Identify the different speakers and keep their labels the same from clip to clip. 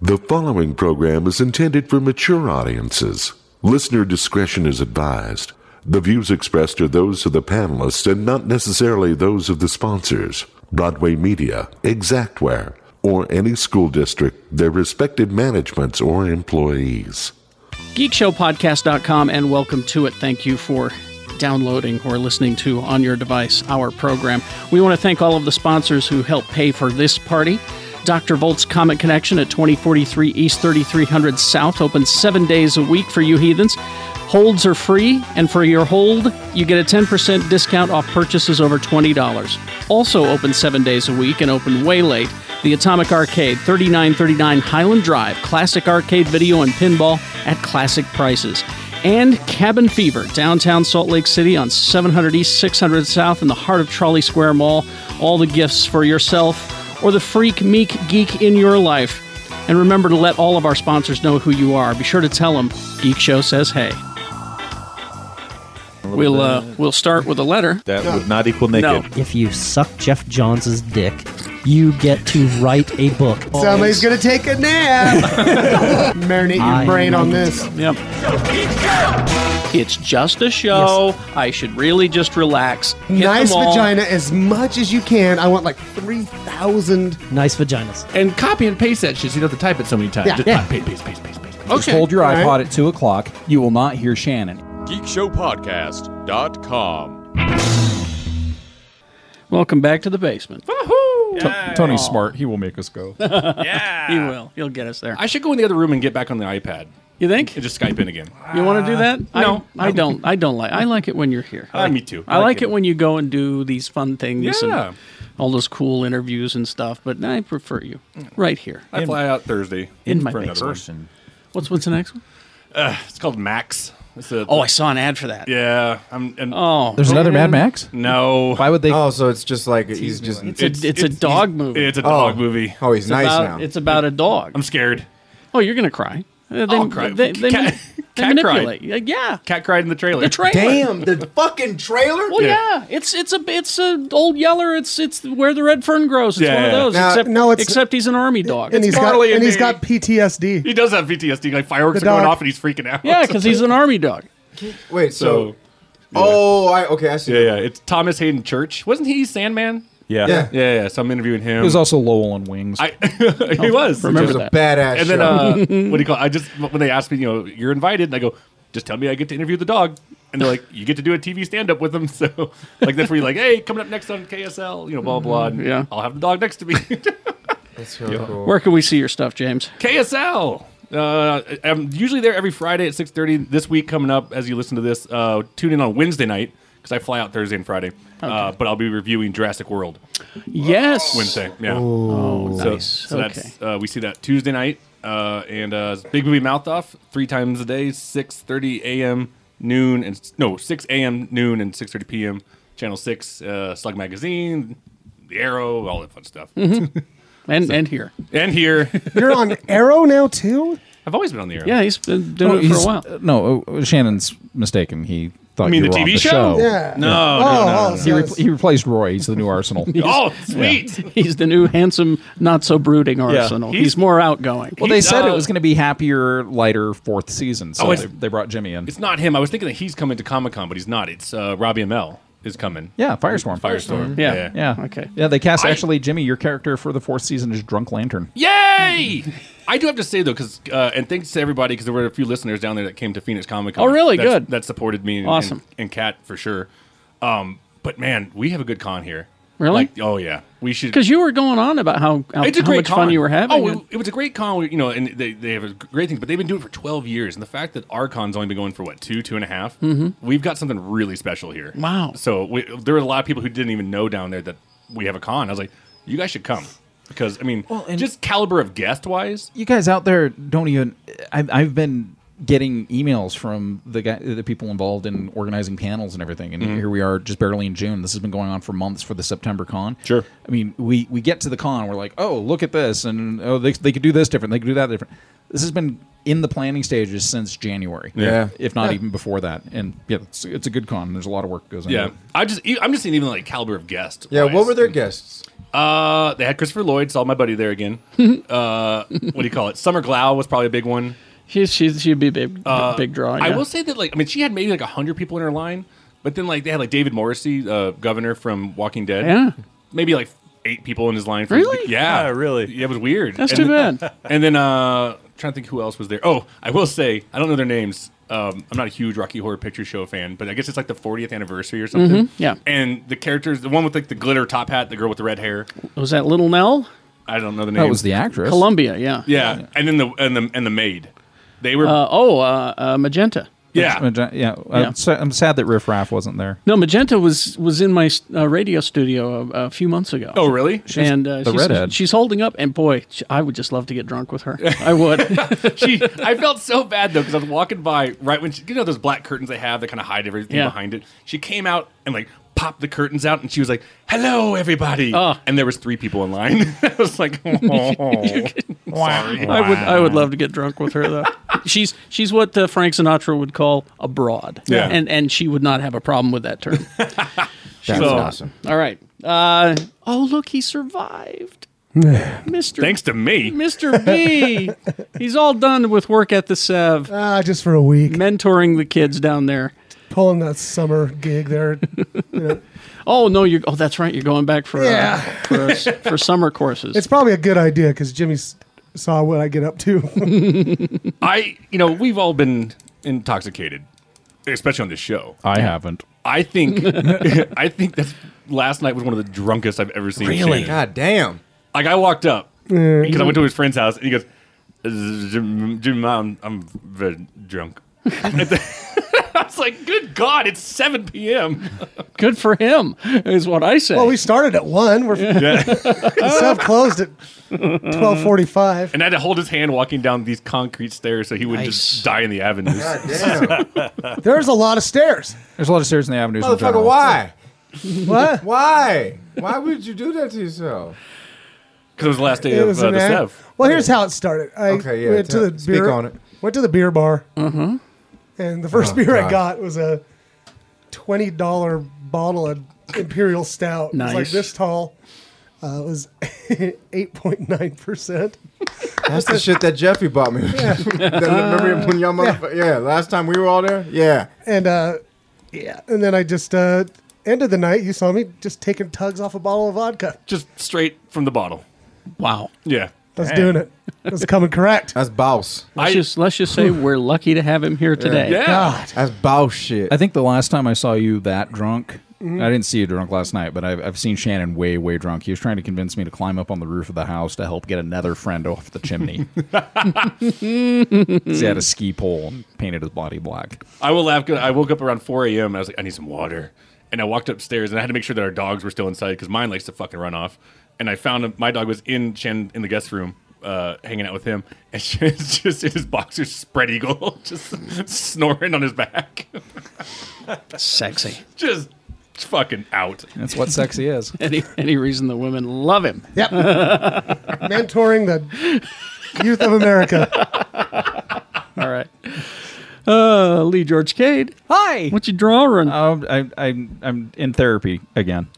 Speaker 1: The following program is intended for mature audiences. Listener discretion is advised. The views expressed are those of the panelists and not necessarily those of the sponsors, Broadway Media, Exactware, or any school district, their respective managements or employees.
Speaker 2: geekshowpodcast.com and welcome to it. Thank you for downloading or listening to on your device our program. We want to thank all of the sponsors who help pay for this party. Dr. Volt's Comic Connection at 2043 East 3300 South opens 7 days a week for you heathens. Holds are free and for your hold, you get a 10% discount off purchases over $20. Also open 7 days a week and open way late. The Atomic Arcade, 3939 Highland Drive, classic arcade video and pinball at classic prices and Cabin Fever, downtown Salt Lake City on 700 East, 600 South, in the heart of Trolley Square Mall. All the gifts for yourself or the freak, meek, geek in your life. And remember to let all of our sponsors know who you are. Be sure to tell them Geek Show says hey. We'll uh, we'll start with a letter.
Speaker 3: That would not equal
Speaker 2: No.
Speaker 3: naked.
Speaker 4: If you suck Jeff Johns' dick, you get to write a book.
Speaker 5: Somebody's gonna take a nap. Marinate your
Speaker 4: I
Speaker 5: brain on
Speaker 4: need
Speaker 5: this.
Speaker 2: Yep. It's just a show. I should really just relax. Hit
Speaker 5: Nice
Speaker 2: them all.
Speaker 5: vagina as much as you can. I want like three thousand.
Speaker 4: Nice vaginas.
Speaker 6: and copy and paste that shit so you don't have to type it so many times.
Speaker 5: Yeah.
Speaker 6: Just
Speaker 4: Yeah.
Speaker 6: copy, paste, paste, paste, paste, paste.
Speaker 7: Just hold your
Speaker 5: All right.
Speaker 7: iPod at 2 o'clock. You will not hear Shannon.
Speaker 3: GeekShowPodcast.com.
Speaker 2: Welcome back to the basement.
Speaker 7: Tony's smart. He will make us go.
Speaker 2: You will. You'll get us there.
Speaker 6: I should go in the other room and get back on the iPad
Speaker 2: You think?
Speaker 6: and just Skype in again.
Speaker 2: You want to do that?
Speaker 6: no.
Speaker 2: I, I don't. I don't like. I like it when you're here.
Speaker 6: Ah, me too.
Speaker 2: I like it when you go and do these fun things
Speaker 6: Yeah.
Speaker 2: and all those cool interviews and stuff. But I prefer you right here.
Speaker 6: I fly out Thursday
Speaker 2: In my
Speaker 6: for another one.
Speaker 2: What's what's the next one?
Speaker 6: It's called Max. It's a,
Speaker 2: Oh, I saw an ad for that.
Speaker 6: yeah. I'm and
Speaker 2: Oh,
Speaker 7: There's another Mad Max?
Speaker 6: no.
Speaker 7: Why would they?
Speaker 8: Oh, so it's just like he's just.
Speaker 2: it's, a, it's, a dog movie.
Speaker 6: It's a dog movie.
Speaker 8: oh, he's nice
Speaker 2: about,
Speaker 8: now.
Speaker 2: It's about a dog.
Speaker 6: I'm scared.
Speaker 2: Oh, you're gonna cry. Uh, They,
Speaker 6: I'll cry.
Speaker 2: They, they,
Speaker 6: Cat-
Speaker 2: they
Speaker 6: cat cried.
Speaker 2: manipulate. Yeah.
Speaker 6: Cat cried in the trailer.
Speaker 2: The trailer.
Speaker 8: the fucking trailer.
Speaker 2: Well, yeah.
Speaker 6: Yeah.
Speaker 2: it's it's a it's a old yeller. It's it's where the red fern grows. It's
Speaker 6: Yeah,
Speaker 2: one of
Speaker 6: yeah.
Speaker 2: those.
Speaker 5: Now-
Speaker 2: except
Speaker 5: no, it's-
Speaker 2: except he's an army dog.
Speaker 5: And he's got
Speaker 6: Marley
Speaker 5: and
Speaker 6: and
Speaker 5: he's
Speaker 6: me.
Speaker 5: got PTSD.
Speaker 6: He does have PTSD. Like fireworks
Speaker 5: The
Speaker 6: are going
Speaker 5: dog-
Speaker 6: off and he's freaking out.
Speaker 2: yeah, because he's an army dog.
Speaker 8: Wait, so,
Speaker 6: so
Speaker 8: oh, I okay, I see.
Speaker 6: yeah, yeah. It's Thomas Hayden Church. Wasn't he Sandman?
Speaker 7: Yeah.
Speaker 8: Yeah.
Speaker 6: Yeah, yeah. So I'm interviewing him.
Speaker 7: It was also Lowell on Wings.
Speaker 6: I, he was.
Speaker 2: Remember
Speaker 8: It was
Speaker 2: that.
Speaker 8: a badass.
Speaker 6: And then
Speaker 8: show.
Speaker 6: uh, what do you call? It? I just when they asked me, you know, you're invited, and I go, just tell me I get to interview the dog, and they're like, you get to do a TV stand up with him. So like that's where you're like, hey, coming up next on KSL, you know, blah blah. blah and
Speaker 2: Yeah.
Speaker 6: I'll have the dog next to me.
Speaker 8: That's really cool.
Speaker 2: Where can we see your stuff, James?
Speaker 6: KSL. Uh, I'm usually there every Friday at 6:30. This week coming up, as you listen to this, uh, tune in on Wednesday night because I fly out Thursday and Friday. Uh, but I'll be reviewing Jurassic World
Speaker 2: Yes.
Speaker 6: Wednesday. Yeah.
Speaker 2: Oh,
Speaker 6: So,
Speaker 2: nice.
Speaker 6: so
Speaker 2: okay.
Speaker 6: that's uh, we see that Tuesday night, uh, and uh, it's Big Movie Mouth Off three times a day, six thirty a.m. noon and no six a.m. noon and six thirty p.m. Channel Six, uh, Slug Magazine, The Arrow, all that fun stuff.
Speaker 2: and and here.
Speaker 6: and here,
Speaker 5: You're on Arrow now too.
Speaker 6: I've always been on the Arrow.
Speaker 2: Yeah, he's been
Speaker 6: Oh,
Speaker 2: doing it for
Speaker 7: No,
Speaker 2: a
Speaker 7: he's-
Speaker 2: while.
Speaker 7: uh, no, uh, Shannon's mistaken. He thought
Speaker 6: I mean
Speaker 7: you
Speaker 6: the
Speaker 7: were on
Speaker 6: TV
Speaker 7: the
Speaker 6: show.
Speaker 5: Yeah.
Speaker 6: No.
Speaker 5: Oh,
Speaker 6: no, no,
Speaker 5: oh,
Speaker 6: no,
Speaker 7: He,
Speaker 5: so
Speaker 7: re-
Speaker 5: it's-
Speaker 7: he replaced Roy. He's the new Arsenal.
Speaker 6: no. Oh, sweet.
Speaker 2: He's the new handsome, not so brooding Arsenal. He's,
Speaker 6: He's-
Speaker 2: more outgoing.
Speaker 7: Well, they
Speaker 6: He's,
Speaker 7: said it
Speaker 6: uh,
Speaker 7: was going to be happier, lighter fourth season, so
Speaker 6: Oh,
Speaker 7: they,
Speaker 6: it's-
Speaker 7: they brought Jimmy in.
Speaker 6: It's not him. I was thinking that he's coming to Comic Con, but he's not. It's uh, Robbie ML is coming.
Speaker 7: Yeah, Firestorm.
Speaker 6: Firestorm.
Speaker 2: Yeah.
Speaker 7: Yeah.
Speaker 2: Okay.
Speaker 7: Yeah, they cast
Speaker 6: I-
Speaker 7: actually Jimmy. Your character for the fourth season is Drunk Lantern.
Speaker 6: Yay! I do have to say though, because uh, and thanks to everybody, because there were a few listeners down there that came to Phoenix Comic Con.
Speaker 2: Oh, really?
Speaker 6: that's-
Speaker 2: Good.
Speaker 6: That supported me. And,
Speaker 2: Awesome.
Speaker 6: And, and Kat for sure. Um, but man, we have a good con here.
Speaker 2: Really?
Speaker 6: Like, oh yeah, we should.
Speaker 2: Because you were going on about how, how,
Speaker 6: it's a
Speaker 2: how
Speaker 6: great
Speaker 2: much
Speaker 6: con.
Speaker 2: fun you were having.
Speaker 6: Oh, it, it was a great con. we- You know, and they, they have a great things, but they've been doing it for twelve years. And the fact that our con's only been going for what two, two and a half, we've got something really special here.
Speaker 2: Mm-hmm. Wow.
Speaker 6: So we, there were a lot of people who didn't even know down there that we have a con. I was like, you guys should come. Because I mean,
Speaker 7: Well, and-
Speaker 6: just caliber of guest wise,
Speaker 7: You guys out there don't even. I've, I've been getting emails from the guy, the people involved in organizing panels and everything. And here we are, just barely in June. This has been going on for months for the September con.
Speaker 6: Sure.
Speaker 7: I mean, we we get to the con, we're like, oh, look at this, and oh, they they could do this different, they could do that different. This has been in the planning stages since January.
Speaker 8: Yeah.
Speaker 7: If not even before that. And yeah, it's, it's a good con. There's a lot of work goes into
Speaker 6: Yeah,
Speaker 7: it.
Speaker 2: Mm-hmm.
Speaker 6: I just e, I'm just seeing even like caliber of guest.
Speaker 8: Yeah, what
Speaker 6: wise.
Speaker 8: were their guests?
Speaker 6: Uh, they had Christopher Lloyd, saw my buddy there again. uh, what do you call it? Summer Glau was probably a big one.
Speaker 2: She, she, she'd be a big,
Speaker 6: Uh,
Speaker 2: big draw.
Speaker 6: I
Speaker 2: yeah.
Speaker 6: will say that like I mean she had maybe like hundred people in her line, but then like they had like David Morrissey, uh, governor from Walking Dead.
Speaker 2: Yeah.
Speaker 6: maybe like eight people in his line. From
Speaker 2: Really?
Speaker 6: Yeah,
Speaker 3: Yeah, really.
Speaker 6: Yeah, it was weird.
Speaker 2: That's
Speaker 6: And
Speaker 2: too
Speaker 6: then-
Speaker 2: bad.
Speaker 6: And then uh, trying to think who else was there. Oh, I will say I don't know their names. Um, I'm not a huge Rocky Horror Picture Show fan, but I guess it's like the 40th anniversary or something.
Speaker 2: Mm-hmm. yeah.
Speaker 6: And the characters, the one with like the glitter top hat, the girl with the red hair.
Speaker 2: was that Little Nell?
Speaker 6: I don't know the name.
Speaker 7: That was the actress.
Speaker 2: Columbia, yeah.
Speaker 6: yeah. And then the and the and the maid. They were
Speaker 2: Uh, oh, uh, uh, Magenta.
Speaker 6: yeah.
Speaker 7: Yeah.
Speaker 2: Yeah.
Speaker 7: I'm, sa- I'm sad that Riff Raff wasn't there.
Speaker 2: No, Magenta was was in my uh, radio studio uh, a, a few months ago.
Speaker 6: oh really?
Speaker 2: and uh,
Speaker 7: the
Speaker 2: she's,
Speaker 7: redhead.
Speaker 2: she's holding up, and boy, sh I would just love to get drunk with her. I would.
Speaker 6: she, I felt so bad though because I was walking by right when she, you know those black curtains they have that kind of hide everything
Speaker 2: Yeah.
Speaker 6: behind it. She came out and like popped the curtains out and she was like, "Hello, everybody!"
Speaker 2: Oh.
Speaker 6: And there was three people in line. I was like, "Oh, sorry."
Speaker 2: I would. I would love to get drunk with her though. she's she's what uh, Frank Sinatra would call a broad.
Speaker 6: Yeah.
Speaker 2: and and she would not have a problem with that term.
Speaker 8: That's
Speaker 6: So-
Speaker 8: awesome.
Speaker 2: All right. Uh, oh look, he survived, Mister.
Speaker 6: Thanks to me.
Speaker 2: Mr. B, he's all done with work at the Sev,
Speaker 5: Ah, just for a week,
Speaker 2: mentoring the kids down there.
Speaker 5: pulling that summer gig there. Uh,
Speaker 2: Oh no, you're. Oh, that's right. You're going back for uh, for, for summer courses.
Speaker 5: It's probably a good idea because Jimmy s- saw what I get up to.
Speaker 6: I, you know, we've all been intoxicated, especially on this show.
Speaker 7: I haven't.
Speaker 6: I think, I think that's last night was one of the drunkest I've ever seen. Shannon.
Speaker 8: God damn.
Speaker 6: Like I walked up because I went to his friend's house and he goes, "Jim, Jim, I'm, I'm very drunk." And then- I was like, "Good God, it's 7 p.m."
Speaker 2: Good for him, is what I say.
Speaker 5: well, we started at one. We're the stuff closed at twelve forty-five.
Speaker 6: And I had to hold his hand walking down these concrete stairs so he wouldn't
Speaker 2: Nice.
Speaker 6: just die in the avenues.
Speaker 8: God damn.
Speaker 5: There's a lot of stairs.
Speaker 7: There's a lot of stairs in the avenues. in
Speaker 8: Motherfucker,
Speaker 7: general.
Speaker 8: why?
Speaker 5: What?
Speaker 8: Why? Why would you do that to yourself?
Speaker 6: Because it was the last day
Speaker 5: It
Speaker 6: of
Speaker 5: was
Speaker 6: uh,
Speaker 5: an
Speaker 6: the
Speaker 5: ad-
Speaker 6: Sev.
Speaker 5: Well, here's how it started. I
Speaker 8: Okay, yeah,
Speaker 5: went
Speaker 8: tell-
Speaker 5: to the
Speaker 8: speak
Speaker 5: beer,
Speaker 8: on it.
Speaker 5: Went to the beer bar.
Speaker 6: Mm-hmm.
Speaker 5: And the first
Speaker 8: Oh,
Speaker 5: beer I
Speaker 8: God.
Speaker 5: got was a twenty dollar bottle of imperial stout. It was
Speaker 2: Nice.
Speaker 5: like this tall. Uh, it was eight point nine percent.
Speaker 8: That's the shit that Jeffy bought me. That- Remember when y'all motherfucker? Yeah, last time we were all there. Yeah.
Speaker 5: And uh, yeah. And then I just uh, ended the night. You saw me just taking tugs off a bottle of vodka.
Speaker 6: Just straight from the bottle.
Speaker 2: wow.
Speaker 6: Yeah.
Speaker 5: I was doing it. I was coming correct.
Speaker 8: That's Baus.
Speaker 2: Let's, just, let's just say we're lucky to have him here today.
Speaker 6: Yeah.
Speaker 8: That's Baus shit.
Speaker 7: I think the last time I saw you that drunk,
Speaker 2: Mm-hmm.
Speaker 7: I didn't see you drunk last night, but I've, I've seen Shannon way, way drunk. He was trying to convince me to climb up on the roof of the house to help get another friend off the chimney. 'Cause he had a ski pole and painted his body black.
Speaker 6: I will laugh. 'cause I woke up around 4 a.m. and I was like, I need some water. And I walked upstairs and I had to make sure that our dogs were still inside because mine likes to fucking run off. And I found him, my dog was in Shannon in the guest room. Uh, hanging out with him, and Shannon's just in his boxer spread eagle, just snoring on his back,
Speaker 2: Sexy.
Speaker 6: just fucking out.
Speaker 7: That's what sexy is.
Speaker 2: Any, any reason the women love him.
Speaker 5: Yep. Mentoring the youth of America.
Speaker 2: All right. Uh, Lee George Cade.
Speaker 7: Hi.
Speaker 2: What you drawing?
Speaker 7: Um, I, I'm, I'm in therapy again.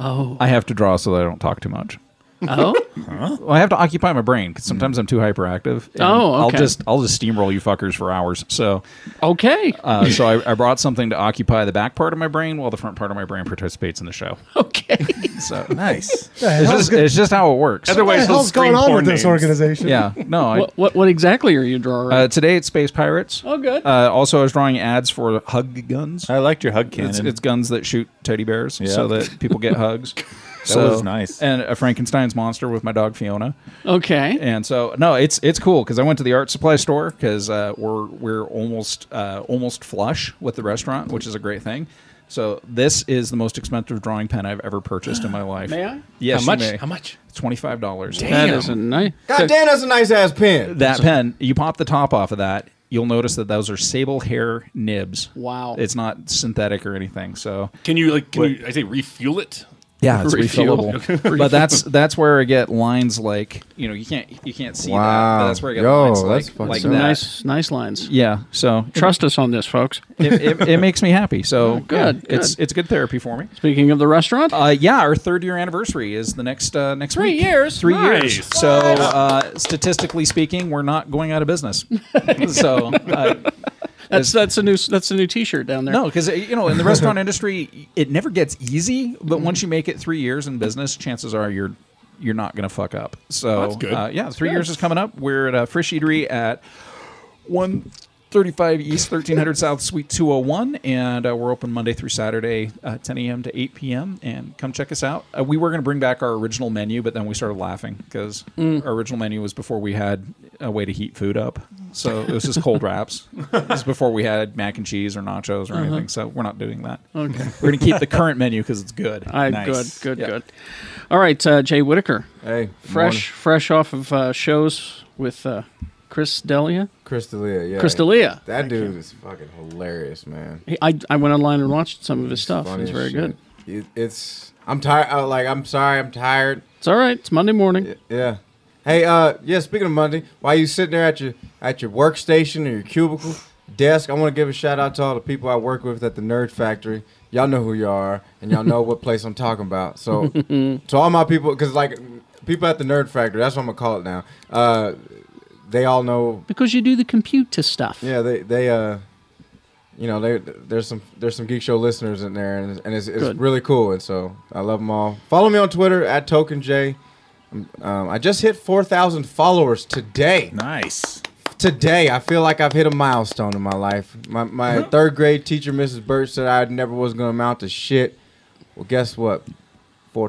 Speaker 2: oh.
Speaker 7: I have to draw so that I don't talk too much.
Speaker 2: Oh?
Speaker 7: Well, I have to occupy my brain because sometimes I'm too hyperactive. and
Speaker 2: Oh,
Speaker 7: I'll
Speaker 2: okay.
Speaker 7: just I'll just steamroll you fuckers for hours. So
Speaker 2: Okay.
Speaker 7: Uh, so I, I brought something to occupy the back part of my brain while the front part of my brain participates in the show.
Speaker 2: Okay.
Speaker 7: So nice.
Speaker 5: The
Speaker 7: It's
Speaker 5: hell's
Speaker 7: just, it's just how it works.
Speaker 5: What
Speaker 6: Otherwise,
Speaker 5: the
Speaker 6: he'll
Speaker 5: hell's
Speaker 6: scream
Speaker 5: going on
Speaker 6: porn
Speaker 5: with this
Speaker 6: names.
Speaker 5: organization?
Speaker 7: Yeah. No. I,
Speaker 2: what, what what exactly are you drawing?
Speaker 7: uh, today it's space pirates.
Speaker 2: Oh, good.
Speaker 7: Uh, also, I was drawing ads for hug guns.
Speaker 3: I liked your hug cannon.
Speaker 7: It's, it's guns that shoot teddy bears so
Speaker 3: Yeah.
Speaker 7: that people get hugs. so,
Speaker 3: was nice.
Speaker 7: And a Frankenstein's monster with my dog Fiona.
Speaker 2: okay.
Speaker 7: And so no, it's it's cool because I went to the art supply store because uh, we're we're almost uh, almost flush with the restaurant, which is a great thing. So this is the most expensive drawing pen I've ever purchased in my life.
Speaker 2: May I?
Speaker 7: Yes.
Speaker 6: How much?
Speaker 7: You may.
Speaker 6: How much?
Speaker 7: Twenty five dollars.
Speaker 2: That is a nice.
Speaker 8: God damn, that's a nice ass pen.
Speaker 7: That pen, you pop the top off of that, you'll notice that those are sable hair nibs.
Speaker 2: Wow.
Speaker 7: It's not synthetic or anything. So
Speaker 6: Can you like? Can you, I say refuel it?
Speaker 7: yeah, it's
Speaker 6: Refuel.
Speaker 7: refillable. but that's that's where I get lines like you know you can't you can't see that. But
Speaker 8: Wow.
Speaker 7: that's where I get
Speaker 8: Yo,
Speaker 7: lines
Speaker 8: that's
Speaker 7: like,
Speaker 8: fucked
Speaker 7: like
Speaker 8: up.
Speaker 7: that.
Speaker 2: Nice, nice lines.
Speaker 7: Yeah. So
Speaker 2: Trust us on this, folks.
Speaker 7: it, it, it makes me happy. So
Speaker 2: Oh, good,
Speaker 7: yeah, It's
Speaker 2: good.
Speaker 7: it's good therapy for me.
Speaker 2: Speaking of the restaurant,
Speaker 7: Uh, yeah, our third year anniversary is the next uh, next
Speaker 2: Three
Speaker 7: week.
Speaker 2: years?
Speaker 7: Three
Speaker 6: Nice.
Speaker 7: years. So uh, statistically speaking, we're not going out of business. so uh,
Speaker 2: that's that's a new that's a new T-shirt down there.
Speaker 7: no, because you know in the restaurant industry, it never gets easy.
Speaker 2: Mm-hmm.
Speaker 7: But once you make it three years in business, chances are you're you're not going to fuck up. So
Speaker 6: That's good.
Speaker 7: Uh, yeah, three years is coming up. We're at a Frisch Eatery at one. 35 East, 1300 South, Suite 201. And uh, we're open Monday through Saturday, uh, 10 a.m. to 8 p.m. And come check us out. Uh, we were going to bring back our original menu, but then we started laughing because
Speaker 2: Mm.
Speaker 7: our original menu was before we had a way to heat food up. So it was just cold wraps. It was before we had mac and cheese or nachos or
Speaker 2: Uh-huh.
Speaker 7: anything. So we're not doing that. Okay. We're going to keep the current menu because it's good.
Speaker 2: I,
Speaker 6: Nice.
Speaker 2: Good, good,
Speaker 7: Yeah.
Speaker 2: good. All right, uh, Jay Whitaker,
Speaker 8: Hey,
Speaker 2: fresh, fresh off of uh, shows with uh, Chris Delia,
Speaker 8: Crystalia, yeah.
Speaker 2: Chris D'Elia.
Speaker 8: That dude is fucking hilarious, man.
Speaker 2: He, I I went online and watched some of his stuff.
Speaker 8: Funny
Speaker 2: It's
Speaker 8: as
Speaker 2: very
Speaker 8: shit.
Speaker 2: good.
Speaker 8: It, it's I'm tired. uh like I'm sorry, I'm tired.
Speaker 2: It's all right. It's Monday morning.
Speaker 8: Yeah. Hey, uh, yeah. Speaking of Monday, while you sitting there at your at your workstation or your cubicle desk, I want to give a shout out to all the people I work with at the Nerd Factory. Y'all know who you are, and y'all know what place I'm talking about. So, to all my people, because like people at the Nerd Factory, that's what I'm gonna call it now. Uh, they all know
Speaker 2: Because you do the computer stuff.
Speaker 8: Yeah, they they uh, you know, they there's some there's some geek show listeners in there, and, and it's, it's
Speaker 2: Good.
Speaker 8: really cool, and so I love them all. Follow me on Twitter at Token J. Um, I just hit four thousand followers today.
Speaker 6: Nice.
Speaker 8: Today, I feel like I've hit a milestone in my life. My my
Speaker 2: Uh-huh.
Speaker 8: third grade teacher, Mrs. Birch, said I never was gonna amount to shit. Well, guess what? Four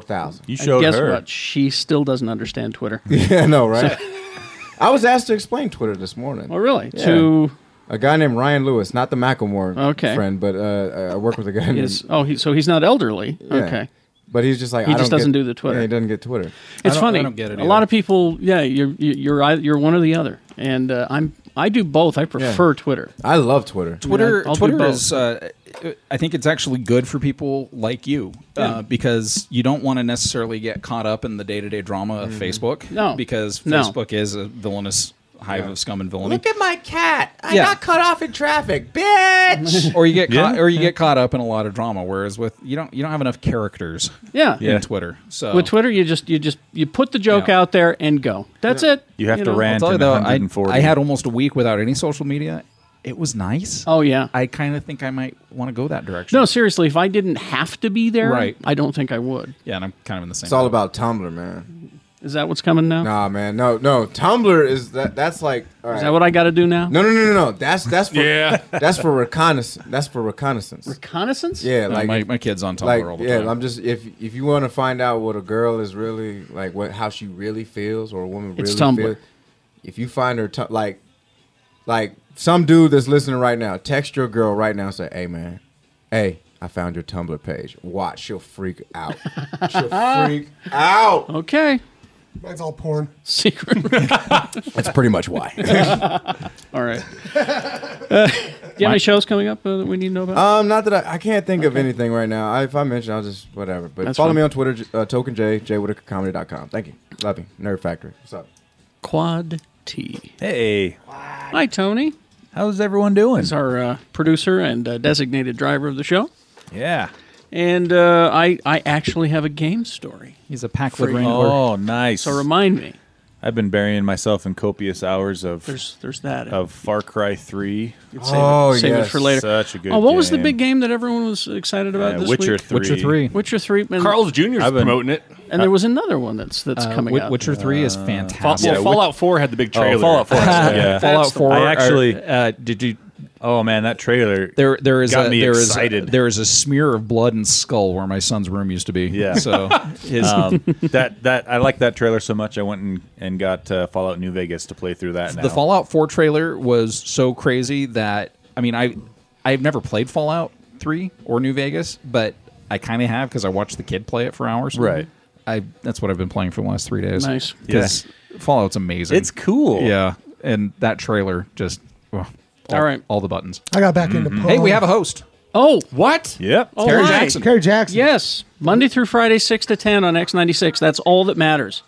Speaker 8: thousand.
Speaker 3: You
Speaker 2: And
Speaker 3: showed
Speaker 2: guess
Speaker 3: her.
Speaker 2: what? She still doesn't understand Twitter.
Speaker 8: yeah, I know, right? I was asked to explain Twitter this morning.
Speaker 2: oh, really?
Speaker 8: Yeah.
Speaker 2: To
Speaker 8: A guy named Ryan Lewis, not the Macklemore
Speaker 2: Okay.
Speaker 8: friend, but uh, I work with a guy.
Speaker 2: is oh he so he's not elderly.
Speaker 8: Yeah.
Speaker 2: Okay.
Speaker 8: But he's just like
Speaker 2: He
Speaker 8: I
Speaker 2: just
Speaker 8: don't
Speaker 2: doesn't
Speaker 8: get-
Speaker 2: do the Twitter.
Speaker 8: Yeah, he doesn't get Twitter.
Speaker 2: It's
Speaker 7: don't-
Speaker 2: funny.
Speaker 7: I don't get it
Speaker 2: A lot
Speaker 7: either.
Speaker 2: of people, yeah, you're you're you're, ei- you're one or the other, and uh, I'm I do both. I prefer Twitter.
Speaker 8: I love Twitter.
Speaker 7: Twitter,
Speaker 2: Yeah, I'll do
Speaker 7: Twitter
Speaker 2: both.
Speaker 7: is. Uh, I think it's actually good for people like you uh, because you don't want to necessarily get caught up in the day to day drama of Facebook.
Speaker 2: Mm-hmm. No.
Speaker 7: because
Speaker 2: No.
Speaker 7: Facebook is a villainous hive of scum and villainy.
Speaker 8: Look at my cat. I
Speaker 7: Yeah.
Speaker 8: got cut off in traffic, bitch.
Speaker 7: or you get
Speaker 3: Yeah.
Speaker 7: caught, or you get caught up in a lot of drama. Whereas with you don't you don't have enough characters
Speaker 2: Yeah.
Speaker 3: Yeah.
Speaker 7: in Twitter. So
Speaker 2: With Twitter, you just you just you put the joke
Speaker 7: Yeah.
Speaker 2: out there and go. That's it.
Speaker 3: You have to
Speaker 2: know?
Speaker 3: rant
Speaker 7: I'll
Speaker 3: in
Speaker 7: tell you though,
Speaker 3: 140.
Speaker 7: I, I had almost a week without any social media. It was nice.
Speaker 2: Oh yeah.
Speaker 7: I kind of think I might want to go that direction.
Speaker 2: no, seriously. If I didn't have to be there,
Speaker 7: Right.
Speaker 2: I don't think I would.
Speaker 7: yeah, and I'm kind of in the same.
Speaker 8: It's all about
Speaker 7: boat.
Speaker 8: Tumblr, man.
Speaker 2: Is that what's coming now?
Speaker 8: Nah, man. No, no. Tumblr is that. That's like. all
Speaker 2: Is
Speaker 8: right.
Speaker 2: that what I got to do now?
Speaker 8: no, no, no, no, no. That's that's for
Speaker 6: Yeah.
Speaker 8: that's for reconnaissance. That's for reconnaissance.
Speaker 2: Reconnaissance.
Speaker 8: Yeah,
Speaker 7: No,
Speaker 8: like
Speaker 7: my, my kids on Tumblr
Speaker 8: like
Speaker 7: all the
Speaker 8: yeah.
Speaker 7: time.
Speaker 8: I'm just if if you want to find out what a girl is really like, what how she really feels or a woman
Speaker 2: It's
Speaker 8: really
Speaker 2: Tumblr.
Speaker 8: feels. If you find her tu- like like some dude that's listening right now, text your girl right now and say, "Hey man, hey, I found your Tumblr page. Watch, she'll freak out. she'll freak out.
Speaker 2: Okay.
Speaker 5: Mine's all porn.
Speaker 2: Secret.
Speaker 8: That's pretty much why.
Speaker 2: All right. Uh, do you have any shows coming up uh, that we need to know about?
Speaker 8: um, not that I, I can't think of anything right now. I, if I mention, I'll just whatever. But
Speaker 2: That's
Speaker 8: follow
Speaker 2: fine.
Speaker 8: me on Twitter, J- uh, Token J, jwhitakercomedy.com. Thank you. Love you. Nerd Factory. What's up?
Speaker 2: Quad T.
Speaker 3: Hey,
Speaker 2: Hi, Tony.
Speaker 3: how's everyone doing?
Speaker 2: He's our uh, producer and uh, designated driver of the show.
Speaker 3: Yeah.
Speaker 2: And uh, I, I actually have a game story.
Speaker 7: He's a Packwood
Speaker 2: Free-
Speaker 7: Wrangler.
Speaker 3: Oh, nice.
Speaker 2: So remind me,
Speaker 3: I've been burying myself in copious hours of
Speaker 2: there's Uh, there's that.
Speaker 3: of Far Cry 3.
Speaker 2: You can save
Speaker 8: Oh,
Speaker 2: it, save it
Speaker 8: yes.
Speaker 2: for later.
Speaker 3: Such a good
Speaker 2: oh, what was the
Speaker 3: game.
Speaker 2: big game that everyone was excited about
Speaker 3: Uh,
Speaker 2: this
Speaker 3: Witcher
Speaker 2: week?
Speaker 3: 3.
Speaker 7: Witcher three.
Speaker 2: Witcher three. And,
Speaker 6: Carl's Jr.'s
Speaker 3: I've been-
Speaker 6: promoting it.
Speaker 2: and there was another one that's that's
Speaker 7: Uh,
Speaker 2: coming
Speaker 7: Wit-
Speaker 2: out.
Speaker 7: Witcher Three is fantastic.
Speaker 6: well, Fallout 4 had the big trailer.
Speaker 3: Oh, Fallout 4. yeah.
Speaker 2: Fallout
Speaker 7: Fallout
Speaker 2: the
Speaker 7: Four.
Speaker 3: I
Speaker 7: are-
Speaker 3: actually
Speaker 7: uh,
Speaker 3: did you Oh man, that trailer.
Speaker 7: there there is
Speaker 3: got
Speaker 7: a,
Speaker 3: me
Speaker 7: there is a-
Speaker 3: excited.
Speaker 7: there is a smear of blood and skull where my son's room used to be.
Speaker 3: Yeah.
Speaker 7: So his
Speaker 3: um, that that I like that trailer so much. I went and, and got uh, Fallout New Vegas to play through that. Now.
Speaker 7: the Fallout Four trailer was so crazy that I mean I I've never played Fallout Three or New Vegas, but I kind of have because I watched the kid play it for hours.
Speaker 3: Right.
Speaker 7: I that's what I've been playing for the last three days.
Speaker 2: Nice.
Speaker 3: Mm-hmm.
Speaker 7: Because Fallout's amazing.
Speaker 3: It's cool.
Speaker 7: Yeah. And that trailer just. oh,
Speaker 2: All right.
Speaker 7: all the buttons.
Speaker 5: I got back
Speaker 3: Mm-hmm.
Speaker 5: into punk.
Speaker 7: Hey, we have a host.
Speaker 2: Oh,
Speaker 6: What?
Speaker 3: Yep.
Speaker 2: oh
Speaker 7: Terry
Speaker 2: my.
Speaker 7: Jackson.
Speaker 5: Kerry Jackson.
Speaker 2: Yes, Monday through Friday, six to ten on X ninety six. That's all that matters.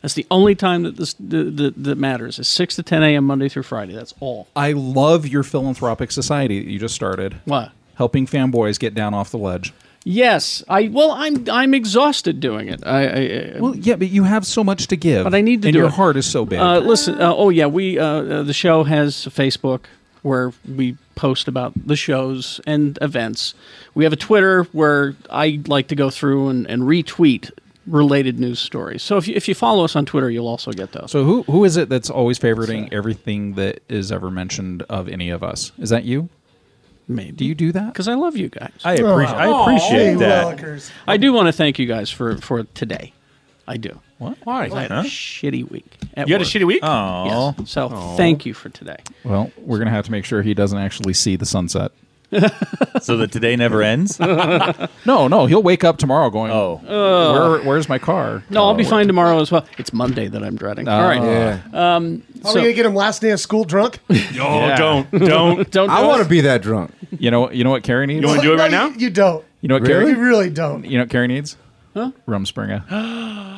Speaker 2: That's the only time that this that, that, that matters is six to ten a.m. Monday through Friday. That's all.
Speaker 7: I love your philanthropic society that you just started.
Speaker 2: What?
Speaker 7: Helping fanboys get down off the ledge.
Speaker 2: Yes, I well, I'm I'm exhausted doing it. I, I, I
Speaker 7: Well, yeah, but you have so much to give.
Speaker 2: But I need to
Speaker 7: And
Speaker 2: do
Speaker 7: your
Speaker 2: it.
Speaker 7: heart is so big.
Speaker 2: Uh, listen, uh, oh yeah, we uh, uh, the show has a Facebook where we post about the shows and events. We have a Twitter where I like to go through and, and retweet related news stories. So if you, if you follow us on Twitter, you'll also get those.
Speaker 7: so who who is it that's always favoriting everything that is ever mentioned of any of us? Is that you?
Speaker 2: Maybe
Speaker 7: Do you do that?
Speaker 2: because I love you guys.
Speaker 3: I, appreci- I appreciate
Speaker 2: Oh.
Speaker 5: Hey,
Speaker 3: that.
Speaker 5: Willikers.
Speaker 2: I do want to thank you guys for for today. I do.
Speaker 7: What?
Speaker 6: Why?
Speaker 2: I had a shitty week. at
Speaker 6: You had a
Speaker 2: work.
Speaker 6: shitty
Speaker 5: Uh,
Speaker 6: week?
Speaker 3: Oh,
Speaker 2: Yes. So thank you for today.
Speaker 7: Well, we're gonna have to make sure he doesn't actually see the sunset.
Speaker 3: so that today never ends.
Speaker 7: No, no, he'll wake up tomorrow going,
Speaker 3: Oh.
Speaker 7: where, where's my car?"
Speaker 2: No, I'll be fine tomorrow as well. It's Monday that I'm dreading. All right.
Speaker 8: Yeah.
Speaker 5: Are
Speaker 2: So-
Speaker 5: we gonna get him last day of school drunk?
Speaker 6: Oh, don't, don't.
Speaker 2: Don't
Speaker 8: I
Speaker 2: do
Speaker 8: want
Speaker 2: it.
Speaker 8: to be that drunk.
Speaker 7: You know, you know what Carrie needs.
Speaker 6: You wanna do it
Speaker 5: No,
Speaker 6: right now?
Speaker 5: You, you don't.
Speaker 7: You know what
Speaker 8: Really?
Speaker 5: You
Speaker 7: Carrie?
Speaker 5: really don't.
Speaker 7: You know what Carrie needs? Huh? Rumspringa.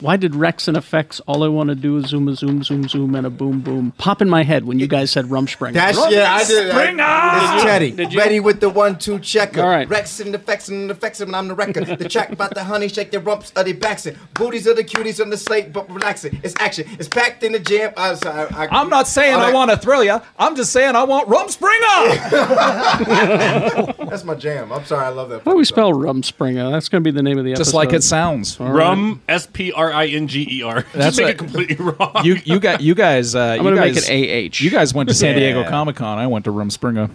Speaker 2: Why did Rex and effects? All I want to do is zoom, a zoom, zoom, zoom, and a boom, boom pop in my head when you guys said Rumspringa.
Speaker 8: That's yeah, I did.
Speaker 6: Spring
Speaker 8: I, it's Teddy. Ready with the one two checker.
Speaker 2: All right.
Speaker 8: Rex and the fexin' and the fexin' and I'm the wrecker. the track about the honey, shake the rumps of the backsin. Booties of the cuties on the slate, but relaxing. It's action. It's packed in the jam. I'm sorry. I,
Speaker 7: I'm not saying
Speaker 8: All
Speaker 7: I
Speaker 8: right.
Speaker 7: want to thrill you. I'm just saying I want Rumspringa.
Speaker 8: That's my jam. I'm sorry. I love that.
Speaker 2: How do we spell Rumspringa? That's going to be the name of the episode.
Speaker 7: just like it sounds.
Speaker 6: Rum, S P R I N G E R.
Speaker 7: That's
Speaker 6: Just make
Speaker 7: what-
Speaker 6: it completely wrong.
Speaker 7: You you got you guys. Uh,
Speaker 2: I'm
Speaker 7: you
Speaker 2: going to
Speaker 7: guys,
Speaker 2: make it AH.
Speaker 7: You guys went to San Diego
Speaker 3: Yeah.
Speaker 7: Comic Con. I went to Rumspringa.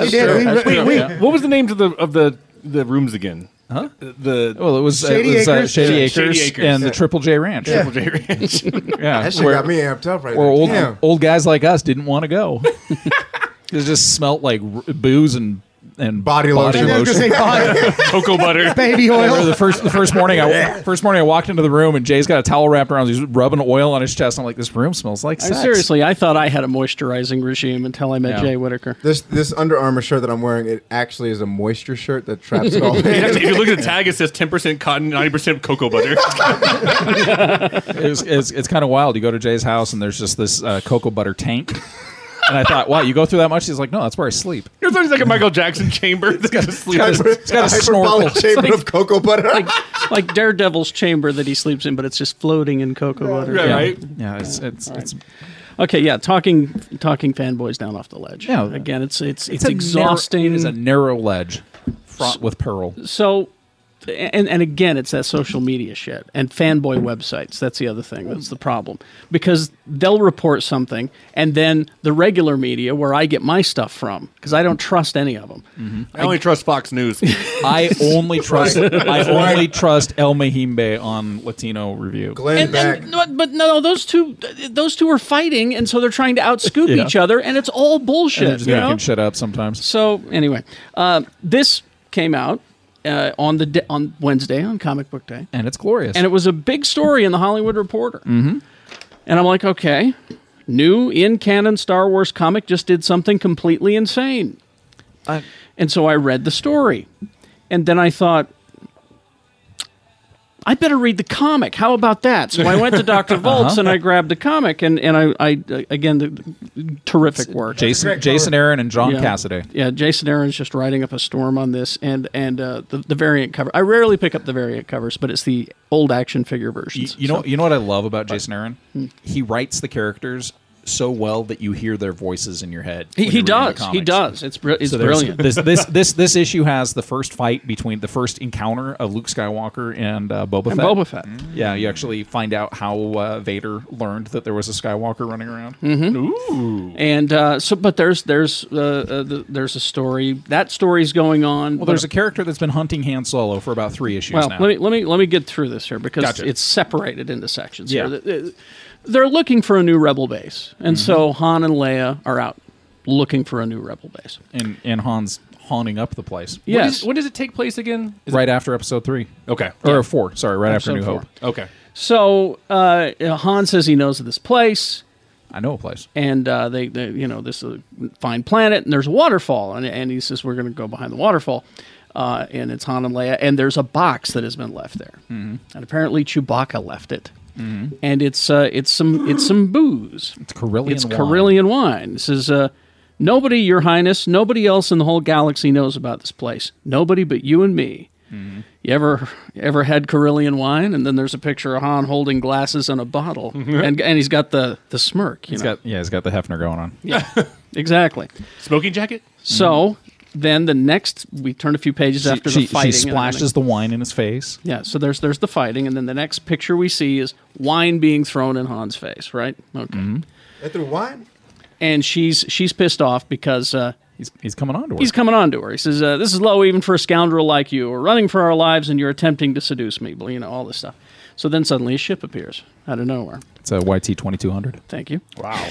Speaker 5: We did. We, we, we,
Speaker 6: what was the names of the of the the rooms again? Huh? The
Speaker 7: Well, it was
Speaker 5: Shady
Speaker 7: it was Uh,
Speaker 5: Acres?
Speaker 7: Shady,
Speaker 6: Yeah,
Speaker 7: Acres
Speaker 6: Shady Acres.
Speaker 7: and
Speaker 6: Yeah.
Speaker 7: the Triple J Ranch. Yeah,
Speaker 6: Triple J Ranch.
Speaker 8: That shit
Speaker 7: where,
Speaker 8: got me amped up right
Speaker 7: where
Speaker 8: there.
Speaker 7: old
Speaker 8: Damn.
Speaker 7: old guys like us didn't want to go. it just smelt like r- booze and and
Speaker 8: Body
Speaker 5: I
Speaker 8: lotion.
Speaker 5: was gonna say bye,
Speaker 6: Cocoa butter.
Speaker 5: baby
Speaker 7: I remember
Speaker 5: oil.
Speaker 7: the first the first morning I first morning I walked into the room and Jay's got a towel wrapped around. He's rubbing oil on his chest. I'm like, this room smells like
Speaker 2: I,
Speaker 7: sex.
Speaker 2: seriously, I thought I had a moisturizing regime until I met
Speaker 7: Yeah.
Speaker 2: Jay Whitaker.
Speaker 8: This this Under Armour shirt that I'm wearing, it actually is a moisture shirt that traps it all.
Speaker 6: You have
Speaker 8: in.
Speaker 6: to- if you look at the tag, it says 10% cotton, 90% cocoa butter.
Speaker 7: it was, it's, it's kind of wild. You go to Jay's house and there's just this uh, cocoa butter tank. And I thought, wow, you go through that much? He's like, no, that's where I sleep.
Speaker 6: You're talking like a Michael Jackson chamber. It's got a sleep.
Speaker 7: It's got a snorkel.
Speaker 8: Hyperbolic chamber of cocoa butter.
Speaker 2: like Daredevil's chamber that he sleeps in, but it's just floating in cocoa water.
Speaker 6: Right,
Speaker 7: Yeah.
Speaker 6: right?
Speaker 7: Yeah, it's it's it's
Speaker 2: Okay, yeah, talking talking fanboys down off the ledge.
Speaker 7: Yeah.
Speaker 2: again, it's it's it's,
Speaker 7: a narrow-
Speaker 2: exhausting.
Speaker 7: it is a narrow ledge fraught with pearl.
Speaker 2: so, and and again, it's that social media shit and fanboy websites. That's the other thing. That's the problem because they'll report something, and then the regular media, where I get my stuff from, because I don't trust any of them.
Speaker 6: I only trust Fox News.
Speaker 7: I only trust I only trust El Mahimbe on Latino review.
Speaker 8: Glenn
Speaker 2: And,
Speaker 8: back.
Speaker 2: and but, but no, those two those two are fighting, and so they're trying to outscoop
Speaker 7: Yeah.
Speaker 2: each other, and it's all bullshit.
Speaker 7: They're just
Speaker 2: you
Speaker 7: making
Speaker 2: know?
Speaker 7: shit up sometimes.
Speaker 2: So anyway, uh, this came out uh, on the d on Wednesday on Comic Book Day,
Speaker 7: And it's glorious.
Speaker 2: and it was a big story in the Hollywood Reporter. Mm-hmm. And I'm like, okay, new in canon Star Wars comic just did something completely insane. and so I read the story, and then I thought. I better read the comic. How about that? So I went to Dr. Volz and I grabbed the comic, and, and I, I again, the, terrific work.
Speaker 7: Jason Jason Aaron and John Cassidy.
Speaker 2: Yeah, Jason Aaron's just riding up a storm on this, and and uh, the the variant cover. I rarely pick up the variant covers, but it's the old action figure
Speaker 7: You,
Speaker 2: versions.
Speaker 7: you know you know what I love about Jason Aaron?
Speaker 2: Hmm.
Speaker 7: He writes the characters so well that you hear their voices in your head.
Speaker 2: he,
Speaker 7: when you're
Speaker 2: he
Speaker 7: reading the
Speaker 2: does. He
Speaker 7: comics.
Speaker 2: does. It's br- it's
Speaker 7: So there's-
Speaker 2: brilliant.
Speaker 7: This this this this issue has the first fight between the first encounter of Luke Skywalker and uh, Boba
Speaker 2: and
Speaker 7: Fett.
Speaker 2: Boba Fett.
Speaker 7: Yeah, you actually find out how uh, Vader learned that there was a Skywalker running around.
Speaker 2: Mm-hmm. And uh, so, but there's there's uh, uh, the, there's a story. That story's going on.
Speaker 7: Well, there's a
Speaker 2: but-
Speaker 7: character that's been hunting Han Solo for about three issues
Speaker 2: well.
Speaker 7: now.
Speaker 2: Let me let me let me get through this here because
Speaker 7: Gotcha.
Speaker 2: it's separated into sections.
Speaker 7: Yeah. Mm-hmm.
Speaker 2: Here. The- They're looking for a new rebel base, and so Han and Leia are out looking for a new rebel base.
Speaker 7: and and Han's haunting up the place.
Speaker 6: What
Speaker 2: Yes.
Speaker 6: is- When does it take place again? Is it-
Speaker 7: Right after Episode three
Speaker 6: okay.
Speaker 7: or four. Sorry, right after
Speaker 2: Episode
Speaker 7: New
Speaker 2: four.
Speaker 7: Hope.
Speaker 6: Okay.
Speaker 2: So uh, Han says he knows of this place,
Speaker 7: I know a place.
Speaker 2: and uh, they, they, you know, this is a fine planet, and there's a waterfall, and, and he says we're going to go behind the waterfall, uh, and it's Han and Leia, and there's a box that has been left there, mm-hmm. and apparently Chewbacca left it, mm-hmm. and it's uh, it's some it's some booze,
Speaker 7: It's Carillion.
Speaker 2: it's Carillion wine. This is uh, nobody, Your Highness, nobody else in the whole galaxy knows about this place. Nobody but you and me.
Speaker 7: Mm-hmm.
Speaker 2: You ever ever had Carillion wine? And then there's a picture of Han holding glasses and a bottle, and and he's got the the smirk. You
Speaker 7: He's
Speaker 2: know
Speaker 7: got Mm-hmm. yeah, he's got the Hefner going on.
Speaker 2: exactly.
Speaker 6: Smoking jacket?
Speaker 2: So then the next we turn a few pages
Speaker 7: She-
Speaker 2: after
Speaker 7: she,
Speaker 2: the
Speaker 7: she
Speaker 2: fighting. and
Speaker 7: splashes the wine in his face.
Speaker 2: Yeah, so there's there's the fighting, and then the next picture we see is wine being thrown in Han's face, right? Okay,
Speaker 7: Mm-hmm.
Speaker 8: They threw wine.
Speaker 2: and she's she's pissed off because uh,
Speaker 7: He's he's coming on to her.
Speaker 2: he's coming on to her. He says, uh, "This is low even for a scoundrel like you. We're running for our lives, and you're attempting to seduce me." Well, you know all this stuff. So then suddenly a ship appears out of nowhere.
Speaker 7: it's a YT twenty two hundred.
Speaker 2: Thank you. Wow.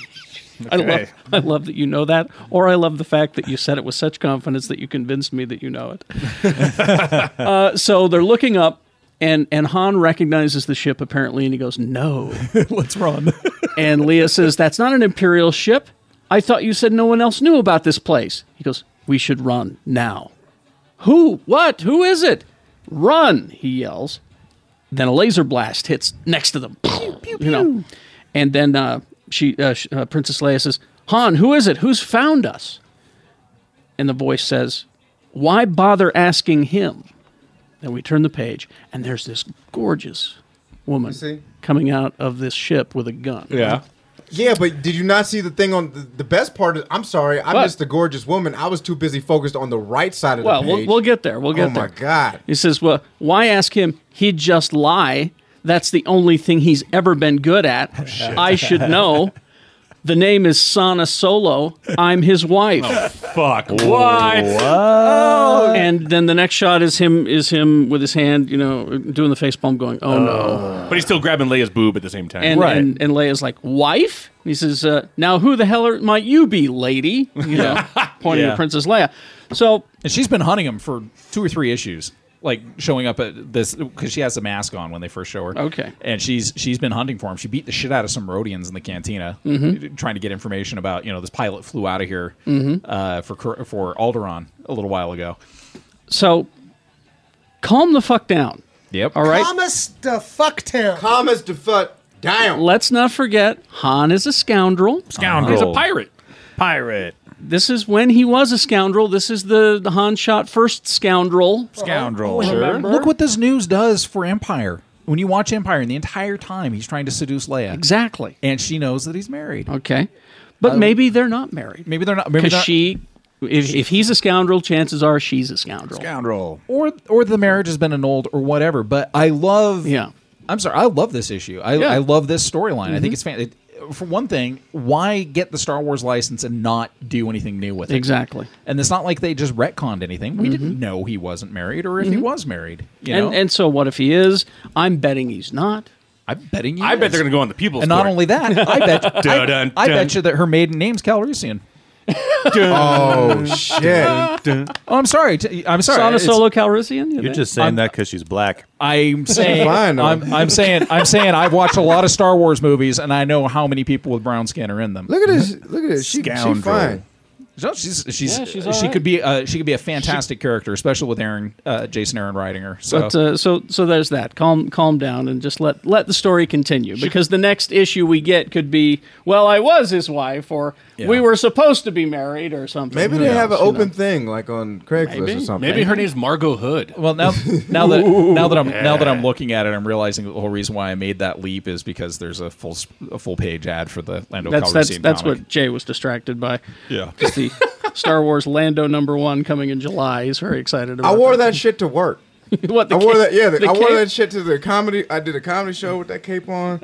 Speaker 2: I love I love that you know that, or I love the fact that you said it with such confidence that you convinced me that you know it. uh, so they're looking up. And, and Han recognizes the ship apparently, and he goes, No.
Speaker 7: Let's run.
Speaker 2: And Leah says, That's not an Imperial ship. I thought you said no one else knew about this place. He goes, We should run now. Who? What? Who is it? Run, he yells. Then a laser blast hits next to them. you know. And then uh, she, uh, sh- uh, Princess Leia says, Han, who is it? Who's found us? And the voice says, Why bother asking him? Then we turn the page, and there's this gorgeous woman
Speaker 8: see?
Speaker 2: coming out of this ship with a gun.
Speaker 6: Yeah.
Speaker 8: Yeah, but did you not see the thing on the, the best part? Of, I'm sorry, I
Speaker 2: What?
Speaker 8: missed the gorgeous woman. I was too busy focused on the right side of
Speaker 2: Well,
Speaker 8: the
Speaker 2: we'll,
Speaker 8: page.
Speaker 2: we'll get there. We'll get
Speaker 8: oh
Speaker 2: there.
Speaker 8: my god!
Speaker 2: He says, "Well, why ask him? He'd just lie. That's the only thing he's ever been good at.
Speaker 7: Oh,
Speaker 2: I should know. The name is Sana Solo. I'm his wife."
Speaker 6: Fuck. What?
Speaker 7: Oh.
Speaker 2: And then the next shot is him is him with his hand, you know, doing the face palm, going, "Oh no!"
Speaker 6: But he's still grabbing Leia's boob at the same time.
Speaker 2: And,
Speaker 7: Right.
Speaker 2: and and Leia's like, "Wife?" And he says, uh, "Now who the hell are, might you be, lady?" You know, pointing
Speaker 7: Yeah.
Speaker 2: to Princess Leia. So
Speaker 7: And she's been hunting him for two or three issues, like showing up at this because she has a mask on when they first show her.
Speaker 2: Okay.
Speaker 7: And she's she's been hunting for him. She beat the shit out of some Rhodians in the cantina,
Speaker 2: Mm-hmm.
Speaker 7: trying to get information about you know this pilot flew out of here uh, for Cor- for Alderaan a little while ago.
Speaker 2: so calm the fuck down.
Speaker 7: Yep.
Speaker 2: All right.
Speaker 5: Thomas the Fucktown.
Speaker 8: Thomas the fuck down.
Speaker 2: Let's not forget Han is a scoundrel.
Speaker 6: Scoundrel. He's a pirate. Pirate.
Speaker 2: This is when he was a scoundrel. This is the, the Han shot first scoundrel.
Speaker 3: Scoundrel.
Speaker 6: Oh,
Speaker 7: Look what this news does for Empire. When you watch Empire, and the entire time he's trying to seduce Leia,
Speaker 2: Exactly.
Speaker 7: and she knows that he's married.
Speaker 2: Okay. But maybe they're not married.
Speaker 7: Maybe they're not. Maybe
Speaker 2: Because
Speaker 7: not,
Speaker 2: she, if, if he's a scoundrel, chances are she's a scoundrel.
Speaker 3: Scoundrel.
Speaker 7: or or the marriage has been annulled or whatever. But I love.
Speaker 2: Yeah.
Speaker 7: I'm sorry. I love this issue. I,
Speaker 2: Yeah. Mm-hmm.
Speaker 7: I love this storyline. I think it's fan. It, for one thing, why get the Star Wars license and not do anything new with it?
Speaker 2: Exactly.
Speaker 7: And it's not like they just retconned anything. We didn't know he wasn't married or if he was married. You
Speaker 2: Mm-hmm. And,
Speaker 7: know?
Speaker 2: and so what if he is? I'm betting he's not.
Speaker 7: I'm betting you.
Speaker 6: I bet they're going to go on the people's
Speaker 7: And not only that, I bet I,
Speaker 6: Dun,
Speaker 7: I
Speaker 6: dun.
Speaker 7: bet you that her maiden name's Calrissian.
Speaker 8: Oh shit!
Speaker 7: Oh, I'm sorry. T- I'm sorry.
Speaker 2: Sana
Speaker 7: It's-
Speaker 2: Solo Calrissian? You
Speaker 3: You're
Speaker 2: know?
Speaker 3: just saying
Speaker 7: I'm-
Speaker 3: that because she's black.
Speaker 7: I'm saying.
Speaker 8: fine, though.
Speaker 7: I'm, I'm saying. I'm saying. I've watched a lot of Star Wars movies, and I know how many people with brown skin are in them.
Speaker 8: Look at this! Look at this! She, she
Speaker 3: Scoundrel.
Speaker 8: fine.
Speaker 7: No, she's she's,
Speaker 2: Yeah, she's
Speaker 7: she
Speaker 2: all right.
Speaker 7: could be uh, she could be a fantastic character, especially with Aaron uh, Jason Aaron writing her. So
Speaker 2: But uh, so so there's that. Calm calm down and just let let the story continue because the next issue we get could be well I was his wife or we were supposed to be married or something.
Speaker 8: Maybe
Speaker 2: Who
Speaker 8: they have an
Speaker 2: knows, you know?
Speaker 8: open thing like on Craigslist or something.
Speaker 6: Maybe her name's Margot Hood.
Speaker 7: well now now that now that I'm now that I'm looking at it, I'm realizing that the whole reason why I made that leap is because there's a full s- a full page ad for the Lando
Speaker 2: That's
Speaker 7: Calrissian
Speaker 2: that's that's
Speaker 7: comic.
Speaker 2: what Jay was distracted by. Yeah, just the Star Wars Lando number one coming in July. He's very excited
Speaker 8: I
Speaker 2: about.
Speaker 8: wore that shit to work.
Speaker 2: What the
Speaker 8: I wore
Speaker 2: cape-
Speaker 8: that. Yeah, the,
Speaker 2: the
Speaker 8: I wore
Speaker 2: cape?
Speaker 8: that shit to the comedy. I did a comedy show with that cape on.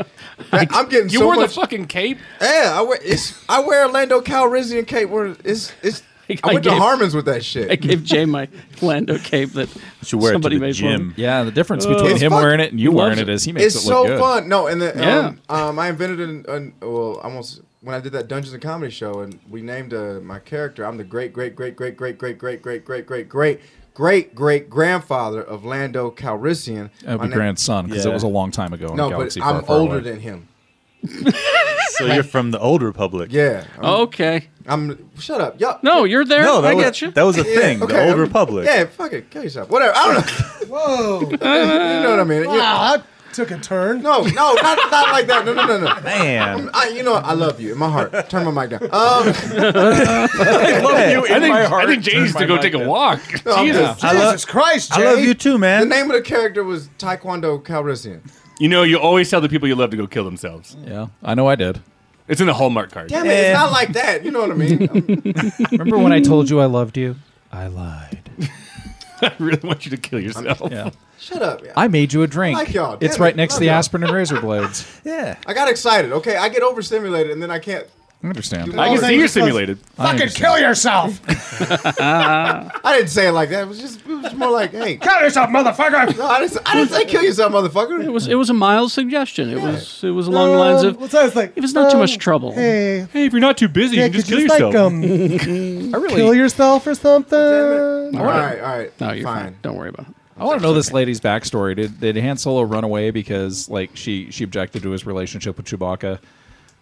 Speaker 8: That- I'm getting
Speaker 6: You
Speaker 8: so
Speaker 6: wore
Speaker 8: much.
Speaker 6: the fucking cape?
Speaker 8: yeah, I wear. It's I wear Orlando Calrissian cape. Where it's it's.
Speaker 2: I
Speaker 8: I went to
Speaker 2: gave-
Speaker 8: Harmon's with that shit.
Speaker 2: I gave Jay my Lando cape that
Speaker 3: Should wear
Speaker 2: somebody
Speaker 3: it to the
Speaker 2: made for him.
Speaker 3: gym.
Speaker 7: Yeah, the difference between
Speaker 8: It's
Speaker 7: him
Speaker 8: fun.
Speaker 7: wearing it and you
Speaker 2: He loves
Speaker 7: wearing it
Speaker 2: it.
Speaker 7: is he makes
Speaker 8: It's
Speaker 7: it
Speaker 8: so
Speaker 7: look good.
Speaker 8: fun. No, and the,
Speaker 2: Yeah.
Speaker 8: um, um, I invented an, an well, almost when I did that Dungeons and Comedy show, and we named uh, my character. I'm the great, great, great, great, great, great, great, great, great, great, great, great great grandfather of Lando Calrissian.
Speaker 7: That would
Speaker 8: My
Speaker 7: be
Speaker 8: name-
Speaker 7: grandson because it
Speaker 3: Yeah.
Speaker 7: was a long time ago. in
Speaker 8: No,
Speaker 7: a
Speaker 8: but
Speaker 7: galaxy far,
Speaker 8: I'm
Speaker 7: far
Speaker 8: older
Speaker 7: away.
Speaker 8: than him.
Speaker 3: So you're from the old republic.
Speaker 8: Yeah. I'm,
Speaker 2: Okay.
Speaker 8: I'm shut up. Y'all,
Speaker 2: No, you're there.
Speaker 3: No, that
Speaker 2: I
Speaker 3: was,
Speaker 2: got you.
Speaker 3: That was a
Speaker 8: Yeah,
Speaker 3: thing.
Speaker 8: okay,
Speaker 3: the old
Speaker 8: I'm-
Speaker 3: republic.
Speaker 8: Yeah, fuck it, kill yourself. Whatever. I don't know.
Speaker 5: Whoa.
Speaker 8: you know what I mean? You-
Speaker 5: wow, that took a turn.
Speaker 8: no, no, not, not like that. No, no, no, no.
Speaker 3: Man,
Speaker 8: I, you know, what? I love you in my heart. Turn my mic down. Um,
Speaker 6: I love you in
Speaker 7: think-
Speaker 6: my
Speaker 7: I
Speaker 6: heart. I
Speaker 7: think
Speaker 6: think
Speaker 7: Jay
Speaker 6: Jay's
Speaker 7: needs
Speaker 6: to go take a walk. Jesus.
Speaker 3: I love-
Speaker 5: Jesus Christ,
Speaker 3: I
Speaker 5: Jay.
Speaker 3: love you too,
Speaker 8: the
Speaker 3: man.
Speaker 8: name of the character was Taekwondo Calrissian.
Speaker 6: You know, you always tell the people you love to go kill themselves.
Speaker 7: Yeah, I know I did.
Speaker 6: It's in the Hallmark card.
Speaker 8: Damn it, it's not like that. You know what I mean? Um,
Speaker 4: Remember when I told you I loved you? I lied.
Speaker 6: I really want you to kill yourself.
Speaker 7: Yeah,
Speaker 8: shut up. Yeah. I,
Speaker 7: I made you a drink.
Speaker 8: like y'all. Damn
Speaker 7: It's
Speaker 8: it.
Speaker 7: right next to
Speaker 8: Love
Speaker 7: the
Speaker 8: y'all.
Speaker 7: aspirin and razor blades.
Speaker 3: Yeah.
Speaker 8: got excited. Okay, I get overstimulated and then I can't.
Speaker 7: I understand.
Speaker 8: You
Speaker 6: I can
Speaker 8: Oh,
Speaker 6: see you're
Speaker 8: that's-
Speaker 6: simulated.
Speaker 5: Fucking kill yourself.
Speaker 8: I didn't say it like that. It was just, it was more like, hey,
Speaker 5: kill yourself, motherfucker.
Speaker 8: no, I didn't, I didn't say kill yourself, motherfucker.
Speaker 2: It was it was a mild suggestion. It was it was along the lines
Speaker 5: Um, What's
Speaker 2: of
Speaker 5: that? It's like,
Speaker 2: if it's not too
Speaker 5: um,
Speaker 2: much trouble.
Speaker 5: Hey,
Speaker 6: Hey, if you're not too busy,
Speaker 5: yeah,
Speaker 6: you can just
Speaker 5: could
Speaker 6: kill
Speaker 5: you just,
Speaker 6: yourself.
Speaker 5: like, um,
Speaker 7: I
Speaker 5: kill
Speaker 7: really,
Speaker 5: yourself or something.
Speaker 8: All right, all right.
Speaker 2: No, you're fine.
Speaker 8: fine.
Speaker 2: Don't worry about it.
Speaker 7: I want to know this lady's backstory. Did did Han Solo run away because like she she objected to his relationship with Chewbacca?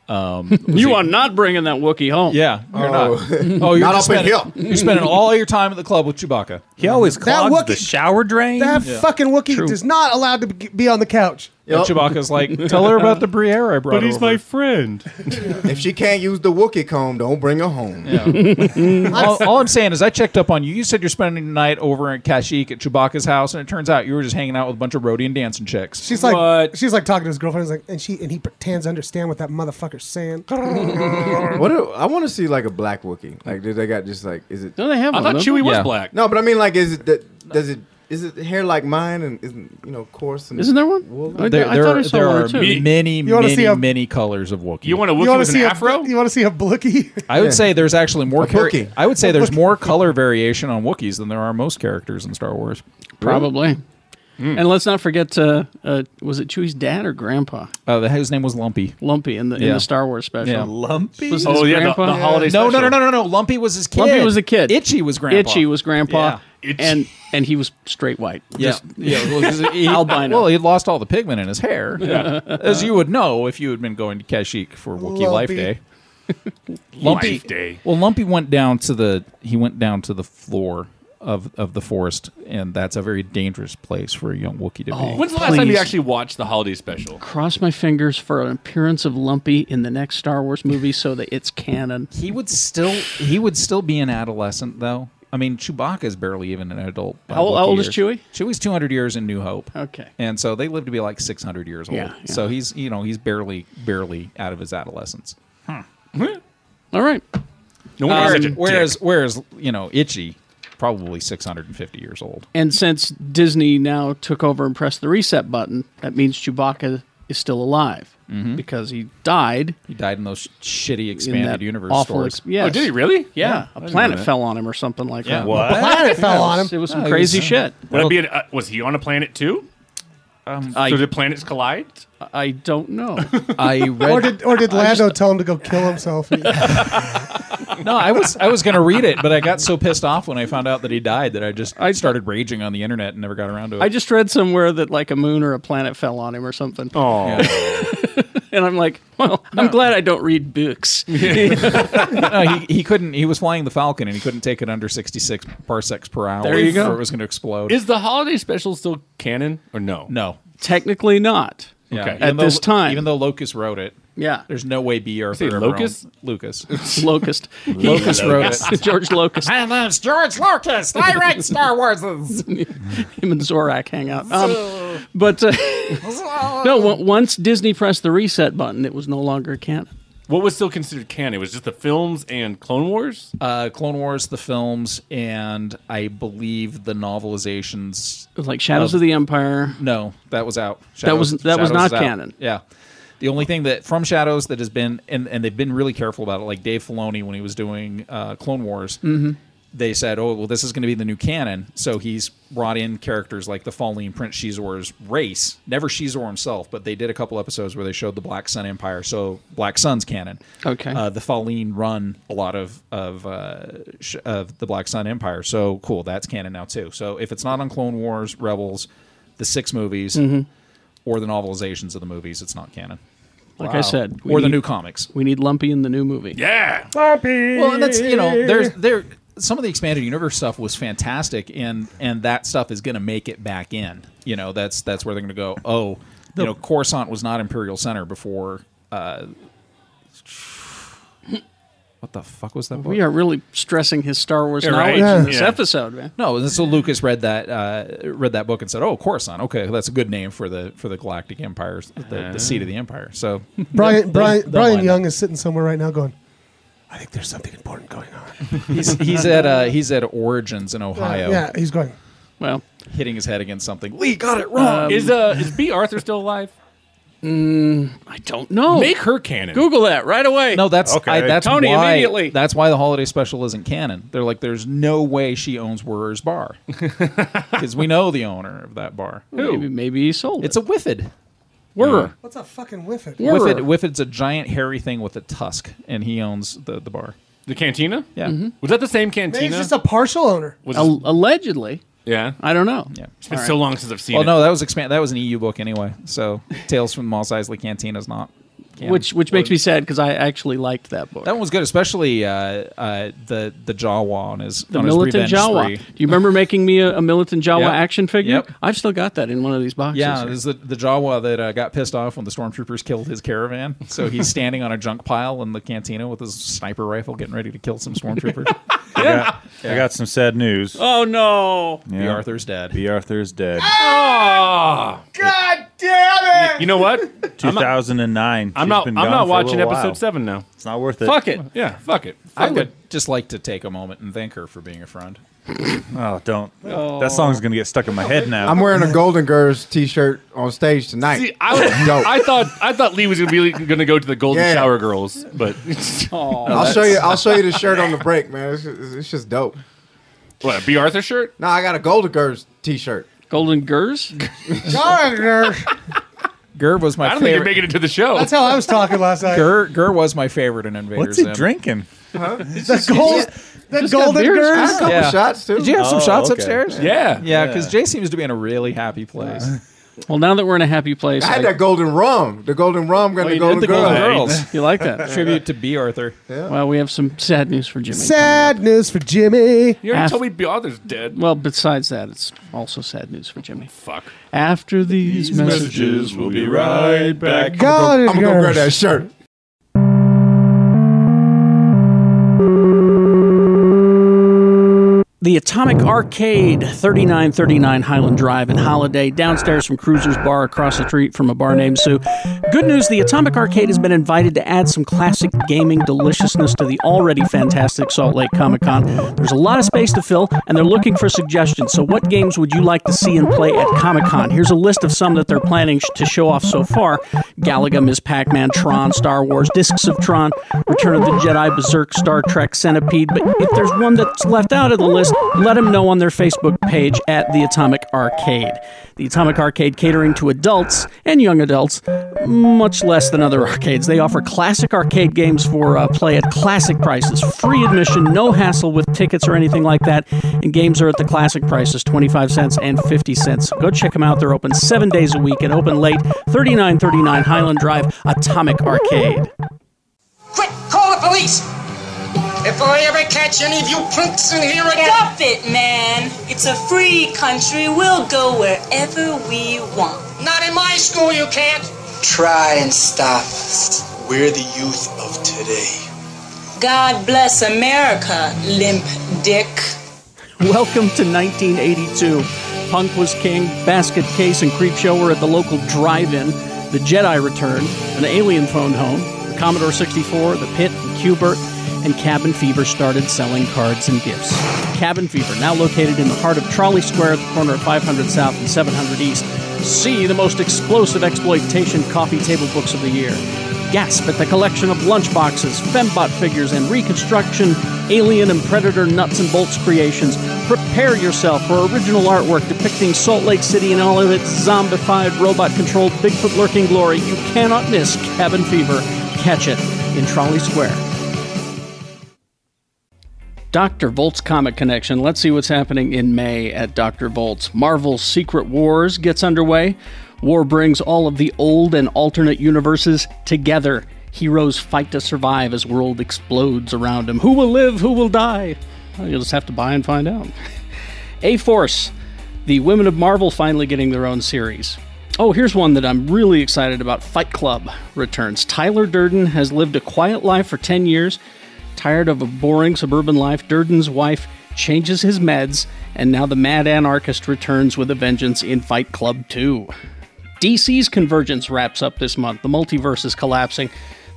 Speaker 2: You are not bringing that Wookiee home.
Speaker 7: Yeah, you're
Speaker 8: Oh.
Speaker 7: not. Oh, you're
Speaker 8: Not
Speaker 7: just
Speaker 8: up in
Speaker 7: spending,
Speaker 8: here.
Speaker 7: You're spending all your time at the club with Chewbacca.
Speaker 3: He always
Speaker 5: That
Speaker 3: clogs
Speaker 5: Wookiee-
Speaker 3: the shower drain.
Speaker 5: That fucking Wookiee is not allowed to be- be on the couch.
Speaker 8: Yup.
Speaker 7: And Chewbacca's like, tell her about the Briere I brought.
Speaker 6: But he's
Speaker 7: over."
Speaker 6: my friend.
Speaker 8: If she can't use the Wookiee comb, don't bring her home.
Speaker 7: all, all I'm saying is, I checked up on you. You said you're spending the night over in Kashyyyk at Chewbacca's house, and it turns out you were just hanging out with a bunch of Rodian dancing chicks.
Speaker 5: She's like,
Speaker 6: What?
Speaker 5: she's like talking to his girlfriend. He's like, and she and he pretends to understand what that motherfucker's saying.
Speaker 8: What? do- I want to see like a black Wookiee. Like, do they got just like? Is it?
Speaker 2: No, they have
Speaker 6: I
Speaker 2: one.
Speaker 6: thought
Speaker 2: don't
Speaker 6: Chewie was
Speaker 7: Yeah.
Speaker 6: black.
Speaker 8: No, but I mean, like, is it that? Does it? Is it hair like mine and isn't you know coarse and
Speaker 2: they? Isn't there one?
Speaker 8: woolly?
Speaker 2: I,
Speaker 7: there
Speaker 2: I
Speaker 7: there
Speaker 2: thought I
Speaker 7: are,
Speaker 2: saw
Speaker 7: there
Speaker 2: one
Speaker 7: are
Speaker 2: or two.
Speaker 7: many, many,
Speaker 5: wanna see
Speaker 7: many,
Speaker 5: a-
Speaker 7: colors of Wookiee.
Speaker 6: You want to
Speaker 5: You want
Speaker 6: Wookiee
Speaker 5: to
Speaker 6: with an
Speaker 5: see
Speaker 6: afro?
Speaker 5: A, you want to see a blookie?
Speaker 7: I would say there's actually more. Char-
Speaker 8: Wookiee.
Speaker 7: I would say there's more color variation on Wookiees than there are most characters in Star Wars.
Speaker 2: Probably.
Speaker 6: Hmm.
Speaker 2: And let's not forget, uh, uh, was it Chewie's dad or grandpa?
Speaker 7: Uh, the, his name was Lumpy.
Speaker 2: Lumpy in the in
Speaker 7: Yeah.
Speaker 2: the Star Wars special.
Speaker 7: Yeah.
Speaker 3: Lumpy.
Speaker 2: Was it
Speaker 6: Oh,
Speaker 2: his
Speaker 6: yeah, the,
Speaker 2: grandpa?
Speaker 6: the holiday
Speaker 7: No, no,
Speaker 6: special.
Speaker 7: no, no, no, no. Lumpy was his kid.
Speaker 2: Lumpy was a kid.
Speaker 7: Itchy was grandpa.
Speaker 2: Itchy was grandpa,
Speaker 6: Yeah. Itchy.
Speaker 2: and and he was straight white.
Speaker 7: Yeah,
Speaker 2: Just-
Speaker 7: yeah. Well, 'cause he,
Speaker 2: Albino.
Speaker 7: Well, he lost all the pigment in his hair, as you would know if you had been going to Kashyyyk for Wookiee Life
Speaker 5: Lumpy.
Speaker 7: Day.
Speaker 6: Lumpy. Life Day.
Speaker 7: Well, Lumpy went down to the he went down to the floor of of the forest, and that's a very dangerous place for a young Wookiee to be.
Speaker 2: Oh.
Speaker 6: When's the last time you
Speaker 2: Please.
Speaker 6: actually watched the holiday special?
Speaker 2: Cross my fingers for an appearance of Lumpy in the next Star Wars movie, so that it's canon.
Speaker 7: He would still he would still be an adolescent though. I mean, Chewbacca's barely even an adult. by
Speaker 2: How old-
Speaker 7: Wookiee
Speaker 2: how old is
Speaker 7: years.
Speaker 2: Chewie?
Speaker 7: Chewie's 200 years in New Hope.
Speaker 2: Okay.
Speaker 7: And so they live to be like 600 years old.
Speaker 2: Yeah, yeah.
Speaker 7: So he's, you know, he's barely barely out of his adolescence.
Speaker 2: All right.
Speaker 6: No wonder he's
Speaker 7: Um,
Speaker 6: such a dick.
Speaker 7: whereas whereas, you know, Itchy probably 650 years old.
Speaker 2: And since Disney now took over and pressed the reset button, that means Chewbacca is still alive because he died
Speaker 7: He died in those shitty
Speaker 2: in
Speaker 7: Mm-hmm. expanded
Speaker 2: that
Speaker 7: universe
Speaker 2: awful.
Speaker 7: stories.
Speaker 2: Ex- yes.
Speaker 6: Oh, did he really?
Speaker 2: Yeah, a planet fell on him or something like
Speaker 7: Yeah.
Speaker 2: that.
Speaker 7: What?
Speaker 5: Planet fell on him.
Speaker 2: It was some
Speaker 7: No, he
Speaker 2: crazy
Speaker 7: was-
Speaker 2: shit.
Speaker 6: Would it be an, uh, was he on a planet too?
Speaker 2: I,
Speaker 6: Um, so did planets collide?
Speaker 2: I don't know.
Speaker 7: I
Speaker 5: Or
Speaker 7: read
Speaker 5: did or did Lando tell him to go kill himself?
Speaker 7: No, I was I was going to read it, but I got so pissed off when I found out that he died that I just I started raging on the internet and never got around to it.
Speaker 2: I just read somewhere that like a moon or a planet fell on him or something.
Speaker 6: Oh,
Speaker 2: And I'm like, well, I'm glad I don't read books.
Speaker 7: no, he, he couldn't. He was flying the Falcon, and he couldn't take it under sixty-six parsecs per hour.
Speaker 2: There you go.
Speaker 7: Or it was going to explode.
Speaker 6: is the holiday special still canon or no?
Speaker 7: no.
Speaker 2: Technically not.
Speaker 7: Yeah.
Speaker 6: Okay.
Speaker 7: Even
Speaker 2: At this
Speaker 7: though-
Speaker 2: time.
Speaker 7: Even though Locust wrote it,
Speaker 2: Yeah.
Speaker 7: there's no way B. Arthur
Speaker 6: Say
Speaker 7: ever
Speaker 6: Locust?
Speaker 7: owned- Lucas.
Speaker 2: Locust.
Speaker 7: Locust wrote it.
Speaker 2: George Locust.
Speaker 9: And that's George Lucas. I write Star Wars.
Speaker 2: Him and Zorak hang out. Um, but uh, no, on- once Disney pressed the reset button, it was no longer canon.
Speaker 6: What was still considered canon? It was just the films and Clone Wars?
Speaker 7: Uh, Clone Wars, the films, and I believe the novelizations.
Speaker 2: It was like Shadows of the Empire.
Speaker 7: No, that was out.
Speaker 2: was- that was not
Speaker 7: is out.
Speaker 2: canon.
Speaker 7: Yeah. The only thing that from Shadows
Speaker 2: Mm-hmm.
Speaker 7: that has been and, and they've been really careful about it, like Dave Filoni when he was doing uh, Clone Wars, they said, "Oh, well, this is going to be the new canon." So he's brought in characters like the Falling Prince Shizor's race, never Shizor himself, but they did a couple episodes where they showed the Black Sun Empire, so Black Sun's canon.
Speaker 2: Okay.
Speaker 7: Uh, the Fallen run a lot of of uh, sh- of the Black Sun Empire, so cool. That's canon now too. So if it's not on Clone Wars, Rebels, the six movies,
Speaker 2: Mm-hmm.
Speaker 7: or the novelizations of the movies, it's not canon.
Speaker 2: Like I said, we
Speaker 7: or the
Speaker 2: need-
Speaker 7: new comics.
Speaker 2: We need Lumpy in the new movie.
Speaker 6: Yeah.
Speaker 7: Well, and that's you know, there's there some of the expanded universe stuff was fantastic, and and that stuff is going to make it back in. You know, that's that's where they're going to go. Oh, you know, Coruscant was not Imperial Center before. Uh, what the fuck was that? Book?
Speaker 2: We are really stressing his Star Wars
Speaker 6: Yeah,
Speaker 2: knowledge
Speaker 6: right.
Speaker 2: in
Speaker 5: Yeah.
Speaker 2: this
Speaker 6: Yeah.
Speaker 2: episode, man.
Speaker 7: No, and so Lucas read that uh, read that book and said, "Oh, Coruscant. Okay, that's a good name for the for the Galactic Empire, the, the seat of the Empire." So
Speaker 5: Brian
Speaker 7: they'll-
Speaker 5: Brian
Speaker 7: they'll
Speaker 5: Brian
Speaker 7: line
Speaker 5: Young is sitting somewhere right now going, I think there's something important going on.
Speaker 7: he's, he's at uh, he's at Origins in Ohio,
Speaker 5: Yeah, he's going.
Speaker 2: Well,
Speaker 7: hitting his head against something. Lee got it wrong.
Speaker 6: is uh is B Arthur still alive?
Speaker 2: I don't know.
Speaker 6: Make her canon.
Speaker 2: Google that right away.
Speaker 7: No, that's
Speaker 3: Okay.
Speaker 7: I, that's
Speaker 2: Tony,
Speaker 7: why,
Speaker 2: immediately.
Speaker 7: That's why the holiday special isn't canon. They're like, there's no way she owns Werer's bar because we know the owner of that bar.
Speaker 2: maybe, maybe he sold
Speaker 7: It's
Speaker 2: it.
Speaker 7: a whiffid.
Speaker 2: Werr.
Speaker 5: What's a fucking whiffet?
Speaker 2: Werr.
Speaker 7: Whiffid. Whiffid's a giant hairy thing with a tusk, and he owns the, the bar.
Speaker 6: The cantina? Mm-hmm.
Speaker 7: Yeah,
Speaker 6: Was that the same
Speaker 5: Man,
Speaker 6: cantina?
Speaker 5: he's just a partial owner.
Speaker 6: was
Speaker 2: Al- allegedly,
Speaker 6: yeah.
Speaker 2: I don't know.
Speaker 7: yeah.
Speaker 6: It's been so long since I've seen
Speaker 7: Well,
Speaker 6: it.
Speaker 7: Oh, no, that was expand. That was an EU book anyway. So Tales from Mos Eisley Cantina is not. canon.
Speaker 2: Which which makes me sad because I actually liked that book.
Speaker 7: that one was good, especially uh, uh, the the Jawa on his
Speaker 2: the
Speaker 7: on
Speaker 2: militant
Speaker 7: his revenge
Speaker 2: Jawa.
Speaker 7: spree.
Speaker 2: Do you remember making me a, a militant Jawa
Speaker 7: Yep.
Speaker 2: action figure?
Speaker 7: Yep.
Speaker 2: I've still got that in one of these boxes.
Speaker 7: Yeah,
Speaker 2: here.
Speaker 7: this is the, the Jawa that uh, got pissed off when the stormtroopers killed his caravan. So he's standing on a junk pile in the cantina with his sniper rifle, getting ready to kill some stormtroopers.
Speaker 3: I got, I got some sad news.
Speaker 2: oh no!
Speaker 3: Yeah.
Speaker 7: B. Arthur's dead.
Speaker 3: B. Arthur's dead.
Speaker 6: Ah.
Speaker 9: God damn it!
Speaker 6: You know what?
Speaker 3: 2009.
Speaker 6: I'm
Speaker 3: She's
Speaker 6: not. I'm
Speaker 3: been gone
Speaker 6: not
Speaker 3: for a
Speaker 6: watching
Speaker 3: little
Speaker 6: episode
Speaker 3: while.
Speaker 6: seven now.
Speaker 3: It's not worth it.
Speaker 2: Fuck it.
Speaker 6: Yeah. Fuck it.
Speaker 7: I
Speaker 6: Fuck
Speaker 7: would
Speaker 6: it.
Speaker 7: just like to take a moment and thank her for being a friend.
Speaker 3: Oh, don't. That song's gonna get stuck in my head now.
Speaker 8: I'm wearing a Golden Girls t-shirt on stage tonight.
Speaker 6: See, I, would,
Speaker 8: Dope.
Speaker 6: I thought I thought Lee was gonna be gonna go to the Golden
Speaker 8: Yeah.
Speaker 6: Shower Girls, but
Speaker 8: I'll show you. I'll show you the shirt on the break, man. It's just, it's just dope.
Speaker 6: what a B Arthur shirt?
Speaker 8: No, I got a Golden Girls t-shirt.
Speaker 2: Golden Gers.
Speaker 7: Gurr was
Speaker 6: I
Speaker 7: my
Speaker 6: don't think you're
Speaker 7: favorite.
Speaker 6: making it to the show.
Speaker 5: That's how I was talking last night.
Speaker 7: Gurr, Gurr was my favorite in Invaders.
Speaker 3: What's he
Speaker 7: Zim.
Speaker 3: drinking?
Speaker 5: The gold, the
Speaker 2: Just got
Speaker 5: golden
Speaker 2: beers.
Speaker 8: I had a
Speaker 5: girls.
Speaker 8: couple
Speaker 7: Yeah.
Speaker 8: shots too.
Speaker 7: Did you have some
Speaker 3: Oh,
Speaker 7: shots
Speaker 3: okay.
Speaker 7: upstairs?
Speaker 6: yeah.
Speaker 7: Yeah, because Jay seems to be in a really happy place.
Speaker 2: Well, now that we're in a happy place,
Speaker 8: I had
Speaker 2: I-
Speaker 8: that golden rum. The golden rum got
Speaker 7: Oh,
Speaker 8: the
Speaker 7: you
Speaker 8: golden
Speaker 7: did the Golden
Speaker 8: girl.
Speaker 7: Girls.
Speaker 2: you like that.
Speaker 7: Tribute to B. Arthur.
Speaker 2: well, we have some sad news for Jimmy.
Speaker 5: Sad news for Jimmy.
Speaker 6: You already
Speaker 2: Af-
Speaker 6: told me B Arthur's dead.
Speaker 2: Well, besides that, it's also sad news for Jimmy.
Speaker 6: Fuck.
Speaker 2: After these, messages,
Speaker 3: We'll be right back.
Speaker 5: Golden
Speaker 8: I'm gonna go grab that
Speaker 5: girls.
Speaker 8: shirt.
Speaker 2: The Atomic Arcade, 3939 Highland Drive in Holiday, downstairs from Cruiser's Bar, across the street from a bar named Sue. Good news the Atomic Arcade has been invited to add some classic gaming deliciousness to the already fantastic Salt Lake Comic Con. There's a lot of space to fill, and they're looking for suggestions. So, what games would you like to see and play at Comic Con? Here's a list of some that they're planning sh- to show off so far Galaga, Ms. Pac Man, Tron, Star Wars, Discs of Tron, Return of the Jedi, Berserk, Star Trek, Centipede. But if there's one that's left out of the list, let them know on their Facebook page at The Atomic Arcade. The Atomic Arcade catering to adults and young adults, much less than other arcades. They offer classic arcade games for uh, play at classic prices, free admission, no hassle with tickets or anything like that. And games are at the classic prices, 25 cents and 50 cents. Go check them out. They're open seven days a week and open late, 3939 Highland Drive, Atomic Arcade.
Speaker 9: Quick, call the police! If I ever catch any of you punks in here again.
Speaker 10: Stop it, man. It's a free country. We'll go wherever we want.
Speaker 9: Not in my school, you can't.
Speaker 11: Try and stop us. We're the youth of today.
Speaker 10: God bless America, limp dick.
Speaker 2: Welcome to 1982. Punk was king, Basket Case and Creepshow were at the local drive-in, The Jedi Returned, An Alien Phoned Home, The Commodore 64, The Pit, and Q-Bert, and Cabin Fever started selling cards and gifts. Cabin Fever, now located in the heart of Trolley Square at the corner of 500 South and 700 East. See the most explosive exploitation coffee table books of the year. Gasp at the collection of lunchboxes, fembot figures, and reconstruction alien and predator nuts and bolts creations. Prepare yourself for original artwork depicting Salt Lake City and all of its zombified, robot controlled, Bigfoot lurking glory. You cannot miss Cabin Fever. Catch it in Trolley Square. Dr. Volt's Comic Connection. Let's see what's happening in May at Dr. Volt's. Marvel's Secret Wars gets underway. War brings all of the old and alternate universes together. Heroes fight to survive as world explodes around them. Who will live? Who will die? Well, you'll just have to buy and find out. A Force, the Women of Marvel finally getting their own series. Oh, here's one that I'm really excited about Fight Club returns. Tyler Durden has lived a quiet life for 10 years. Tired of a boring suburban life, Durden's wife changes his meds, and now the mad anarchist returns with a vengeance in Fight Club 2. DC's Convergence wraps up this month. The multiverse is collapsing.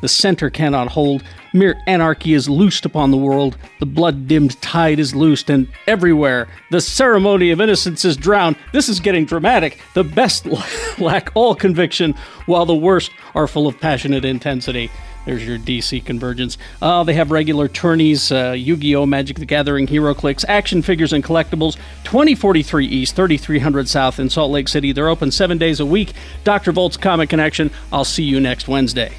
Speaker 2: The center cannot hold. Mere anarchy is loosed upon the world. The blood dimmed tide is loosed, and everywhere the ceremony of innocence is drowned. This is getting dramatic. The best lack all conviction, while the worst are full of passionate intensity. There's your DC convergence. Uh, they have regular tourneys, uh, Yu-Gi-Oh, Magic the Gathering, HeroClix, action figures and collectibles. 2043 East, 3300 South in Salt Lake City. They're open seven days a week. Dr. Volt's Comic Connection. I'll see you next Wednesday.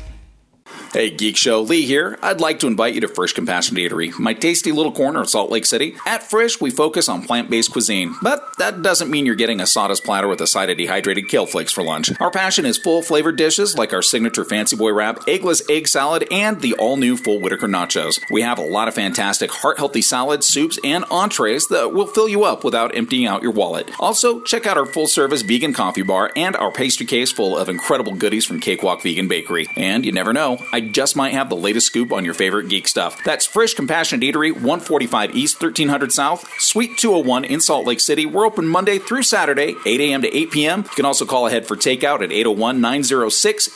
Speaker 12: Hey, Geek Show, Lee here. I'd like to invite you to Fresh Compassion Eatery, my tasty little corner of Salt Lake City. At Fresh, we focus on plant based cuisine, but that doesn't mean you're getting a sawdust platter with a side of dehydrated kale flakes for lunch. Our passion is full flavored dishes like our signature Fancy Boy Wrap, eggless egg salad, and the all new Full Whitaker Nachos. We have a lot of fantastic heart healthy salads, soups, and entrees that will fill you up without emptying out your wallet. Also, check out our full service vegan coffee bar and our pastry case full of incredible goodies from Cakewalk Vegan Bakery. And you never know, I just might have the latest scoop on your favorite geek stuff. That's Fresh Compassionate Eatery, 145 East, 1300 South, Suite 201 in Salt Lake City. We're open Monday through Saturday, 8 a.m. to 8 p.m. You can also call ahead for takeout at 801 906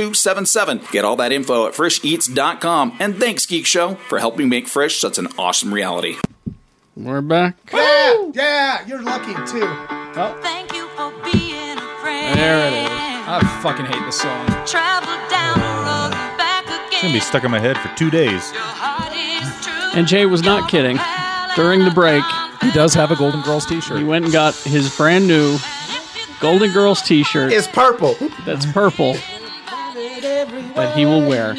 Speaker 12: 8277. Get all that info at fresheats.com. And thanks, Geek Show, for helping make Fresh such an awesome reality.
Speaker 2: We're back.
Speaker 5: Yeah, yeah, you're lucky too.
Speaker 13: Thank you for being a friend.
Speaker 7: There it is. I fucking hate this song.
Speaker 13: Travel down the road and back
Speaker 3: It's gonna be stuck in my head for two days.
Speaker 2: And Jay was not kidding. During the break, he does have a Golden Girls T-shirt. He went and got his brand new Golden Girls T-shirt.
Speaker 8: It's purple.
Speaker 2: That's purple that he will wear.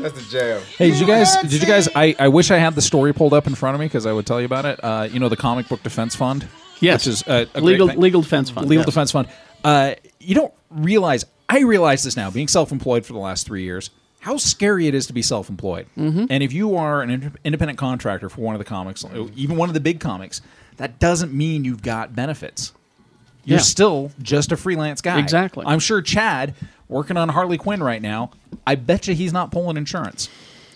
Speaker 8: That's the jam.
Speaker 7: Hey, did you guys? Did you guys? I, I wish I had the story pulled up in front of me because I would tell you about it. Uh, you know the Comic Book Defense Fund.
Speaker 2: Yes.
Speaker 7: which is uh, a
Speaker 2: Legal-
Speaker 7: great thing.
Speaker 2: Legal Defense Fund,
Speaker 7: Legal
Speaker 2: yes.
Speaker 7: Defense Fund. Uh, you don't realize. I realize this now, being self-employed for the last three years, how scary it is to be self-employed.
Speaker 2: Mhm.
Speaker 7: And if you are an inter- independent contractor for one of the comics, uh, even one of the big comics, that doesn't mean you've got benefits. You're
Speaker 2: Yeah.
Speaker 7: still just a freelance guy.
Speaker 2: Exactly.
Speaker 7: I'm sure Chad working on Harley Quinn right now. I bet you he's not pulling insurance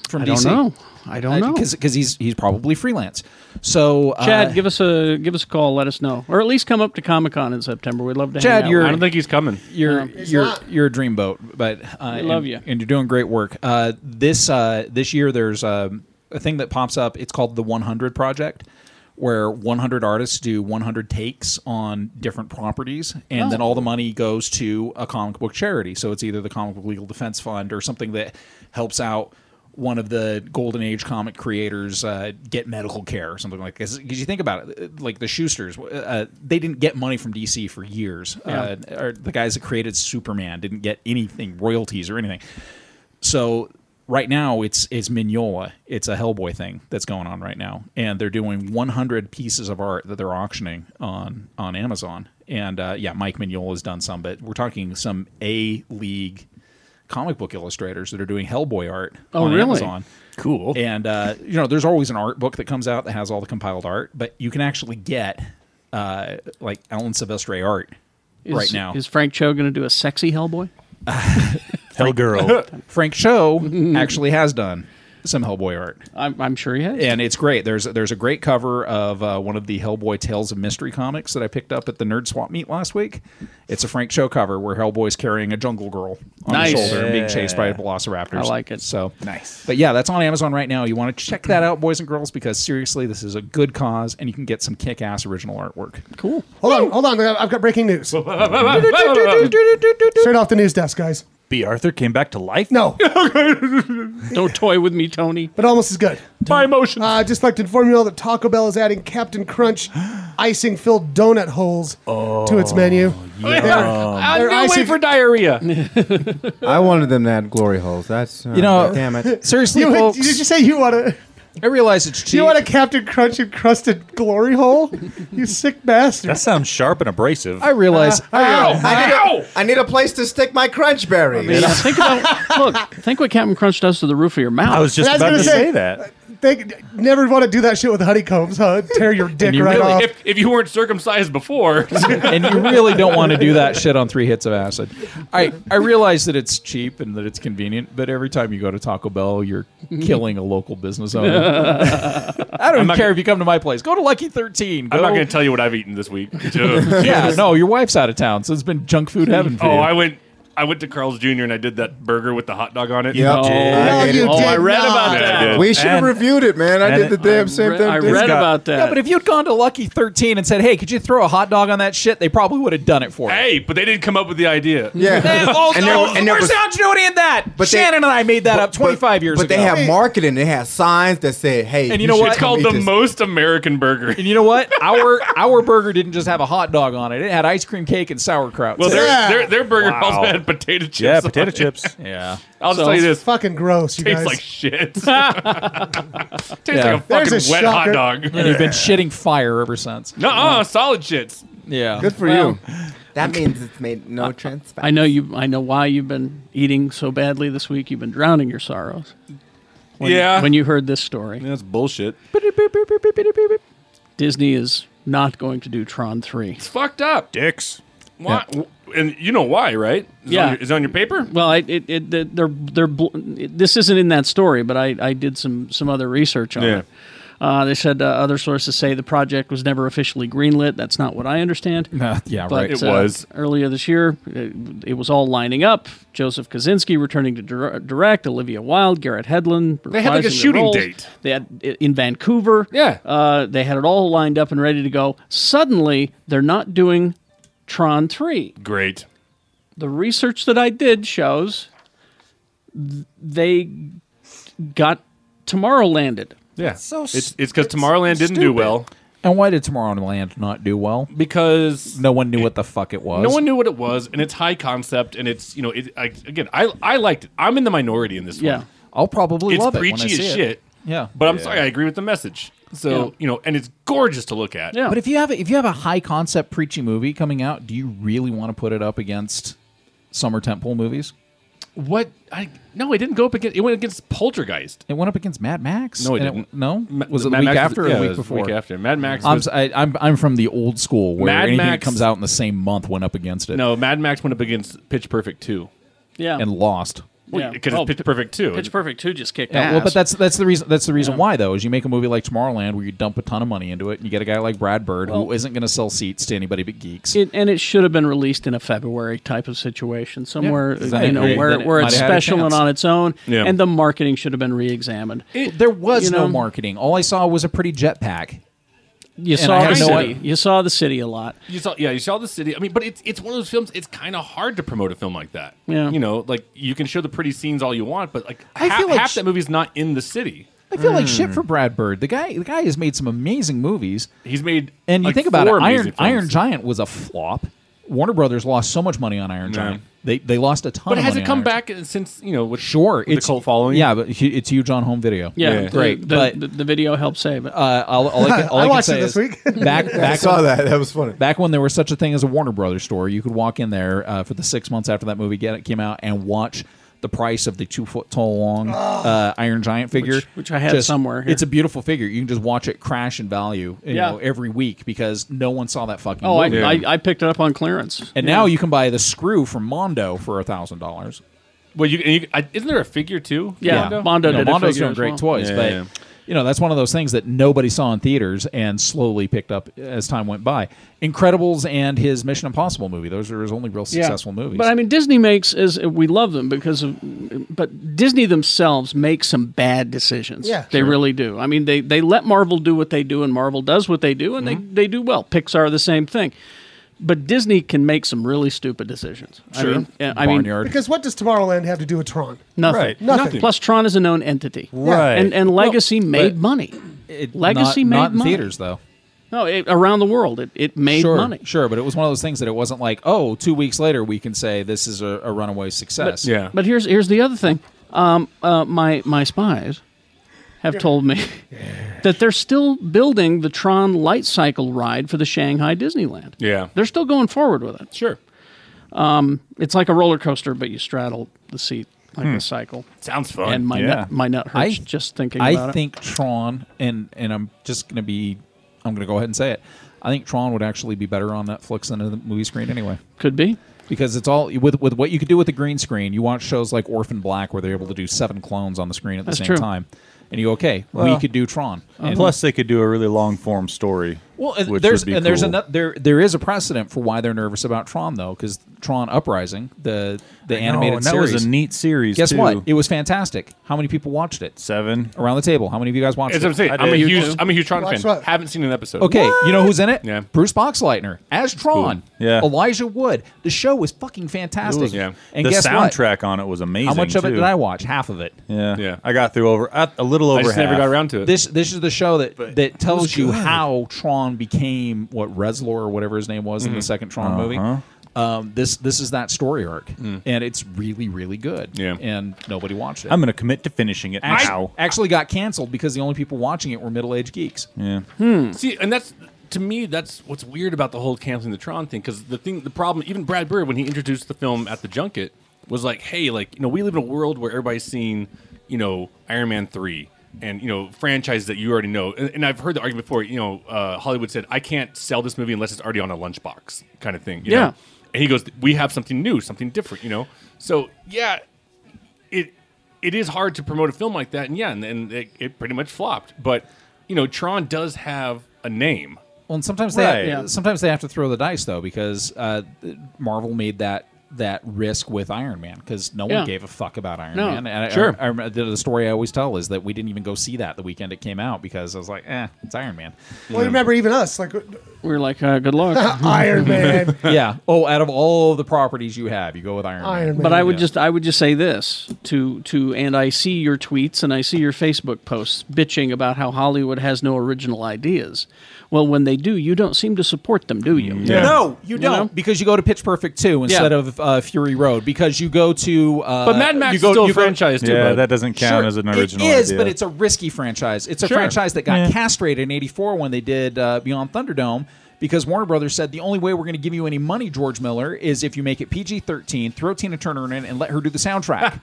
Speaker 7: from
Speaker 2: I don't
Speaker 7: DC.
Speaker 2: know. I don't know.
Speaker 7: because he's he's probably freelance. So uh,
Speaker 2: Chad, give us a give us a call. Let us know, or at least come up to Comic Con in September. We'd love to. hang
Speaker 7: Chad,
Speaker 2: out
Speaker 7: you're
Speaker 2: with you.
Speaker 7: he's coming. You're
Speaker 2: No. He's
Speaker 7: you're
Speaker 2: not.
Speaker 7: you're a dreamboat, but uh,
Speaker 2: We love
Speaker 7: and,
Speaker 2: you.
Speaker 7: and you're doing great work. Uh, this uh, this year, there's um, a thing that pops up. It's called the 100 Project, where 100 artists do 100 takes on different properties, and then
Speaker 2: Oh.
Speaker 7: all the money goes to a comic book charity. So it's either the Comic Book Legal Defense Fund or something that helps out. One of the golden age comic creators uh, get medical care or something like this. Because you think about it, like the Schuster's, uh, they didn't get money from DC for years.
Speaker 2: Yeah.
Speaker 7: Uh, or the guys that created Superman didn't get anything royalties or anything. So right now it's it's Mignola. It's a Hellboy thing that's going on right now, and they're doing 100 pieces of art that they're auctioning on on Amazon. And uh, yeah, Mike Mignola has done some, but we're talking some A league comic book illustrators that are doing Hellboy art
Speaker 2: Oh,
Speaker 7: on
Speaker 2: really?
Speaker 7: Amazon. Cool. And uh, you know, there's always an art book that comes out that has all the compiled art, but you can actually get uh, like Alan Silvestre art
Speaker 2: Is-
Speaker 7: right now.
Speaker 2: Is Frank Cho going to do a sexy Hellboy?
Speaker 7: Hell girl. Frank Cho actually has done some Hellboy art.
Speaker 2: I'm, I'm sure he has,
Speaker 7: and it's great. There's there's a great cover of uh, one of the Hellboy Tales of Mystery comics that I picked up at the Nerd Swap meet last week. It's a Frank Cho cover where Hellboy's carrying a jungle girl on
Speaker 2: Nice.
Speaker 7: his shoulder and being
Speaker 2: Yeah.
Speaker 7: chased by velociraptors.
Speaker 2: I like it.
Speaker 7: So nice. But yeah, that's on Amazon right now. You want to check that out, boys and girls, because seriously, this is a good cause, and you can get some kick-ass original artwork.
Speaker 2: Cool.
Speaker 7: Uh,
Speaker 5: Hold on, hold on. I've got breaking news. Straight off the news desk, guys.
Speaker 3: B. Arthur came back to life?
Speaker 5: No.
Speaker 2: Don't toy with me, Tony.
Speaker 5: But almost as good.
Speaker 3: My emotions.
Speaker 5: Uh, I'd just like to inform you all that Taco Bell is adding Captain Crunch icing filled donut holes to
Speaker 7: Oh,
Speaker 5: its menu.
Speaker 8: Um,
Speaker 6: I'm
Speaker 5: They're
Speaker 6: gonna
Speaker 5: icing-
Speaker 6: wait for diarrhea.
Speaker 8: I wanted them to add glory holes. That's uh,
Speaker 7: You know,
Speaker 8: damn it.
Speaker 7: seriously,
Speaker 5: You-
Speaker 7: folks.
Speaker 5: did you say you want to?
Speaker 7: I realize it's cheap.
Speaker 5: Do you want a Captain Crunch encrusted glory hole? You sick bastard.
Speaker 3: That sounds sharp and abrasive.
Speaker 7: I realize.
Speaker 8: I need, a, I need a place to stick my crunch berries.
Speaker 2: Yeah, think about look. Think what Captain Crunch does to the roof of your mouth.
Speaker 3: I was just
Speaker 5: I was
Speaker 3: about
Speaker 5: gonna
Speaker 3: to
Speaker 5: say-
Speaker 3: say, that.
Speaker 5: They never want to do that shit with honeycombs, huh? Tear your dick
Speaker 7: you
Speaker 5: right
Speaker 7: really-
Speaker 5: off.
Speaker 6: if, if you weren't circumcised before,
Speaker 7: and you really don't want to do that shit on three hits of acid. I I realize that it's cheap and that it's convenient, but every time you go to Taco Bell, you're killing a local business owner. I don't even care if you come to my place. Go to Lucky Thirteen.
Speaker 6: I'm not
Speaker 7: Go-
Speaker 6: going to tell you what I've eaten this week.
Speaker 7: Yeah, no, your wife's out of town, so it's been junk food heaven for
Speaker 6: Oh,
Speaker 7: you.
Speaker 6: I went. I went to Carl's Jr. and I did that burger with the hot dog on it.
Speaker 8: Yep. No, I
Speaker 2: hate you it.
Speaker 5: Oh, I read
Speaker 6: Yeah,
Speaker 5: about
Speaker 6: I
Speaker 2: that.
Speaker 6: did.
Speaker 8: we should have
Speaker 3: and-
Speaker 8: reviewed it, man. I
Speaker 3: and
Speaker 8: did the
Speaker 3: it-
Speaker 8: damn same
Speaker 2: Re-
Speaker 8: thing.
Speaker 2: I read
Speaker 3: got-
Speaker 2: about that.
Speaker 7: yeah, but if you'd gone to Lucky 13 and said, hey, could you throw a hot dog on that shit? They probably would have done it for you.
Speaker 6: Hey, but they didn't come up with the idea.
Speaker 7: Hey,
Speaker 8: yeah.
Speaker 7: oh,
Speaker 8: And there-
Speaker 7: oh,
Speaker 8: and there
Speaker 7: where's
Speaker 8: was-
Speaker 7: the ingenuity in that?
Speaker 8: But they-
Speaker 7: Shannon and I made that up 25
Speaker 8: but,
Speaker 7: years
Speaker 8: but
Speaker 7: ago.
Speaker 8: they have marketing. They have signs that say, "Hey,
Speaker 7: And you know
Speaker 8: should
Speaker 7: what?
Speaker 6: It's
Speaker 8: come
Speaker 6: called
Speaker 8: eat
Speaker 6: the
Speaker 8: this.
Speaker 6: most American burger.
Speaker 7: And you know what? Our our burger didn't just have a hot dog on it. It had ice cream cake and sauerkraut.
Speaker 6: Well,
Speaker 7: too.
Speaker 6: their,
Speaker 5: Yeah.
Speaker 6: their, their burger
Speaker 3: Wow.
Speaker 6: also had potato chips.
Speaker 3: Yeah,
Speaker 6: on
Speaker 3: potato
Speaker 6: it.
Speaker 3: chips.
Speaker 7: yeah.
Speaker 6: I'll just
Speaker 2: So-
Speaker 6: tell you
Speaker 5: It's
Speaker 6: this.
Speaker 5: fucking gross, you
Speaker 6: Tastes
Speaker 5: guys.
Speaker 6: like shit. Tastes like a
Speaker 5: There's
Speaker 6: fucking
Speaker 5: a
Speaker 6: wet
Speaker 5: shocker.
Speaker 6: hot dog.
Speaker 7: And you've been shitting fire ever since.
Speaker 6: Nuh-uh, solid shits.
Speaker 7: Yeah.
Speaker 8: Good for
Speaker 2: Well-
Speaker 8: you. That means it's made no trans fat.
Speaker 2: I know you. I know why you've been eating so badly this week. You've been drowning your sorrows. When
Speaker 7: Uh.
Speaker 6: Yeah.
Speaker 2: when you heard this story,
Speaker 3: That's bullshit.
Speaker 2: Disney is not going to do Tron three.
Speaker 6: It's fucked up.
Speaker 3: Dicks.
Speaker 6: Why? And you know why, right? Is it
Speaker 2: Yeah.
Speaker 6: On your, is it on your paper?
Speaker 2: Well, I, it, it, the- they're they're bl- this isn't in that story, but I, I did some some other research on
Speaker 6: Yeah.
Speaker 2: it. Uh, they said uh, other sources say the project was never officially greenlit. That's not what I understand.
Speaker 7: Nah, yeah,
Speaker 2: But
Speaker 7: right.
Speaker 6: It
Speaker 2: uh,
Speaker 6: was.
Speaker 2: earlier this year. It, it was all lining up. Joseph Kaczynski returning to dir- direct. Olivia Wilde, Garrett Hedlund.
Speaker 6: They had, like, a
Speaker 2: reprising their
Speaker 6: shooting
Speaker 2: roles.
Speaker 6: date.
Speaker 2: They had in Vancouver.
Speaker 6: Yeah.
Speaker 2: uh, they had it all lined up and ready to go. Suddenly, they're not doing Tron three.
Speaker 6: Great.
Speaker 2: The research that I did shows th- they got tomorrow landed.
Speaker 6: Yeah. So it's it's because Tomorrowland didn't do well
Speaker 7: and why did Tomorrowland not do well?
Speaker 6: because
Speaker 7: No one knew what the fuck it was.
Speaker 6: No one knew what it was, and it's high concept, and it's you know, it, I, again, I I liked it. I'm in the minority in this
Speaker 2: Yeah.
Speaker 6: one.
Speaker 7: I'll probably
Speaker 6: It's
Speaker 7: love it. when I
Speaker 6: preachy
Speaker 7: see
Speaker 6: as
Speaker 7: it.
Speaker 6: shit,
Speaker 7: Yeah.
Speaker 6: but I'm sorry, I agree with the message. So
Speaker 2: Yeah.
Speaker 6: you know, and it's gorgeous to look at.
Speaker 2: Yeah.
Speaker 7: But if you have a, if you have a high concept preachy movie coming out, do you really want to put it up against summer temple movies?
Speaker 6: What I no, it didn't go up against. It went against Poltergeist.
Speaker 7: It went up against Mad Max.
Speaker 6: No, it
Speaker 7: and
Speaker 6: didn't.
Speaker 7: no,
Speaker 6: Ma-
Speaker 7: was it a
Speaker 6: Mad
Speaker 7: week
Speaker 6: Max
Speaker 7: after or
Speaker 6: yeah,
Speaker 7: a
Speaker 6: it
Speaker 7: week
Speaker 6: was
Speaker 7: before?
Speaker 6: Week after Mad Max.
Speaker 7: I'm,
Speaker 6: was-
Speaker 7: s- I, am I'm from the old school where
Speaker 6: Mad
Speaker 7: anything that
Speaker 6: Max-
Speaker 7: comes out in the same month went up against it.
Speaker 6: no, Mad Max went up against Pitch Perfect two.
Speaker 2: Yeah.
Speaker 7: and lost.
Speaker 6: Well,
Speaker 2: Yeah.
Speaker 6: because
Speaker 2: Oh,
Speaker 6: it's Pitch Perfect two.
Speaker 2: Pitch Perfect two just kicked
Speaker 7: Yeah,
Speaker 2: ass.
Speaker 7: well, but that's that's the reason that's the reason why though is you make a movie like Tomorrowland where you dump a ton of money into it and you get a guy like Brad Bird who
Speaker 2: Well-
Speaker 7: isn't going to sell seats to anybody but geeks.
Speaker 2: It, and it should have been released in a February type of situation, somewhere
Speaker 7: Exactly.
Speaker 2: you know
Speaker 7: Then
Speaker 2: where,
Speaker 7: it
Speaker 2: where
Speaker 7: might
Speaker 2: it's
Speaker 7: have had a
Speaker 2: special and
Speaker 7: chance.
Speaker 2: on its own,
Speaker 6: Yeah.
Speaker 2: and the marketing should have been re-examined.
Speaker 7: there was
Speaker 2: you
Speaker 7: no
Speaker 2: know-
Speaker 7: marketing. All I saw was a pretty jetpack.
Speaker 2: You
Speaker 7: And I
Speaker 2: saw the
Speaker 7: have no
Speaker 2: city.
Speaker 7: idea.
Speaker 2: You saw the city a lot.
Speaker 6: You saw, yeah, you saw the city. I mean, but it's it's one of those films. It's kind of hard to promote a film like that.
Speaker 2: Yeah.
Speaker 6: you know, like you can show the pretty scenes all you want, but like
Speaker 7: I
Speaker 6: ha-
Speaker 7: feel like
Speaker 6: half
Speaker 7: sh-
Speaker 6: that movie's not in the city.
Speaker 7: I feel like shit for Brad Bird. The guy the guy has made some amazing movies.
Speaker 6: He's made
Speaker 7: And you
Speaker 6: like,
Speaker 7: think about it,
Speaker 6: four
Speaker 7: Iron
Speaker 6: amazing films.
Speaker 7: Iron Giant was a flop. Warner Brothers lost so much money on Iron Giant. They they lost a ton.
Speaker 6: but
Speaker 7: of
Speaker 6: has
Speaker 7: money
Speaker 6: it
Speaker 7: on
Speaker 6: come
Speaker 7: Iron Giant.
Speaker 6: back since you know? With,
Speaker 7: Sure,
Speaker 6: with the cult following.
Speaker 7: Yeah, but hu- it's huge on home video.
Speaker 2: Yeah,
Speaker 6: Yeah.
Speaker 2: The,
Speaker 7: Great,
Speaker 2: the,
Speaker 7: but-
Speaker 2: the, the video helped save it.
Speaker 7: Uh, all, all I can, all
Speaker 5: I
Speaker 7: I can
Speaker 5: watched it
Speaker 7: say
Speaker 5: this
Speaker 7: is
Speaker 5: week.
Speaker 7: back
Speaker 8: I
Speaker 7: back
Speaker 8: saw
Speaker 7: when,
Speaker 8: that. That was funny.
Speaker 7: back when there was such a thing as a Warner Brothers store. You could walk in there uh, for the six months after that movie get, came out and watch the price of the two foot tall long uh, Iron Giant figure,
Speaker 2: Which- which I had
Speaker 7: Just-
Speaker 2: somewhere here.
Speaker 7: It's a beautiful figure. You can just watch it crash in value, you
Speaker 2: Yeah.
Speaker 7: know, every week because no one saw that fucking.
Speaker 2: oh, I,
Speaker 7: movie.
Speaker 2: I, I picked it up on clearance.
Speaker 7: and now you can buy the screw from Mondo for a thousand dollars.
Speaker 6: Well, you, and you I, isn't there a figure too?
Speaker 2: Yeah.
Speaker 6: Mondo?
Speaker 2: Mondo
Speaker 7: You know,
Speaker 2: did a
Speaker 7: Mondo's
Speaker 2: figure
Speaker 7: doing
Speaker 2: as
Speaker 7: great
Speaker 2: well.
Speaker 7: toys,
Speaker 6: Yeah,
Speaker 7: but
Speaker 6: yeah.
Speaker 7: you know that's one of those things that nobody saw in theaters and slowly picked up as time went by. Incredibles and his Mission Impossible movie; those are his only real successful movies.
Speaker 2: But I mean, Disney makes as we love them because of, but Disney themselves make some bad decisions.
Speaker 5: Yeah.
Speaker 2: they really do. I mean, they
Speaker 7: Mm-hmm.
Speaker 2: they let Marvel do what they do, and Marvel does what they do, and they they do well. Pixar the same thing. but Disney can make some really stupid decisions. I mean, yeah, I mean,
Speaker 5: because what does Tomorrowland have to do with Tron?
Speaker 2: nothing,
Speaker 5: Nothing.
Speaker 2: Plus, Tron is a known entity,
Speaker 5: Right.
Speaker 2: And and Legacy made money. Legacy
Speaker 7: not,
Speaker 2: made
Speaker 7: not in
Speaker 2: money.
Speaker 7: theaters though.
Speaker 2: No, it, around the world, it, it made
Speaker 7: sure,
Speaker 2: money.
Speaker 7: Sure, but it was one of those things that it wasn't like, oh, two weeks later we can say this is a, a runaway success.
Speaker 2: But, But here's here's the other thing. Um, uh, my my spies have told me that they're still building the Tron Light Cycle ride for the Shanghai Disneyland.
Speaker 6: Yeah.
Speaker 2: They're still going forward with it.
Speaker 6: Sure.
Speaker 2: Um, it's like a roller coaster, but you straddle the seat like a cycle.
Speaker 6: Sounds fun.
Speaker 2: And my
Speaker 7: Hmm. Yeah.
Speaker 2: nut my nut hurts
Speaker 7: I-
Speaker 2: just thinking.
Speaker 7: I
Speaker 2: about it.
Speaker 7: think Tron and and I'm just gonna be I'm gonna go ahead and say it. I think Tron would actually be better on Netflix than on the movie screen anyway.
Speaker 2: Could be.
Speaker 7: Because it's all with with what you could do with the green screen, you watch shows like Orphan Black where they're able to do seven clones on the screen at the
Speaker 2: That's
Speaker 7: same
Speaker 2: true.
Speaker 7: time. And you go, okay,
Speaker 3: Well, uh,
Speaker 7: we could do Tron. And-
Speaker 3: Plus, they could do a really long form story.
Speaker 7: Well, and
Speaker 3: which
Speaker 7: there's
Speaker 3: would be
Speaker 7: and there's
Speaker 3: cool.
Speaker 7: ano- there there is a precedent for why they're nervous about Tron though, because Tron Uprising, the the
Speaker 3: I know,
Speaker 7: animated
Speaker 3: and that was
Speaker 7: series,
Speaker 3: a neat series,
Speaker 7: Guess
Speaker 3: too.
Speaker 7: what? It was fantastic. How many people watched it?
Speaker 3: Seven
Speaker 7: around the table. How many of you guys watched
Speaker 6: As
Speaker 7: it?
Speaker 6: I'm saying, I'm a huge, I'm a huge Tron fan.
Speaker 7: Watch what?
Speaker 6: Haven't seen an episode.
Speaker 7: Okay, you know who's in it?
Speaker 6: Yeah.
Speaker 7: Bruce Boxleitner as Tron.
Speaker 3: cool. Yeah.
Speaker 7: Elijah Wood. The show was fucking fantastic.
Speaker 3: yeah.
Speaker 7: And
Speaker 3: the
Speaker 7: guess what?
Speaker 3: soundtrack on it was amazing.
Speaker 7: How much of it
Speaker 3: too.
Speaker 7: did I watch? Half of it.
Speaker 3: Yeah, yeah. I got through over a a little over. half.
Speaker 7: This this is the show that that tells you
Speaker 3: good.
Speaker 7: how Tron became what Reslor or whatever his name was in the
Speaker 3: Mhm.
Speaker 7: second Tron
Speaker 3: Uh-huh. Mm.
Speaker 7: movie. Um, this this is that story arc, and it's really really good.
Speaker 3: Yeah.
Speaker 7: and nobody watched it.
Speaker 3: I'm going to commit to finishing it
Speaker 7: Act-
Speaker 3: now.
Speaker 7: actually got canceled because the only people watching it were middle aged geeks.
Speaker 3: Yeah.
Speaker 6: See, and that's to me, that's what's weird about the whole canceling the Tron thing. Because the thing, the problem, even Brad Bird, when he introduced the film at the junket, was like, "Hey, like you know, we live in a world where everybody's seen, you know, Iron Man three, and you know, franchises that you already know." And, and I've heard the argument before. You know, uh, Hollywood said, "I can't sell this movie unless it's already on a lunchbox," kind of thing. you
Speaker 2: Yeah.
Speaker 6: know? And he goes, "We have something new, something different," you know. So yeah, it it is hard to promote a film like that, and yeah, and, and it, it pretty much flopped. But you know, Tron does have a name.
Speaker 7: Well, and sometimes
Speaker 6: Right.
Speaker 7: they
Speaker 6: Yeah.
Speaker 7: sometimes they have to throw the dice though because uh, Marvel made that that risk with Iron Man because no
Speaker 2: Yeah.
Speaker 7: one gave a fuck about Iron
Speaker 2: No.
Speaker 7: Man. And I-
Speaker 2: Sure.
Speaker 7: I, I, remember the, the story I always tell is that we didn't even go see that the weekend it came out because I was like, eh, it's Iron Man.
Speaker 5: Well, remember even us like
Speaker 2: we were like, uh, good luck,
Speaker 5: Iron Man.
Speaker 7: yeah. Oh, out of all the properties you have, you go with Iron, Man.
Speaker 2: But I would just I would just say this to to and I see your tweets and I see your Facebook posts bitching about how Hollywood has no original ideas. Well, when they do, you don't seem to support them, do you?
Speaker 7: No, you don't because you go to Pitch Perfect two instead
Speaker 2: Yeah.
Speaker 7: of uh, Fury Road because you go to. Uh,
Speaker 6: But Mad Max
Speaker 7: you
Speaker 6: is
Speaker 7: go-
Speaker 6: still a
Speaker 7: you go-
Speaker 6: franchise, too,
Speaker 3: Yeah, bud. that doesn't count
Speaker 7: Sure,
Speaker 3: as an original
Speaker 7: It is,
Speaker 3: idea.
Speaker 7: but it's a risky franchise. It's a
Speaker 3: Sure.
Speaker 7: franchise that got
Speaker 3: Yeah.
Speaker 7: castrated in '84 when they did uh, Beyond Thunderdome. Because Warner Brothers said the only way we're going to give you any money, George Miller, is if you make it PG 13, throw Tina Turner in and let her do the soundtrack.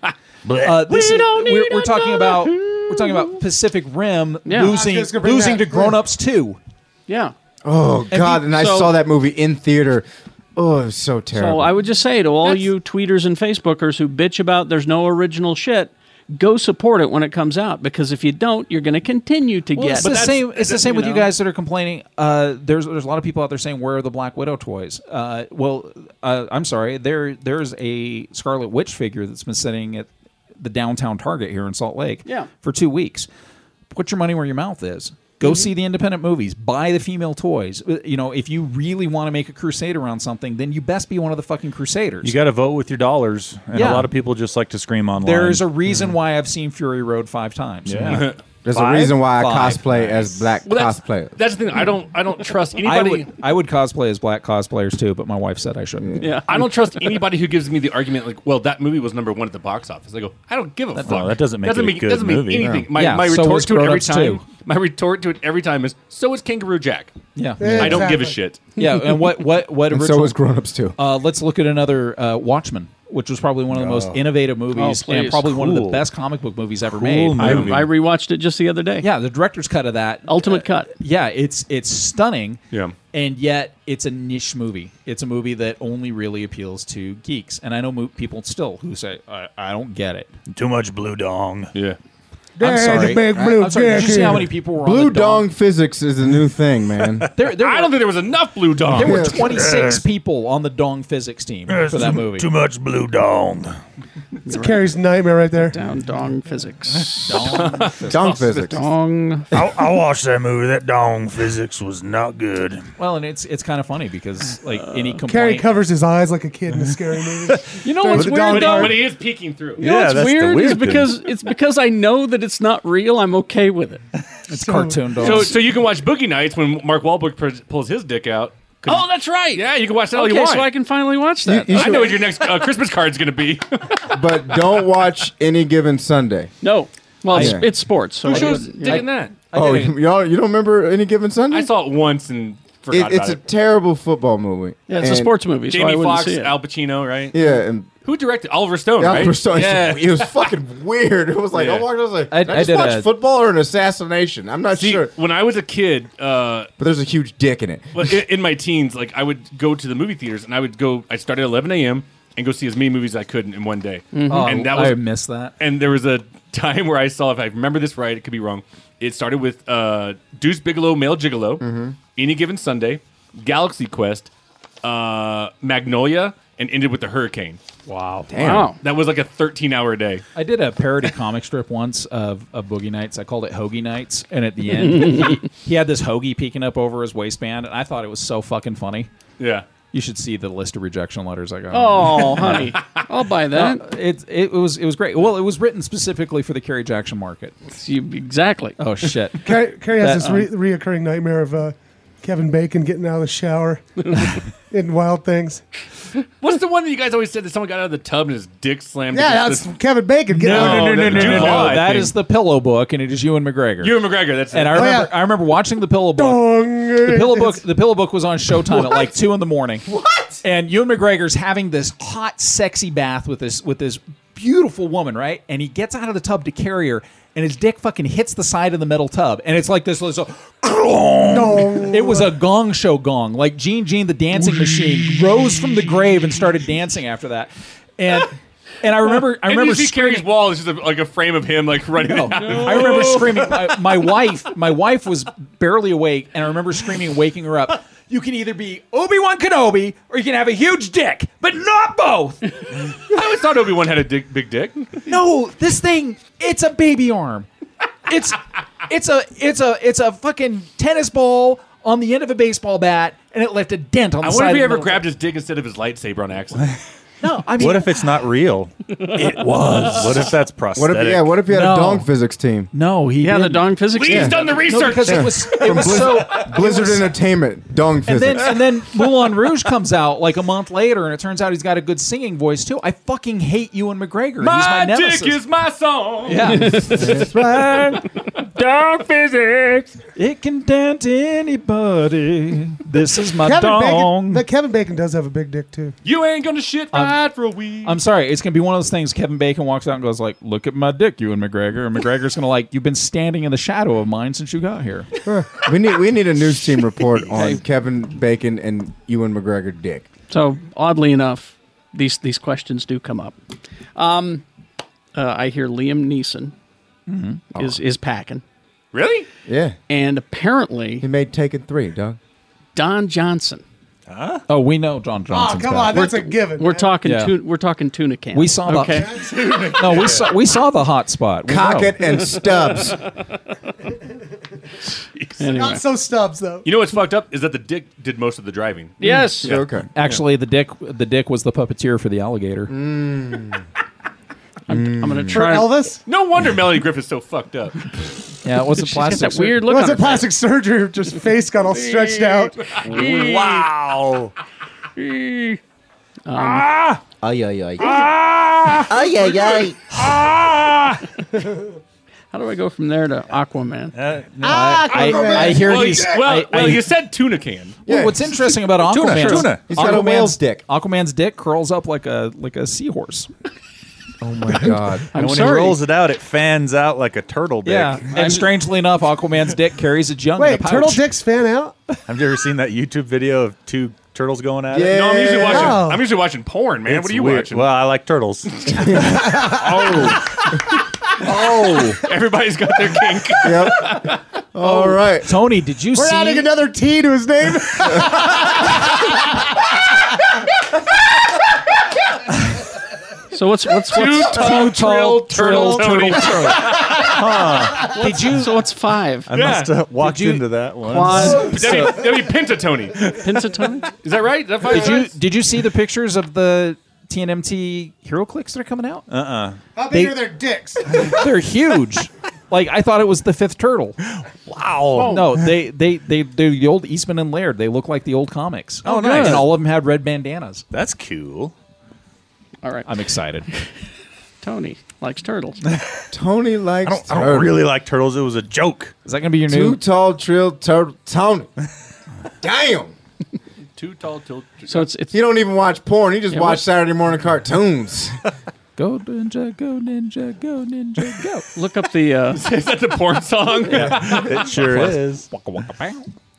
Speaker 7: uh, this
Speaker 2: We
Speaker 7: is-
Speaker 2: don't
Speaker 7: we're,
Speaker 2: need
Speaker 7: we're talking
Speaker 2: another
Speaker 7: about we're talking about Pacific Rim
Speaker 2: Yeah.
Speaker 7: losing
Speaker 2: I was just gonna bring
Speaker 7: losing
Speaker 2: that-
Speaker 7: to grown ups too.
Speaker 2: Yeah.
Speaker 8: Oh
Speaker 2: And be-
Speaker 8: God! and I
Speaker 2: so-
Speaker 8: saw that movie in theater. Oh, it was so
Speaker 2: So
Speaker 8: terrible.
Speaker 2: I would just say to all you tweeters and Facebookers who bitch about there's no original shit, go support it when it comes out because if you don't, you're going to continue to
Speaker 7: Well,
Speaker 2: get.
Speaker 7: it's the same. It's the same with you
Speaker 2: know?
Speaker 7: guys that are complaining. Uh, there's there's a lot of people out there saying, "Where are the Black Widow toys?" Uh, well, uh, I'm sorry. There there's a Scarlet Witch figure that's been sitting at the downtown Target here in Salt Lake.
Speaker 2: Yeah.
Speaker 7: for two weeks. Put your money where your mouth is. Go see the independent movies. Buy the female toys. Uh, You know, if you really want to make a crusade around something, then you best be one of the fucking crusaders.
Speaker 3: You got to vote with your dollars, and
Speaker 7: Yeah.
Speaker 3: a lot of people just like to scream online.
Speaker 7: there is a reason why I've seen Fury Road five times.
Speaker 3: Mm-hmm. Yeah.
Speaker 8: There's
Speaker 7: Five?
Speaker 8: a reason why I
Speaker 7: Five.
Speaker 8: cosplay as black
Speaker 7: Well, that's-
Speaker 8: cosplayer.
Speaker 6: That's the thing. I don't. I don't trust
Speaker 7: I
Speaker 6: anybody.
Speaker 7: would, I would cosplay as black cosplayers too, but my wife said I shouldn't.
Speaker 6: I don't trust anybody who gives me the argument like, "Well, that movie was number one at the box office." I go, "I don't give a
Speaker 7: That-
Speaker 6: fuck."
Speaker 7: no, that doesn't make it a good
Speaker 6: doesn't
Speaker 7: movie.
Speaker 6: mean anything.
Speaker 7: Yeah.
Speaker 6: My,
Speaker 7: Yeah,
Speaker 6: my
Speaker 7: so
Speaker 6: retort
Speaker 7: was
Speaker 6: to it
Speaker 7: Grown
Speaker 6: every
Speaker 7: Ups,
Speaker 6: time.
Speaker 7: too.
Speaker 6: My retort to it every time is, "So is Kangaroo Jack."
Speaker 7: Yeah.
Speaker 6: I don't give a
Speaker 7: Exactly.
Speaker 6: shit.
Speaker 7: Yeah, and what what what
Speaker 8: Eh. And so
Speaker 7: original?
Speaker 8: was Grown Ups, too.
Speaker 7: Uh, let's look at another uh, Watchmen, which was probably one of the most
Speaker 8: Oh.
Speaker 7: innovative movies
Speaker 2: Oh,
Speaker 7: and
Speaker 2: please.
Speaker 7: probably one of the
Speaker 2: Cool.
Speaker 7: best comic book movies ever made.
Speaker 2: I, I rewatched it just the other day.
Speaker 7: Yeah, the director's cut of that
Speaker 2: ultimate cut.
Speaker 7: Yeah, it's it's stunning.
Speaker 6: Yeah.
Speaker 7: And yet, it's a niche movie. It's a movie that only really appeals to geeks. And I know mo- people still who say, I, "I don't get it."
Speaker 3: Too much blue dong.
Speaker 6: Yeah.
Speaker 7: I'm sorry. I'm sorry. Did you see how many people were on
Speaker 8: Blue
Speaker 7: the dong?
Speaker 8: dong physics is a new thing, man.
Speaker 7: There, there
Speaker 6: I don't think there was enough blue dong.
Speaker 7: There were 26 people on the dong physics team for that movie.
Speaker 3: much blue dong.
Speaker 5: It's Carrie's nightmare right there.
Speaker 2: Down dong physics.
Speaker 5: Dong physics. Dong physics.
Speaker 2: Dong.
Speaker 14: I, I watched that movie. That dong physics was not good.
Speaker 7: Well, and it's it's kind of funny because like any complaint,
Speaker 5: Carrie covers his eyes like a kid in a scary movie.
Speaker 7: You know
Speaker 5: During
Speaker 7: what's
Speaker 5: the
Speaker 7: weird,
Speaker 5: dog
Speaker 7: though?
Speaker 5: park.
Speaker 7: But he
Speaker 6: is peeking through.
Speaker 2: You know what's weird, is because it's because I know that it's not real. I'm okay with it. It's
Speaker 7: cartoon
Speaker 6: So, so you can watch Boogie Nights when Mark Wahlberg pr- pulls his dick out. 'Cause-
Speaker 2: oh, that's right.
Speaker 6: Yeah, you can watch that all
Speaker 2: okay,
Speaker 6: Oh, you want.
Speaker 2: so I can finally watch that.
Speaker 6: I know what your next uh, Christmas card's going to be.
Speaker 8: but don't watch any given Sunday.
Speaker 2: No. Well, it's,
Speaker 8: Yeah.
Speaker 2: it's sports. So
Speaker 8: Who
Speaker 2: I
Speaker 8: shows
Speaker 2: wouldn't-
Speaker 6: dick in that?
Speaker 8: Oh, y'all, you don't remember any given Sunday? I
Speaker 6: saw it once and forgot
Speaker 8: it's
Speaker 6: about
Speaker 8: a
Speaker 6: it.
Speaker 8: terrible football movie. And-
Speaker 6: Jamie Foxx, Al Pacino, right?
Speaker 8: Yeah, and
Speaker 6: Who directed Oliver Stone?
Speaker 8: Al
Speaker 6: right?
Speaker 8: Pacino, it was fucking weird. It was like, I walked- I was like, I, just watch football or an assassination. I'm not
Speaker 6: See,
Speaker 8: sure.
Speaker 6: When I was a kid, uh,
Speaker 8: but there's a huge dick in it.
Speaker 6: Well, i- in my teens, like I would go to the movie theaters, and I would go. I started at 11 a.m. and go see as many movies as I could in, in one day.
Speaker 7: Mhm. Oh,
Speaker 6: and
Speaker 7: I missed that.
Speaker 6: And there was a time where I saw, if I remember this right, it could be wrong. It started with uh, Deuce Bigelow, Male Gigolo,
Speaker 8: Mhm.
Speaker 6: Any Given Sunday, Galaxy Quest, uh, Magnolia, and ended with the Hurricane.
Speaker 7: Wow!
Speaker 2: Damn. Wow.
Speaker 6: That was like a 13-hour day.
Speaker 7: I did a parody comic strip once of, of Boogie Nights. I called it Hoagie Nights, and at the end, he, he had this hoagie peeking up over his waistband, and I thought it was so fucking funny.
Speaker 6: Yeah,
Speaker 7: you should see the list of rejection letters I got.
Speaker 2: Oh, honey. I'll buy that.
Speaker 7: No, it it was it was great. Well, it was written specifically for the Kerry Jackson market.
Speaker 2: exactly.
Speaker 7: Oh shit.
Speaker 5: Carrie, Carrie has
Speaker 7: That,
Speaker 5: this re- reoccurring nightmare of uh, Kevin Bacon getting out of the shower in Wild Things.
Speaker 6: What's the one that you guys always said that someone got out of the tub and his dick slammed?
Speaker 5: Yeah,
Speaker 6: against
Speaker 5: that's Kevin Bacon getting out.
Speaker 6: No, no, no, no, no, no.
Speaker 7: Oh, that
Speaker 6: thing.
Speaker 7: is the pillow book, and it is Ewan McGregor.
Speaker 6: the, Ewan McGregor. That's
Speaker 7: and
Speaker 6: it.
Speaker 7: I remember, I remember watching the pillow book. The pillow book, the pillow book was on Showtime at like two in the morning. What? And Ewan McGregor's having this hot, sexy bath with this with this beautiful woman, right? And he gets out of the tub to carry her, and his dick fucking hits the side of the metal tub, and it's like this little. It was a gong show gong, like Gene Gene the Dancing Machine rose from the grave and started dancing after that, and and I remember I
Speaker 6: And
Speaker 7: remember
Speaker 6: you see Carrie's wall. It's just a, like a frame of him like running. out.
Speaker 7: I remember screaming. My, my wife, my wife was barely awake, and I remember screaming, waking her up. You can either be Obi Wan Kenobi or you can have a huge dick, but not both.
Speaker 6: I always thought Obi Wan had a dick, big dick.
Speaker 7: No, this thing—it's a baby arm. It's it's a it's a it's a fucking tennis ball on the end of a baseball bat, and it left a dent on the
Speaker 6: I
Speaker 7: side.
Speaker 6: wonder if
Speaker 7: of
Speaker 6: he
Speaker 7: the
Speaker 6: ever
Speaker 7: middle.
Speaker 6: grabbed his dick instead of his lightsaber on accident.
Speaker 7: No, I mean,
Speaker 3: what if it's not real?
Speaker 7: it
Speaker 3: was. What if that's
Speaker 8: What
Speaker 3: prosthetic?
Speaker 8: if, yeah, what if you had
Speaker 7: No.
Speaker 8: a dong physics team?
Speaker 7: No, he
Speaker 2: yeah, the dong physics.
Speaker 8: Lee's
Speaker 2: team.
Speaker 8: done the
Speaker 2: No,
Speaker 8: research.
Speaker 2: because it
Speaker 8: Yeah.
Speaker 2: was
Speaker 7: It
Speaker 8: From
Speaker 7: was
Speaker 8: Blizz-
Speaker 7: so
Speaker 8: Blizzard
Speaker 7: it was-
Speaker 8: Entertainment, dong
Speaker 7: and
Speaker 8: physics.
Speaker 7: then and then Moulin Rouge comes out like a month later, and it turns out he's got a good singing voice too. I fucking hate Ewan McGregor. he's my
Speaker 6: My,
Speaker 7: nemesis.
Speaker 6: dick is my song.
Speaker 7: Yeah. That's right.
Speaker 6: Dog physics.
Speaker 7: It can dent anybody. This is my
Speaker 5: Kevin
Speaker 7: dong.
Speaker 5: Bacon, that Kevin Bacon does have a big dick too.
Speaker 6: You ain't gonna shit
Speaker 7: Um,
Speaker 6: right for a week.
Speaker 7: I'm sorry. It's gonna be one of those things. Kevin Bacon walks out and goes like, "Look at my dick, Ewan McGregor." And McGregor's gonna like, "You've been standing in the shadow of mine since you got here."
Speaker 8: we need we need a news team report on Kevin Bacon and Ewan McGregor dick.
Speaker 2: So oddly enough, these these questions do come up. Um, uh, I hear Liam Neeson
Speaker 8: Mhm.
Speaker 7: Mm-hmm.
Speaker 2: is is packing,
Speaker 6: Really?
Speaker 8: Yeah.
Speaker 2: and apparently
Speaker 8: he made Taken Three, dog.
Speaker 2: Don Johnson.
Speaker 7: Huh? Oh, we know Don Johnson's
Speaker 5: come
Speaker 7: back.
Speaker 5: on, that's a given.
Speaker 2: We're talking
Speaker 7: Yeah.
Speaker 2: tuna, we're talking tuna can.
Speaker 7: We saw the
Speaker 2: okay.
Speaker 7: no, we saw we saw the hot spot. We
Speaker 8: Cock
Speaker 7: know.
Speaker 8: it and Stubbs.
Speaker 5: Not so stubs though.
Speaker 6: You know what's fucked up is that the dick did most of the driving. Yeah.
Speaker 7: Actually, the dick the dick was the puppeteer for the alligator.
Speaker 2: I'm, I'm gonna
Speaker 6: For
Speaker 7: try.
Speaker 5: Elvis.
Speaker 6: No wonder Melanie Griffith's so fucked up.
Speaker 7: Yeah, it was a
Speaker 6: She's got that
Speaker 7: plastic.
Speaker 6: weird look
Speaker 5: was
Speaker 6: on
Speaker 5: it
Speaker 6: her
Speaker 5: plastic surgery? Her Just face got all stretched out.
Speaker 6: wow.
Speaker 2: ah!
Speaker 8: Ay ay ay.
Speaker 2: Ah!
Speaker 8: Ay, ay, ay.
Speaker 2: Ah! How do I go from there to Aquaman?
Speaker 3: Uh, no,
Speaker 7: I- I- Aquaman. I hear
Speaker 6: well,
Speaker 7: he's-
Speaker 6: you- Well,
Speaker 7: I-
Speaker 6: well
Speaker 7: I-
Speaker 6: you said tuna can.
Speaker 7: Well, what's interesting about Aquaman? is
Speaker 8: He's got a
Speaker 7: Aquaman's-
Speaker 8: whale's dick.
Speaker 7: Aquaman's dick curls up like a like a seahorse.
Speaker 8: Oh my god.
Speaker 3: and when he rolls it out, it fans out like a turtle dick.
Speaker 7: Yeah, and strangely enough, Aquaman's dick carries a junk. in a
Speaker 5: Wait,
Speaker 7: pouch.
Speaker 5: turtle dicks fan out?
Speaker 3: Have you ever seen that YouTube video of two turtles going at it?
Speaker 6: No, I'm usually watching.
Speaker 5: Oh.
Speaker 6: I'm usually watching porn, man. what
Speaker 3: It's
Speaker 6: are you
Speaker 3: weird.
Speaker 6: watching?
Speaker 3: Well, I like turtles.
Speaker 8: Oh,
Speaker 6: everybody's got their kink.
Speaker 8: yep. All right,
Speaker 7: Tony, did you
Speaker 5: We're
Speaker 7: see?
Speaker 5: adding another T to his name.
Speaker 2: So So what's what's
Speaker 13: Too
Speaker 2: what's
Speaker 13: tall, trill, turtle, Tony.
Speaker 2: Huh. Did you? So what's five?
Speaker 6: I must have
Speaker 2: walked
Speaker 15: into that one.
Speaker 2: Quad.
Speaker 6: That'd be, that'd be pentatony.
Speaker 2: Pentatony?
Speaker 6: Is that right? Is that five
Speaker 7: Did you
Speaker 6: sides?
Speaker 7: did you see the pictures of the TNMT hero clicks that are coming out?
Speaker 3: Uh uh
Speaker 5: How big
Speaker 7: They-
Speaker 5: are their dicks?
Speaker 7: They're huge. like I thought it was the fifth turtle. Wow. No, they they they they're the old Eastman and Laird. They look like the old comics.
Speaker 3: Oh, nice.
Speaker 7: And all of them had red bandanas.
Speaker 3: That's cool.
Speaker 2: All right.
Speaker 7: I'm excited.
Speaker 2: Tony likes turtles.
Speaker 8: Tony likes.
Speaker 3: I don't, I don't really like turtles. It was a joke.
Speaker 7: Is that gonna be your
Speaker 8: Too tall, trill, turtle, Tony. Damn.
Speaker 6: Too tall, till.
Speaker 2: So it's, it's
Speaker 8: he don't even watch porn. He just
Speaker 6: Yeah,
Speaker 8: watch
Speaker 6: what-
Speaker 8: Saturday morning cartoons.
Speaker 7: go ninja, go ninja, go ninja, go.
Speaker 2: Look up the. Uh,
Speaker 6: Is that the porn song? Yeah, it sure is.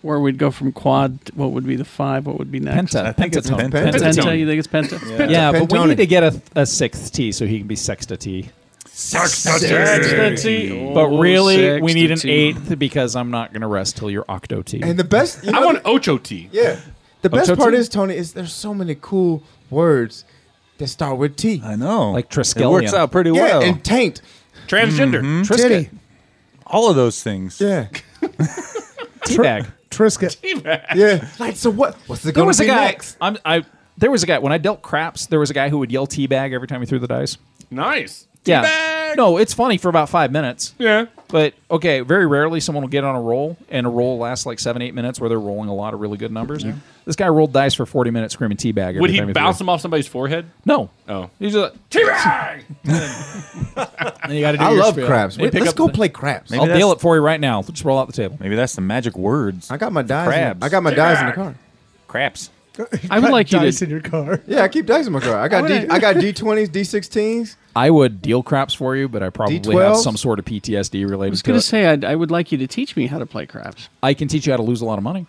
Speaker 2: Where we'd go from quad, what would be the five? What would be next?
Speaker 7: Penta. I think it's Pentatone.
Speaker 2: Penta.
Speaker 7: Pentatone.
Speaker 2: Penta, You think it's penta?
Speaker 7: Yeah, but we need to get a, a sixth T so he can be sexta T.
Speaker 2: Sexta T.
Speaker 7: But
Speaker 2: Oh,
Speaker 7: really, we need an
Speaker 2: sexta T.
Speaker 7: eighth because I'm not going to rest till you're octo T.
Speaker 8: And the best, you know,
Speaker 6: ocho T.
Speaker 8: Yeah, the best
Speaker 7: Ocho
Speaker 8: part
Speaker 7: T?
Speaker 8: is Tony is there's so many cool words that start with T. I
Speaker 3: know,
Speaker 7: like
Speaker 3: It works out pretty
Speaker 8: yeah,
Speaker 3: well.
Speaker 8: And taint,
Speaker 3: Transgender.
Speaker 8: Mhm.
Speaker 7: Mm-hmm.
Speaker 3: Trisket.
Speaker 8: Titty.
Speaker 3: All of those things.
Speaker 8: Yeah.
Speaker 7: Teabag.
Speaker 5: Trisket.
Speaker 8: Yeah. Like so, what? What's the
Speaker 7: there
Speaker 8: going
Speaker 7: was
Speaker 8: to
Speaker 7: a
Speaker 8: be
Speaker 7: guy.
Speaker 8: next?
Speaker 7: I'm, I there was a guy when I dealt craps. There was a guy who would yell teabag every time he threw the dice.
Speaker 6: Nice.
Speaker 7: Yeah. No, it's funny for about five minutes.
Speaker 6: Yeah.
Speaker 7: But okay, very rarely someone will get on a roll, and a roll lasts like seven, eight minutes where they're rolling a lot of really good numbers. This guy rolled dice for forty minutes screaming teabag. every
Speaker 6: Would he
Speaker 7: time threw-
Speaker 6: bounce them off somebody's forehead?
Speaker 7: No.
Speaker 6: Oh.
Speaker 7: He's just like,
Speaker 6: T-Rex!
Speaker 7: you gotta do
Speaker 8: I
Speaker 7: your
Speaker 8: love
Speaker 7: spiel.
Speaker 8: craps.
Speaker 7: You
Speaker 8: Wait,
Speaker 7: pick
Speaker 8: let's
Speaker 7: up
Speaker 8: go
Speaker 7: the-
Speaker 8: play craps.
Speaker 7: I'll deal it for you right now. Just roll out the table.
Speaker 3: Maybe that's the magic words. I
Speaker 8: got my dice. in- I got my dice in the car.
Speaker 3: Craps.
Speaker 2: I would like you
Speaker 8: dice
Speaker 2: to.
Speaker 5: in your car.
Speaker 8: Yeah, I keep dice in my car. I got D, I got D twenties, D sixteens.
Speaker 7: I would deal craps for you, but I probably have
Speaker 8: D12?
Speaker 7: some sort of PTSD
Speaker 2: I
Speaker 7: related
Speaker 2: was
Speaker 7: to
Speaker 2: going to
Speaker 7: it.
Speaker 2: say I'd, I would like you to teach me how to play craps.
Speaker 7: I can teach you how to lose a lot of money.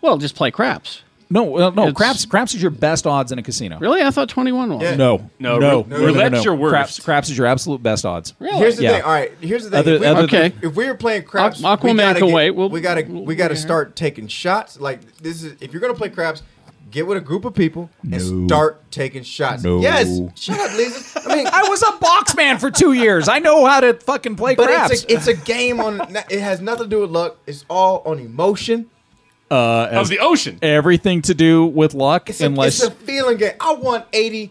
Speaker 2: Well, just play craps.
Speaker 7: No, uh, no,
Speaker 2: It's-
Speaker 7: craps. Craps is your best odds in a casino.
Speaker 2: Really, I thought twenty-one was.
Speaker 7: No,
Speaker 6: No,
Speaker 7: no,
Speaker 6: rou- roulette's your worst.
Speaker 7: Craps, craps is your absolute best odds.
Speaker 8: Here's the
Speaker 7: Yeah.
Speaker 8: thing. All right. Here's the thing.
Speaker 7: Other-
Speaker 8: if, we,
Speaker 7: other
Speaker 8: if-
Speaker 7: than-
Speaker 8: if we were playing craps,
Speaker 2: Aqu-
Speaker 8: we
Speaker 2: Aquaman
Speaker 8: gotta
Speaker 2: can
Speaker 8: get-
Speaker 2: wait. We'll-
Speaker 8: we gotta we gotta start taking shots. Like this is if you're gonna play craps, get with a group of people
Speaker 7: No.
Speaker 8: and start taking shots.
Speaker 7: No.
Speaker 8: Yes. Shut up, Lisa. I mean,
Speaker 7: I was a box man for two years. I know how to fucking play
Speaker 8: but it's
Speaker 7: craps.
Speaker 8: a, it's a game on. It has nothing to do with luck. It's all on emotion.
Speaker 7: uh,
Speaker 8: Of the
Speaker 6: ocean.
Speaker 7: Everything to do with luck,
Speaker 8: It's,
Speaker 7: unless
Speaker 8: a, it's a feeling game. I won eighty.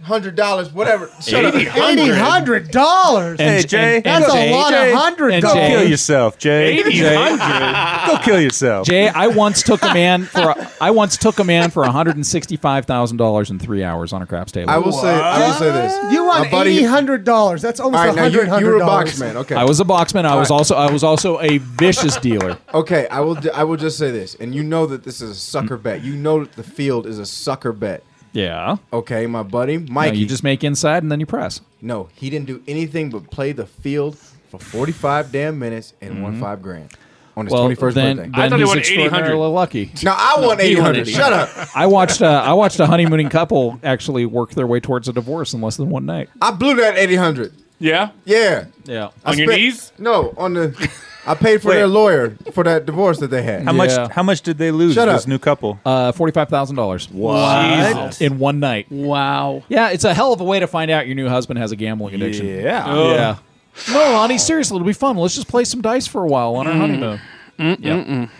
Speaker 8: Hundred dollars, whatever. Shut up.
Speaker 5: Eighty hundred dollars.
Speaker 3: Hey, Jay.
Speaker 5: that's a lot
Speaker 8: Jay.
Speaker 5: of hundred
Speaker 7: And
Speaker 3: Go
Speaker 7: Jay.
Speaker 5: dollars.
Speaker 3: kill yourself, Jay.
Speaker 7: Eighty
Speaker 3: Jay.
Speaker 7: hundred.
Speaker 3: Go kill yourself.
Speaker 7: Jay, I once took a man for a, I once took a man for one hundred and sixty five thousand dollars in three hours on a craps table.
Speaker 8: I will say. I will say this.
Speaker 5: You
Speaker 8: My
Speaker 5: won
Speaker 8: buddy-
Speaker 5: eighty hundred dollars. That's almost
Speaker 8: All
Speaker 5: a
Speaker 8: right, now
Speaker 5: hundred
Speaker 8: you,
Speaker 5: hundred
Speaker 8: you
Speaker 5: dollars.
Speaker 8: were a box man. Okay,
Speaker 7: I was a boxman. I
Speaker 8: All
Speaker 7: was
Speaker 8: right.
Speaker 7: also I was also a vicious dealer.
Speaker 8: Okay, I will. I will just say this, and you know that this is a sucker bet. You know that the field is a sucker bet.
Speaker 7: Yeah.
Speaker 8: Okay, my buddy
Speaker 7: Mike,
Speaker 8: Mikey.
Speaker 7: you just make inside and then you press.
Speaker 8: no, he didn't do anything but play the field for forty-five damn minutes and won five grand on his
Speaker 7: Mm-hmm. Well,
Speaker 8: twenty-first
Speaker 7: then-
Speaker 8: birthday.
Speaker 7: then I thought he he's won 800. extraordinarily lucky.
Speaker 8: No, I won eight hundred. Shut up.
Speaker 7: I watched uh, I watched a honeymooning couple actually work their way towards a divorce in less than one night.
Speaker 8: I blew that eight hundred.
Speaker 6: Yeah.
Speaker 8: Yeah.
Speaker 7: Yeah.
Speaker 8: I
Speaker 7: On your
Speaker 3: knees?
Speaker 8: No, on the. I paid for
Speaker 3: Wait.
Speaker 8: their lawyer for that divorce that they had.
Speaker 3: How much? How much did they lose?
Speaker 8: Shut
Speaker 3: this
Speaker 8: up.
Speaker 3: new couple.
Speaker 7: Uh, forty-five thousand dollars.
Speaker 3: Wow. Jesus.
Speaker 7: In one night.
Speaker 2: Wow.
Speaker 7: Yeah, it's a hell of a way to find out your new husband has a gambling addiction.
Speaker 3: Yeah.
Speaker 7: Oh. Yeah. No, Lonnie, seriously, it'll be fun. Let's just play some dice for a while on our
Speaker 2: Mm.
Speaker 7: honeymoon.
Speaker 2: Mm,
Speaker 7: Yeah.
Speaker 2: mm,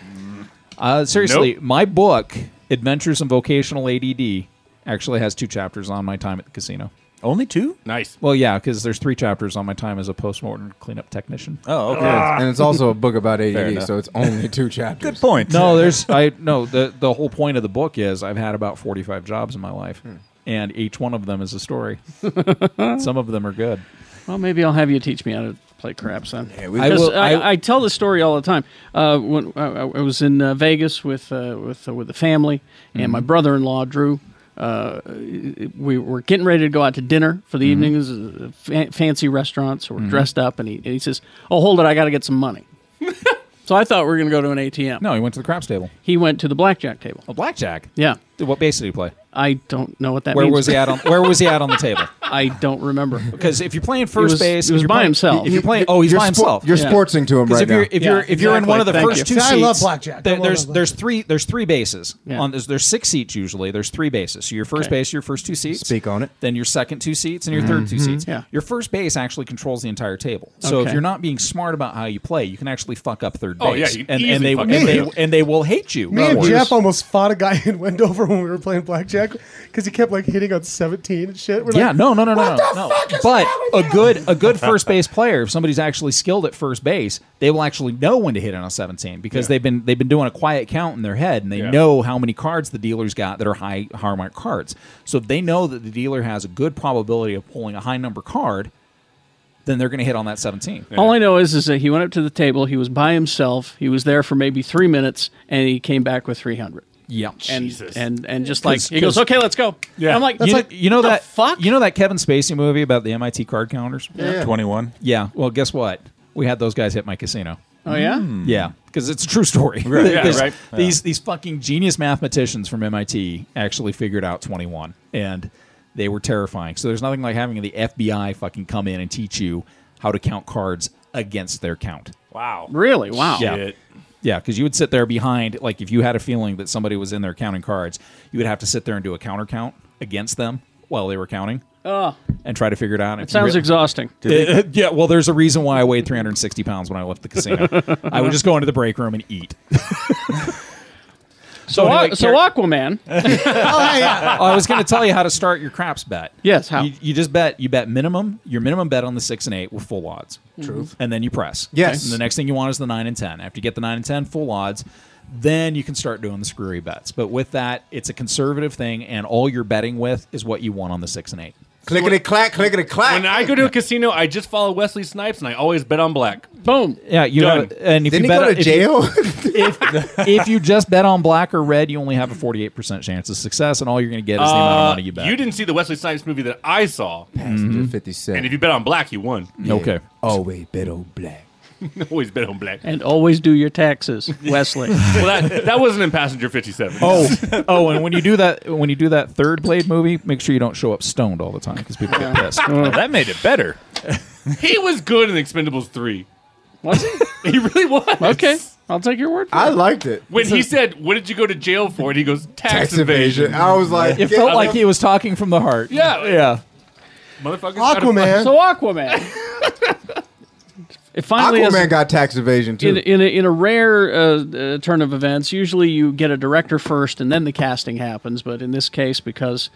Speaker 2: mm.
Speaker 7: Uh, seriously,
Speaker 2: Nope.
Speaker 7: my book, Adventures in Vocational ADD, actually has two chapters on my time at the casino.
Speaker 3: Only two?
Speaker 6: Nice.
Speaker 7: Well, yeah, because there's three chapters on my time as a postmodern cleanup technician.
Speaker 3: Oh, okay.
Speaker 8: And it's also a book about
Speaker 7: Fair
Speaker 8: ADD,
Speaker 7: enough.
Speaker 8: so it's only two chapters.
Speaker 3: Good point.
Speaker 7: No, there's I no the the whole point of the book is I've had about 45 jobs in my life, and each one of them is a story. Some of them are good.
Speaker 2: Well, maybe I'll have you teach me how to play craps then.
Speaker 7: we-
Speaker 2: I,
Speaker 7: I will-
Speaker 2: I, I tell the story all the time. Uh, when I, I was in uh, Vegas with uh, with uh, with the family and my
Speaker 7: Mhm.
Speaker 2: brother-in-law Drew. Uh, we were getting ready to go out to dinner for the
Speaker 7: Mhm.
Speaker 2: evening. It was a fa- fancy restaurant, so we're
Speaker 7: Mhm.
Speaker 2: dressed up, and he, and he says, "Oh, hold it, I got to get some money." so I thought we were going to go to an ATM.
Speaker 7: No, he went to the craps table.
Speaker 2: He went to the blackjack table.
Speaker 7: Oh, blackjack.
Speaker 2: Yeah.
Speaker 7: What base did he play?
Speaker 2: I don't know what that
Speaker 7: where
Speaker 2: means.
Speaker 7: was he at on Where was he at on the table?
Speaker 2: I don't remember
Speaker 7: because if you're playing
Speaker 2: It
Speaker 7: first
Speaker 2: was-
Speaker 7: base,
Speaker 2: it
Speaker 7: if
Speaker 2: was
Speaker 7: you're
Speaker 2: by
Speaker 7: playing-
Speaker 2: himself.
Speaker 7: If you're playing, oh, he's
Speaker 8: You're spo-
Speaker 7: by himself.
Speaker 8: you're sportsing to him
Speaker 7: 'Cause
Speaker 8: right
Speaker 7: if you're,
Speaker 8: now.
Speaker 7: If
Speaker 8: Yeah,
Speaker 7: you're if you're in
Speaker 8: exactly.
Speaker 7: one of the
Speaker 8: Thank
Speaker 7: first
Speaker 8: you.
Speaker 7: two
Speaker 8: See,
Speaker 7: seats,
Speaker 8: I love blackjack. I
Speaker 7: there-
Speaker 8: love
Speaker 7: there's
Speaker 8: blackjack.
Speaker 7: there's three there's three bases.
Speaker 8: Yeah.
Speaker 7: On, there's, there's six seats usually. There's three bases. So your first
Speaker 8: Okay.
Speaker 7: base, your first two seats.
Speaker 8: Speak on it.
Speaker 7: Then your second two seats and your third
Speaker 5: Mm-hmm.
Speaker 7: two
Speaker 8: Mhm.
Speaker 7: seats.
Speaker 8: Yeah.
Speaker 7: Your first base actually controls the entire table. So
Speaker 8: Okay.
Speaker 7: if you're not being smart about how you play, you can actually fuck up third base.
Speaker 6: Oh, yeah, you can
Speaker 7: and,
Speaker 6: easily
Speaker 7: and they
Speaker 6: fuck
Speaker 7: and
Speaker 6: it
Speaker 7: they,
Speaker 6: up.
Speaker 7: and they will hate you.
Speaker 5: Me and
Speaker 7: Otherwise.
Speaker 5: Jeff almost fought a guy in Wendover when we were playing blackjack because he kept like hitting on seventeen and shit. We're
Speaker 7: yeah,
Speaker 5: like,
Speaker 7: no, no, no, no,
Speaker 5: "What
Speaker 7: no.
Speaker 5: the
Speaker 7: no.
Speaker 5: fuck is
Speaker 7: but
Speaker 5: wrong
Speaker 7: a
Speaker 5: with you?"
Speaker 7: good a good first base player, if somebody's actually skilled at first base, they will actually know when to hit on a 17 because they've been they've been doing a quiet count in their head and they
Speaker 15: Yeah.
Speaker 7: know how many cards the dealer's got that are high hallmark cards. So if they know that the dealer has a good probability of pulling a high number card, then they're going to hit on that 17.
Speaker 2: All I know is is that he went up to the table. He was by himself. He was there for maybe three minutes, and he came back with three hundred.
Speaker 7: Yeah,
Speaker 2: and and and just
Speaker 7: 'Cause-
Speaker 2: like he goes,
Speaker 7: 'cause-
Speaker 2: okay, let's go. And I'm like,
Speaker 7: you,
Speaker 2: that's like,
Speaker 7: you know
Speaker 2: what the
Speaker 7: that
Speaker 2: fuck?
Speaker 7: you know that Kevin Spacey movie about the MIT card counters?
Speaker 2: Yeah. Yeah.
Speaker 7: 21. Yeah. Well, guess what? We had those guys hit my casino.
Speaker 2: Oh, yeah?
Speaker 7: Mm. Yeah, because it's a true story.
Speaker 2: Right. Yeah,
Speaker 7: Because
Speaker 2: right.
Speaker 7: These these fucking genius mathematicians from MIT actually figured out 21 and they were terrifying. So there's nothing like having the FBI fucking come in and teach you how to count cards against their count.
Speaker 6: Wow.
Speaker 2: Really? Wow.
Speaker 7: Yeah. Yeah, because you would sit there behind, like if you had a feeling that somebody was in there counting cards, you would have to sit there and do a counter count against them while they were counting
Speaker 2: Oh,
Speaker 7: and try to figure it out.
Speaker 2: It
Speaker 7: If you
Speaker 2: sounds exhausting.
Speaker 7: Uh, yeah, well, there's a reason why I weighed 360 pounds when I left the casino. I would just go into the break room and eat.
Speaker 2: so
Speaker 7: anyway,
Speaker 2: Aqu- so
Speaker 7: Carrie-
Speaker 2: Aquaman.
Speaker 7: Oh, I was going to tell you how to start your craps bet.
Speaker 2: Yes, how?
Speaker 7: You, you just bet. You bet minimum. Your minimum bet on the six and eight with full odds.
Speaker 2: Mhm. Truth.
Speaker 7: And then you press.
Speaker 2: Yes.
Speaker 7: And the next thing you want is the nine and ten. After you get the nine and ten full odds, then you can start doing the screwy bets. But with that, it's a conservative thing, and all you're betting with is what you want on the six and eight.
Speaker 8: Clickety clack, clickety clack.
Speaker 6: When I go to a casino, I just follow Wesley Snipes and I always bet on black.
Speaker 2: Boom.
Speaker 7: Yeah, you
Speaker 6: Done.
Speaker 7: know, and if
Speaker 6: Didn't
Speaker 7: you
Speaker 6: he
Speaker 7: bet,
Speaker 6: go to
Speaker 7: if
Speaker 6: jail?
Speaker 7: You, if, if you just bet on black or red, you only have a forty-eight percent chance of success, and all you're going to get is the amount of
Speaker 6: Uh,
Speaker 7: money you bet.
Speaker 6: you didn't see the Wesley Snipes movie that I saw.
Speaker 8: Mm-hmm.
Speaker 7: Mhm.
Speaker 6: And if you bet on black, you won.
Speaker 7: Okay.
Speaker 8: Always bet on black.
Speaker 6: always bet on black.
Speaker 2: and always do your taxes, Wesley.
Speaker 6: well, that, that wasn't in Passenger 57.
Speaker 7: Oh, oh, and when you do that, when you do that third blade movie, make sure you don't show up stoned all the time because people get
Speaker 6: Yeah.
Speaker 7: pissed.
Speaker 6: Well, Oh, that made it better. he was good in Expendables 3.
Speaker 2: Was
Speaker 6: he? he really was.
Speaker 2: Okay, I'll take your word for
Speaker 8: I liked it.
Speaker 6: When he said, "What did you go to jail for?" and he goes, "Tax,
Speaker 8: Tax
Speaker 6: evasion.
Speaker 8: evasion. I was like,
Speaker 7: it felt like he was talking from the heart.
Speaker 6: Yeah.
Speaker 7: yeah.
Speaker 6: "Motherfucker,
Speaker 8: Aquaman.
Speaker 2: So Aquaman. It finally is-
Speaker 8: Aquaman got tax evasion too.
Speaker 2: in, in, a, in a rare uh, uh, turn of events, usually you get a director first and then the casting happens. But in this case, because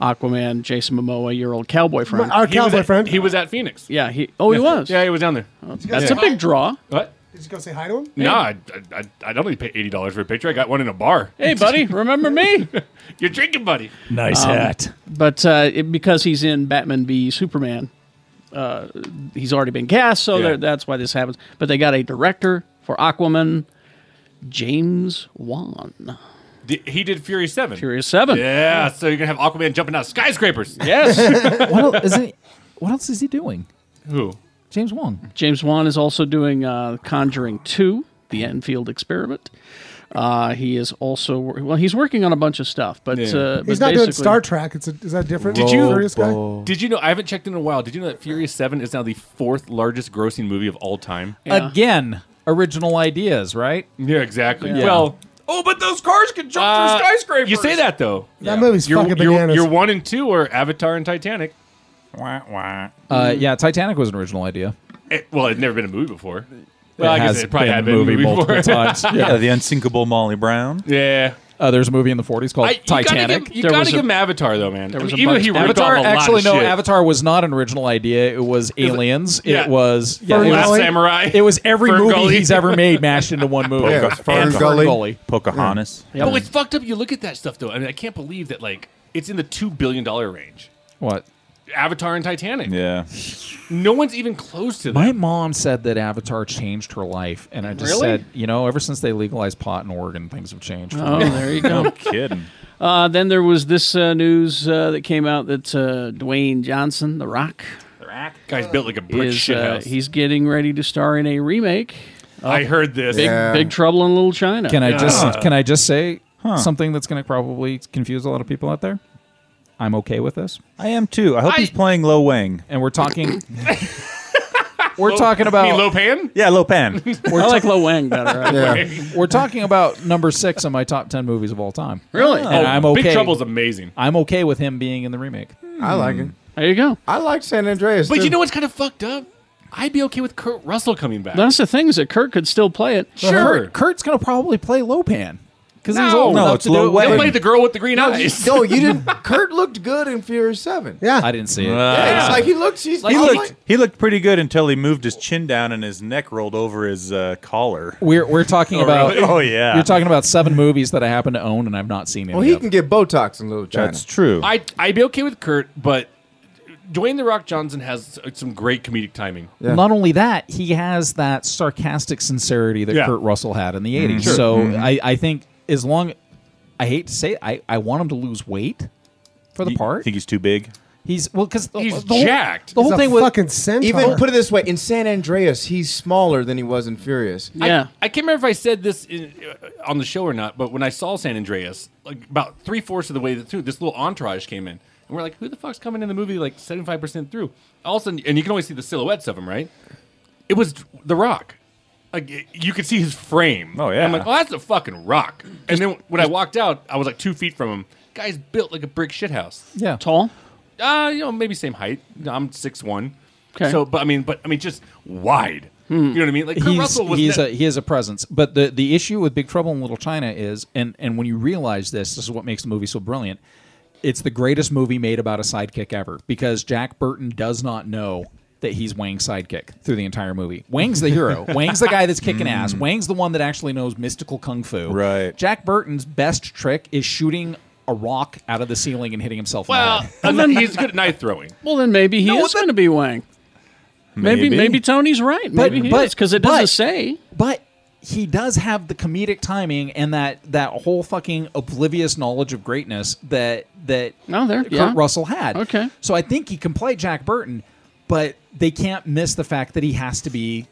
Speaker 2: Aquaman, Jason Momoa, your old cowboy friend,
Speaker 5: Our
Speaker 6: He was
Speaker 5: cowboy
Speaker 6: at-
Speaker 5: friend.
Speaker 6: He was at Phoenix.
Speaker 2: yeah, he oh he was,
Speaker 6: Yeah, he was down there.
Speaker 2: that's a big draw.
Speaker 6: What?
Speaker 5: Did you go say hi to him?
Speaker 6: No, I, I, I don't need to pay eighty dollars for a picture. I got one in a bar.
Speaker 2: Hey, buddy, remember me?
Speaker 6: You're drinking, buddy.
Speaker 2: Um, But uh, it, because he's in Batman v Superman, uh, he's already been cast, so
Speaker 6: Yeah.
Speaker 2: there- that's why this happens. But they got a director for Aquaman, James Wan.
Speaker 6: D- he did Fury Seven.
Speaker 2: Furious Seven.
Speaker 6: Yeah, so you're gonna have Aquaman jumping out of skyscrapers.
Speaker 7: what, else, isn't he- what else is he doing?
Speaker 6: Who?
Speaker 7: James Wan.
Speaker 2: James Wan is also doing uh, Conjuring 2, The Enfield Experiment. Uh, he is also wor- well. He's working on a bunch of stuff, but
Speaker 6: Yeah.
Speaker 2: uh,
Speaker 5: He's
Speaker 2: but
Speaker 5: not doing
Speaker 2: basically-
Speaker 5: Star Trek. It's a, is that different?
Speaker 6: Did you
Speaker 5: Furious guy?
Speaker 6: did you know? I haven't checked in a while. Did you know that Furious Seven is now the fourth largest grossing movie of all time?
Speaker 7: Again, original ideas, right?
Speaker 6: Yeah, exactly.
Speaker 7: Yeah.
Speaker 6: Well,
Speaker 7: Oh, but those cars can jump
Speaker 6: uh, you say that though.
Speaker 5: That movie's
Speaker 6: Your,
Speaker 5: fucking
Speaker 6: your,
Speaker 5: bananas.
Speaker 6: your one and two are Avatar and Titanic. Wah, wah.
Speaker 7: Uh, yeah, Titanic was an original idea.
Speaker 6: It- well, it's never been a movie before. Well, I guess
Speaker 7: has
Speaker 6: it probably
Speaker 7: been
Speaker 6: had
Speaker 7: a
Speaker 6: been a movie, before.
Speaker 7: multiple times.
Speaker 3: Yeah, the unsinkable Molly Brown.
Speaker 6: Yeah.
Speaker 7: Uh, there's a movie in the 40s called
Speaker 6: I- you gotta
Speaker 7: Titanic.
Speaker 6: give- you There gotta was a- give him Avatar, though, man. there I was mean, a even bunch- he ripped
Speaker 7: Avatar,
Speaker 6: off a lot of
Speaker 7: actually, no,
Speaker 6: shit.
Speaker 7: Avatar was not an original idea. It was
Speaker 6: It was-
Speaker 7: Aliens.
Speaker 6: yeah.
Speaker 7: It was
Speaker 6: Fern
Speaker 7: it was-
Speaker 6: Gully. Samurai.
Speaker 7: It was every
Speaker 6: Fern
Speaker 7: movie
Speaker 6: Gully.
Speaker 7: he's ever made mashed into one movie.
Speaker 3: Yeah, Fern
Speaker 7: And
Speaker 3: Gully.
Speaker 7: Pocahontas.
Speaker 6: But it's fucked up. You look at that stuff though. I mean, I can't believe that like it's in the two billion dollar range.
Speaker 7: What?
Speaker 6: Avatar and Titanic.
Speaker 3: Yeah.
Speaker 6: No one's even close to that.
Speaker 7: My mom said that Avatar changed her life, and I just
Speaker 6: Really?
Speaker 7: said, you know, ever since they legalized pot in Oregon, things have changed. for
Speaker 2: Oh,
Speaker 7: me.
Speaker 2: there you go. Uh, then there was this uh, news uh, that came out that uh, Dwayne Johnson, The Rock,
Speaker 6: Guy's built like a brick
Speaker 2: is,
Speaker 6: shit
Speaker 2: uh,
Speaker 6: house.
Speaker 2: he's getting ready to star in a remake. of
Speaker 6: I heard this.
Speaker 2: Big,
Speaker 6: Yeah.
Speaker 2: Big Trouble in Little China.
Speaker 7: Can I just can I just say something that's going to probably confuse a lot of people out there. I'm okay with this.
Speaker 3: I am too. I hope he's playing low wang.
Speaker 7: And we're talking. we're talking about
Speaker 6: you mean low pan?
Speaker 3: Yeah, low pan.
Speaker 7: We're
Speaker 6: I like
Speaker 7: Lo Wang better.
Speaker 6: Yeah.
Speaker 7: We're talking about number six on my top ten movies of all time.
Speaker 6: Really?
Speaker 7: And
Speaker 6: Oh,
Speaker 7: I'm okay.
Speaker 6: Big Trouble's amazing.
Speaker 7: I'm okay with him being in the remake.
Speaker 6: I like it.
Speaker 2: There you go.
Speaker 8: I like San Andreas.
Speaker 6: But you know what's kind of fucked up? I'd be okay with Kurt Russell coming back.
Speaker 2: That's the thing is that Kurt could still play it.
Speaker 6: Sure. Kurt-
Speaker 7: Kurt's gonna probably play Lopan because
Speaker 6: No.
Speaker 7: he's old
Speaker 6: No,
Speaker 7: enough
Speaker 6: it's
Speaker 7: to do
Speaker 6: Lo
Speaker 7: it.
Speaker 6: Wang. They played the girl with the green
Speaker 8: No,
Speaker 6: eyes.
Speaker 8: no, you didn't. Kurt looked good in Fury Seven.
Speaker 5: Yeah,
Speaker 7: I didn't see it.
Speaker 3: Uh,
Speaker 8: Yeah, it's like he looks. He's
Speaker 3: he
Speaker 8: I'm
Speaker 3: looked
Speaker 8: like-
Speaker 3: he looked pretty good until he moved his chin down and his neck rolled over his uh, collar.
Speaker 7: We're we're talking
Speaker 3: Oh,
Speaker 7: about.
Speaker 3: really? Oh, yeah.
Speaker 7: You're talking about seven movies that I happen to own and I've not seen.
Speaker 8: well,
Speaker 7: any
Speaker 8: he
Speaker 7: of.
Speaker 8: can get Botox in Little China.
Speaker 7: That's true.
Speaker 6: I I'd be okay with Kurt, but Dwayne the Rock Johnson has uh, some great comedic timing.
Speaker 7: Not only that, he has that sarcastic sincerity that
Speaker 6: Yeah.
Speaker 7: Kurt Russell had in the
Speaker 6: Mhm.
Speaker 7: 80s.
Speaker 6: Sure.
Speaker 7: So
Speaker 6: Mhm.
Speaker 7: I, I think as long I hate to say it, I, I want him to lose weight for the part.
Speaker 3: Think he's too big.
Speaker 7: He's well because the,
Speaker 8: He's
Speaker 7: the whole-
Speaker 8: jacked.
Speaker 7: the whole
Speaker 8: He's a
Speaker 7: thing with
Speaker 8: fucking Even put it this way, in San Andreas, he's smaller than he was in Furious.
Speaker 6: I, I can't remember if I said this in, uh, on the show or not, but when I saw San Andreas, like about three fourths of the way through, this little entourage came in, and we're like, "Who the fuck's coming in the movie?" Like seventy five percent through, all of a sudden, and you can only see the silhouettes of him, right? It was The Rock. Like y- you could see his frame. Oh
Speaker 3: yeah.
Speaker 6: I'm like, oh, that's a fucking rock. And then when I walked out, I was like two feet from him. Guy's built like a brick shithouse.
Speaker 7: yeah tall.
Speaker 6: Uh, you know, maybe same height. I'm six one.
Speaker 7: 'Kay.
Speaker 6: So, but I mean, but I mean, just wide. You know what I mean? Like Kurt
Speaker 7: Hmm. he's,
Speaker 6: Russell was
Speaker 7: he's
Speaker 6: ne-
Speaker 7: a he is a presence. But the the issue with Big Trouble in Little China is, and and when you realize this, this is what makes the movie so brilliant. It's the greatest movie made about a sidekick ever because Jack Burton does not know that he's Wang's sidekick through the entire movie. Wang's the hero. Wang's the guy that's kicking
Speaker 6: Mm.
Speaker 7: ass. Wang's the one that actually knows mystical kung fu. Right. Jack Burton's best trick is shooting a rock out of the ceiling and hitting himself. in
Speaker 6: Well,
Speaker 7: the head.
Speaker 6: and then he's good at knife throwing.
Speaker 2: Well, then maybe he is going to be Wang. Maybe maybe,
Speaker 7: Maybe.
Speaker 2: Tony's right.
Speaker 7: But-
Speaker 2: Maybe he
Speaker 7: but-
Speaker 2: is because it doesn't say.
Speaker 7: But he does have the comedic timing and that that whole fucking oblivious knowledge of greatness that that
Speaker 2: no, Oh, there,
Speaker 7: Kurt
Speaker 2: yeah.
Speaker 7: Russell had.
Speaker 2: Okay.
Speaker 7: so I think he can play Jack Burton, but they can't miss the fact that he has to be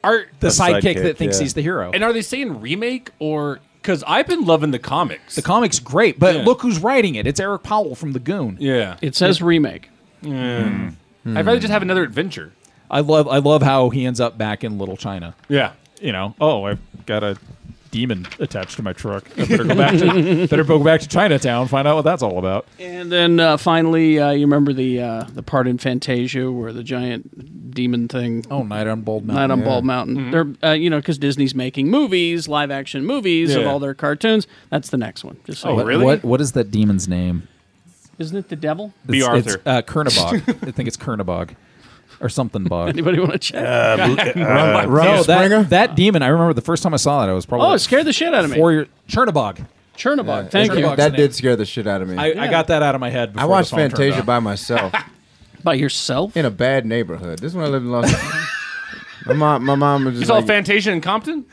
Speaker 7: the sidekick, that thinks he's the hero.
Speaker 6: And are they saying remake or? Because I've been loving the comics. The
Speaker 7: comic's great, but look who's writing it. It's Eric Powell from The Goon.
Speaker 6: Yeah,
Speaker 2: it says remake.
Speaker 6: Mm. I'd rather just have another adventure.
Speaker 7: I love I love how he ends up back in Little China.
Speaker 6: Yeah.
Speaker 7: You know, oh, I've got a demon attached to my truck. I better go back to better go back to Chinatown, find out what that's all about.
Speaker 2: And then uh, finally, uh, you remember the uh, the part in Fantasia where the giant demon thing.
Speaker 7: Oh, Night on Bald
Speaker 2: Night
Speaker 7: Mountain.
Speaker 2: on
Speaker 7: Yeah.
Speaker 2: Bald Mountain. They're uh, you know because Disney's making movies, live action movies of
Speaker 7: Yeah.
Speaker 2: all their cartoons. That's the next one. Just so you know.
Speaker 7: What- What what is that demon's name?
Speaker 2: Isn't it the devil?
Speaker 7: It's, It's, uh, Kernabog. I think it's Kernabog. Or something bog.
Speaker 2: Anybody wanna check? Uh, Bl- uh,
Speaker 7: Run- Run-
Speaker 2: Tia
Speaker 7: Oh, no,
Speaker 2: Springer?
Speaker 7: that, that demon. I remember the first time I saw that. I was probably
Speaker 2: Oh, it scared the shit out of me.
Speaker 7: Four year, Chernabog.
Speaker 2: Chernabog.
Speaker 8: Yeah,
Speaker 2: thank
Speaker 8: that-
Speaker 2: you.
Speaker 8: That did scare the shit out of me.
Speaker 7: I, I got that out of my head. Before
Speaker 8: I watched
Speaker 7: the phone turned
Speaker 8: Fantasia
Speaker 7: off.
Speaker 8: by myself.
Speaker 2: by yourself?
Speaker 8: In a bad neighborhood. This is when I lived in Los Angeles. my mom, my mom was
Speaker 6: You
Speaker 8: just
Speaker 6: saw
Speaker 8: like
Speaker 6: Fantasia in Compton?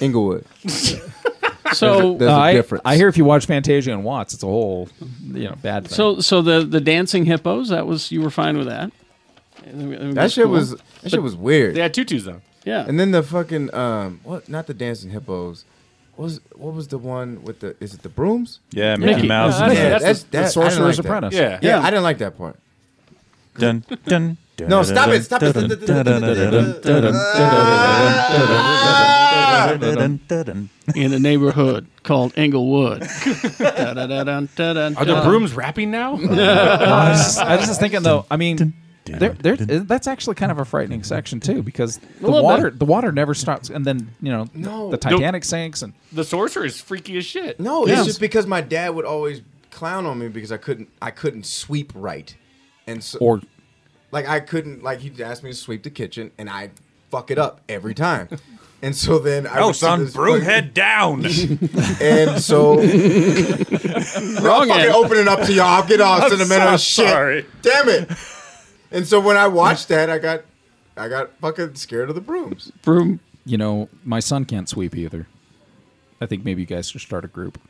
Speaker 8: Inglewood.
Speaker 2: So-
Speaker 8: there's a,
Speaker 7: Uh, I-
Speaker 8: difference.
Speaker 7: I hear if you watch Fantasia and Watts, it's a whole you know bad thing.
Speaker 2: So so the the dancing hippos. That was you were fine with that.
Speaker 8: That shit was that shit was weird.
Speaker 6: They had tutus though.
Speaker 2: Yeah.
Speaker 8: And then the fucking um what not the dancing hippos. What was what was the one with the is it the brooms?
Speaker 3: Yeah, Mickey Mickey. Mouse
Speaker 8: Yeah,
Speaker 3: and-
Speaker 8: Uh, that's,
Speaker 3: That's
Speaker 8: that's, that-
Speaker 3: the- the
Speaker 8: I didn't like
Speaker 3: Sorcerer's
Speaker 8: that.
Speaker 3: Apprentice.
Speaker 8: Yeah.
Speaker 3: Yeah.
Speaker 8: yeah,
Speaker 3: Yeah.
Speaker 8: I didn't like that part.
Speaker 3: Dun dun.
Speaker 8: No, stop it, stop it.
Speaker 2: in a neighborhood called Englewood.
Speaker 6: Are the brooms rapping now?
Speaker 7: I, was just, I was
Speaker 8: uh,
Speaker 7: just thinking though. I mean, there, there, that's actually kind of a frightening section too, because the
Speaker 6: little
Speaker 7: water,
Speaker 6: bit.
Speaker 7: the water never stops, and then you know,
Speaker 8: No.
Speaker 7: the Titanic sinks, and
Speaker 6: The sorcerer is freaky as shit.
Speaker 8: No, it's just because my dad would always clown on me because I couldn't I couldn't sweep right, and so
Speaker 7: Or-
Speaker 8: like I couldn't like he'd ask me to sweep the kitchen and I would fuck it up every time, and so then I
Speaker 3: No,
Speaker 8: would see
Speaker 3: Oh, son,
Speaker 8: this
Speaker 3: broom
Speaker 8: fucking-
Speaker 3: head down.
Speaker 8: and so wrong fucking
Speaker 3: end.
Speaker 8: opening up to y'all. I'll get all
Speaker 3: I'm
Speaker 8: sentimental
Speaker 3: so
Speaker 8: as shit.
Speaker 3: sorry.
Speaker 8: Damn it! And so when I watched that, I got I got fucking scared of the brooms.
Speaker 7: broom. You know, my son can't sweep either. I think maybe you guys should start a group.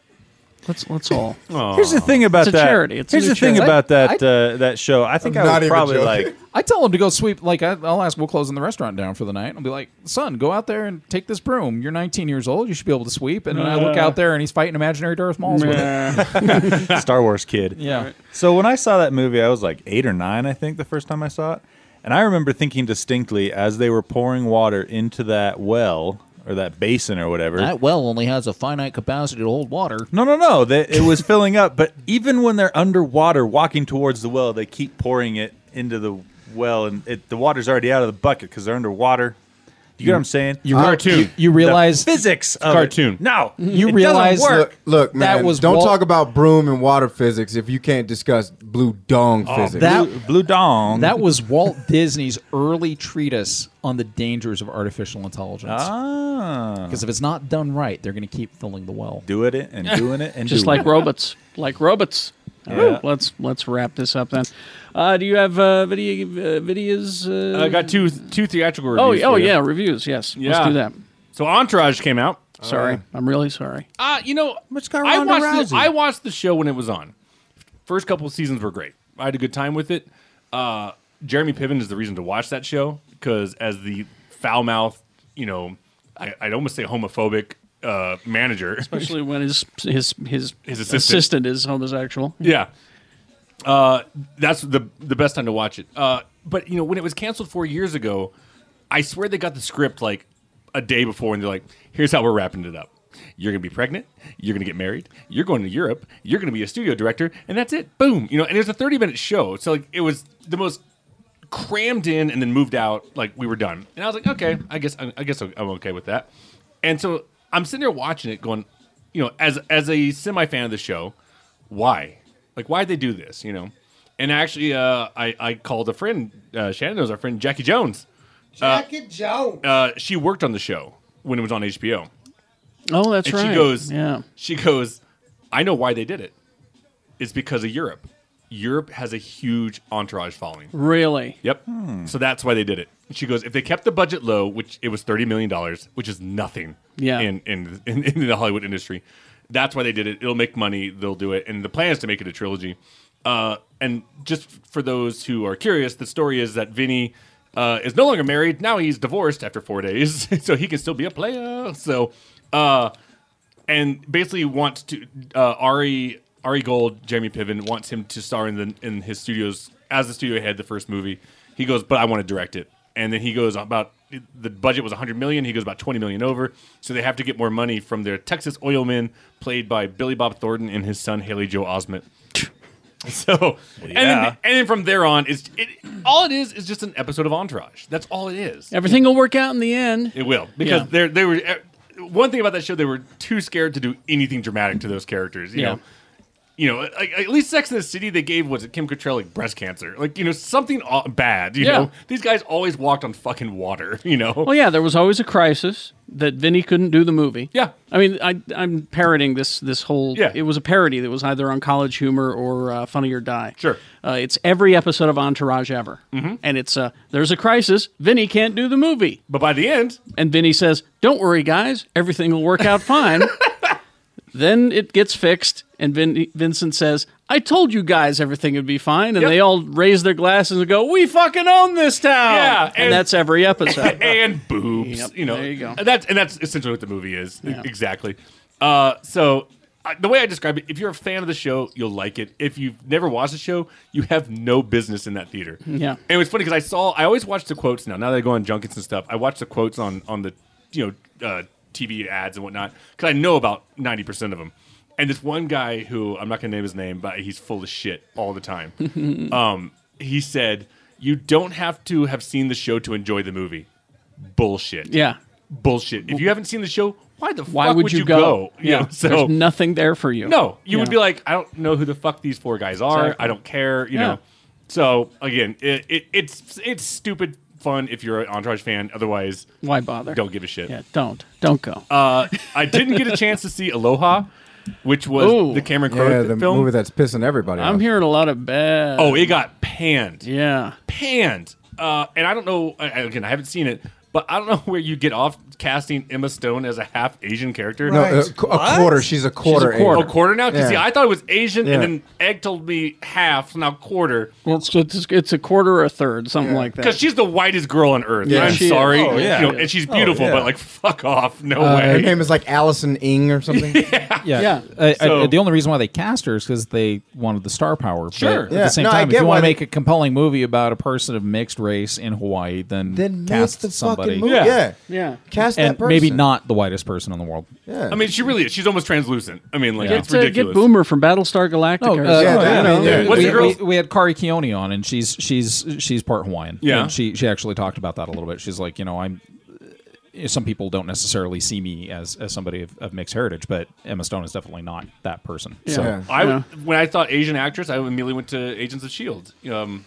Speaker 2: Let's let's all.
Speaker 3: Here's the thing about
Speaker 2: it's a
Speaker 3: that.
Speaker 2: Charity. It's a
Speaker 3: Here's
Speaker 2: new
Speaker 3: the thing
Speaker 2: charity.
Speaker 3: about that uh, that show. I think
Speaker 7: I'm
Speaker 3: I
Speaker 7: not
Speaker 3: would
Speaker 7: even
Speaker 3: probably
Speaker 7: joking.
Speaker 3: like.
Speaker 7: I tell him to go sweep. Like I, I'll ask, we'll closing the restaurant down for the night. I'll be like, son, go out there and take this broom. You're 19 years old. You should be able to sweep. And then I look
Speaker 3: Nah.
Speaker 7: out there, and he's fighting imaginary Darth Mauls with it.
Speaker 3: Star Wars kid.
Speaker 7: Yeah. Right.
Speaker 3: So when I saw that movie, I was like eight or nine, I think, the first time I saw it. And I remember thinking distinctly as they were pouring water into that well or that basin or whatever.
Speaker 15: That well only has a finite capacity to hold water.
Speaker 3: no, no, no. That it was filling up, but even when they're underwater walking towards the well, they keep pouring it into the well, and it, the water's already out of the bucket because they're underwater. You get what I'm saying?
Speaker 7: You- Cartoon. Uh, you- you realize-
Speaker 3: the physics of it.
Speaker 7: Cartoon.
Speaker 3: No,
Speaker 7: You
Speaker 3: it doesn't
Speaker 7: realize-
Speaker 3: work.
Speaker 7: Look- look,
Speaker 8: Man,
Speaker 7: That was
Speaker 8: don't
Speaker 7: Wal-
Speaker 8: talk about broom and water physics if you can't discuss blue dong physics.
Speaker 7: that-
Speaker 3: blue dong.
Speaker 7: That was Walt Disney's early treatise on the dangers of artificial intelligence.
Speaker 3: Ah.
Speaker 7: Because if it's not done right, they're going to keep filling the well.
Speaker 3: doing it and doing it and
Speaker 7: Just
Speaker 3: doing
Speaker 7: like
Speaker 3: it.
Speaker 2: robots, like robots. All
Speaker 3: Yeah.
Speaker 2: right, let's let's wrap this up then. Uh, do you have uh, video uh, videos? Uh,
Speaker 6: I got two two theatrical
Speaker 2: Oh,
Speaker 6: reviews.
Speaker 2: oh
Speaker 6: for you.
Speaker 2: yeah, reviews. Yes,
Speaker 6: Yeah.
Speaker 2: let's do that.
Speaker 6: So Entourage came out.
Speaker 2: Sorry, I'm really sorry.
Speaker 6: Uh, you know, I
Speaker 2: Ronda
Speaker 6: watched, the,
Speaker 2: Rousey.
Speaker 6: I watched the show when it was on. First couple of seasons were great. I had a good time with it. Uh, Jeremy Piven is the reason to watch that show because as the foul mouth, you know, I, I'd almost say homophobic uh, manager,
Speaker 2: Especially when his his his,
Speaker 6: His assistant.
Speaker 2: assistant. is homosexual.
Speaker 6: Yeah. Uh, that's the the best time to watch it. Uh, but you know, when it was canceled four years ago, I swear they got the script like a day before, and they're like, "Here's how we're wrapping it up. You're gonna be pregnant. You're gonna get married. You're going to Europe. You're gonna be a studio director, and that's it. Boom. You know." And it was a 30 minute show, so like it was the most crammed in and then moved out. Like we were done, and I was like, "Okay, I guess I guess I'm okay with that." And so I'm sitting there watching it, going, you know, as as a semi fan of the show, why? Like, why'd they do this? You know? And actually, uh, I, I called a friend, uh, Shannon knows our friend Jackie Jones. Uh,
Speaker 5: Jackie Jones.
Speaker 6: uh, she worked on the show when it was on HBO.
Speaker 2: Oh, that's
Speaker 6: and
Speaker 2: right.
Speaker 6: She goes,
Speaker 2: yeah.
Speaker 6: She goes, I know why they did it. It's because of Europe. Europe has a huge entourage following.
Speaker 2: Really?
Speaker 6: Yep. So that's why they did it. She goes, if they kept the budget low, which it was thirty million dollars, which is nothing.
Speaker 2: Yeah.
Speaker 6: In in, in in the Hollywood industry, that's why they did it. It'll make money. They'll do it. And the plan is to make it a trilogy. Uh, and just for those who are curious, the story is that Vinny. Uh, is no longer married now. He's divorced after four days, so he can still be a player. So, uh, and basically wants to uh, Ari Ari Gold, Jeremy Piven wants him to star in the in his studios as the studio head the first movie. He goes, but I want to direct it, and then he goes about the budget was 100 million. He goes about 20 million over, so they have to get more money from their Texas oil men, played by Billy Bob Thornton and his son Haley Joe Osment. So and, then,
Speaker 3: yeah.
Speaker 6: and then from there on, it's it, all it is is just an episode of Entourage. That's all it is.
Speaker 2: Everything will work out in the end.
Speaker 6: It will because
Speaker 2: Yeah.
Speaker 6: they're they were uh, one thing about that show they were too scared to do anything dramatic to those characters. You
Speaker 2: Yeah.
Speaker 6: know, you know, like, at least Sex in the City they gave was it Kim Cattrall like breast cancer, like you know something aw- bad. You
Speaker 2: Yeah.
Speaker 6: know, these guys always walked on fucking water. You know,
Speaker 2: Well, yeah, there was always a crisis that Vinny couldn't do the movie.
Speaker 6: Yeah,
Speaker 2: I mean, I, I'm parroting this this whole.
Speaker 6: Yeah.
Speaker 2: it was a parody that was either on College Humor or uh, Funny or Die.
Speaker 6: Sure,
Speaker 2: uh, it's every episode of Entourage ever,
Speaker 6: Mhm.
Speaker 2: and it's uh, there's a crisis. Vinny can't do the movie,
Speaker 6: but by the end,
Speaker 2: and Vinny says, "Don't worry, guys, everything will work out fine." then it gets fixed, and Vin- Vincent says, "I told you guys everything would be fine," and they all raise their glasses and go, "We fucking own this town!"
Speaker 6: Yeah,
Speaker 2: and,
Speaker 6: and-
Speaker 2: that's every episode.
Speaker 6: and boobs.
Speaker 2: Yep,
Speaker 6: you know,
Speaker 2: there you go.
Speaker 6: And That's and that's essentially what the movie is exactly. Uh, so I, the way I describe it, if you're a fan of the show, you'll like it. If you've never watched the show, you have no business in that theater.
Speaker 2: Yeah.
Speaker 6: And it was funny because I saw I always watch the quotes now. Now that I go on junkets and stuff, I watch the quotes on on the you know uh, TV ads and whatnot because I know about ninety percent of them. And this one guy who I'm not going to name his name, but he's full of shit all the time. um, he said, "You don't have to have seen the show to enjoy the movie." Bullshit.
Speaker 2: Yeah.
Speaker 6: Bullshit. If you haven't seen the show, why the
Speaker 2: Why
Speaker 6: fuck
Speaker 2: would, you go?
Speaker 6: You know, so
Speaker 2: there's nothing there for you.
Speaker 6: no, you would
Speaker 2: know.
Speaker 6: be like, I don't know who the fuck these four guys are.
Speaker 2: Exactly.
Speaker 6: I don't care. You
Speaker 2: Yeah.
Speaker 6: know. So again, it, it it's it's stupid fun if you're an Entourage fan. Otherwise,
Speaker 2: Why bother?
Speaker 6: Don't give a shit.
Speaker 2: Yeah, don't don't go.
Speaker 6: Uh, I didn't get a chance to see Aloha, which was
Speaker 2: Ooh.
Speaker 6: the Cameron Crowe
Speaker 8: yeah, the
Speaker 6: film.
Speaker 8: movie that's pissing everybody
Speaker 2: I'm
Speaker 8: off.
Speaker 2: hearing a lot of bad.
Speaker 6: Oh, it got panned.
Speaker 2: Yeah,
Speaker 6: panned. Uh, and I don't know. I- I- Again, I haven't seen it. But I don't know where you get off casting Emma Stone as a half Asian character.
Speaker 8: No, Right. a qu- a What? quarter. She's a quarter
Speaker 6: She's a quarter.
Speaker 8: Asian.
Speaker 6: A quarter now? Because see,
Speaker 8: Yeah.
Speaker 6: I thought it was Asian,
Speaker 8: Yeah.
Speaker 6: and then Egg told me half, so now quarter.
Speaker 2: Well, it's, it's, it's a quarter or a third, something like that.
Speaker 6: Because she's the whitest girl on earth.
Speaker 2: Yeah.
Speaker 6: I'm
Speaker 2: She is.
Speaker 6: sorry.
Speaker 2: Oh, yeah.
Speaker 6: You know, and she's
Speaker 2: Oh,
Speaker 6: beautiful,
Speaker 2: yeah.
Speaker 6: but like, fuck off. No
Speaker 7: Uh,
Speaker 8: Her
Speaker 6: way.
Speaker 8: name is like Allison Ing or something. yeah.
Speaker 7: Yeah. I- I-
Speaker 6: So-
Speaker 7: the only reason why they cast her is because they wanted the star power.
Speaker 6: Sure.
Speaker 7: But
Speaker 8: Yeah.
Speaker 7: At the same
Speaker 8: No, I
Speaker 7: time, if
Speaker 8: get
Speaker 7: you
Speaker 8: why
Speaker 7: want to
Speaker 8: they-
Speaker 7: make a compelling movie about a person of mixed race in Hawaii, then,
Speaker 8: Then make
Speaker 7: cast
Speaker 8: the fucking
Speaker 7: somebody.
Speaker 8: movie. Yeah. Yeah. Yeah. Cast
Speaker 7: and
Speaker 8: that
Speaker 7: Maybe
Speaker 8: person.
Speaker 7: not the whitest person in the world.
Speaker 8: Yeah.
Speaker 6: I mean, she really is. She's almost translucent. I mean, like,
Speaker 7: Yeah.
Speaker 6: it's
Speaker 7: Get, uh, get
Speaker 6: ridiculous.
Speaker 2: Boomer from Battlestar Galactica.
Speaker 7: No,
Speaker 2: or something,
Speaker 7: uh, yeah,
Speaker 2: you know?
Speaker 7: yeah,
Speaker 6: What's
Speaker 7: we,
Speaker 6: the girl's-
Speaker 7: we- we had Kari Keone on, and she's she's she's part Hawaiian.
Speaker 6: Yeah.
Speaker 7: and she she actually talked about that a little bit. She's like, you know, I'm. uh, Some people don't necessarily see me as, as somebody of, of mixed heritage, but Emma Stone is definitely not that person. So
Speaker 6: I w- when I thought Asian actress, I immediately went to Agents of Shield. Um,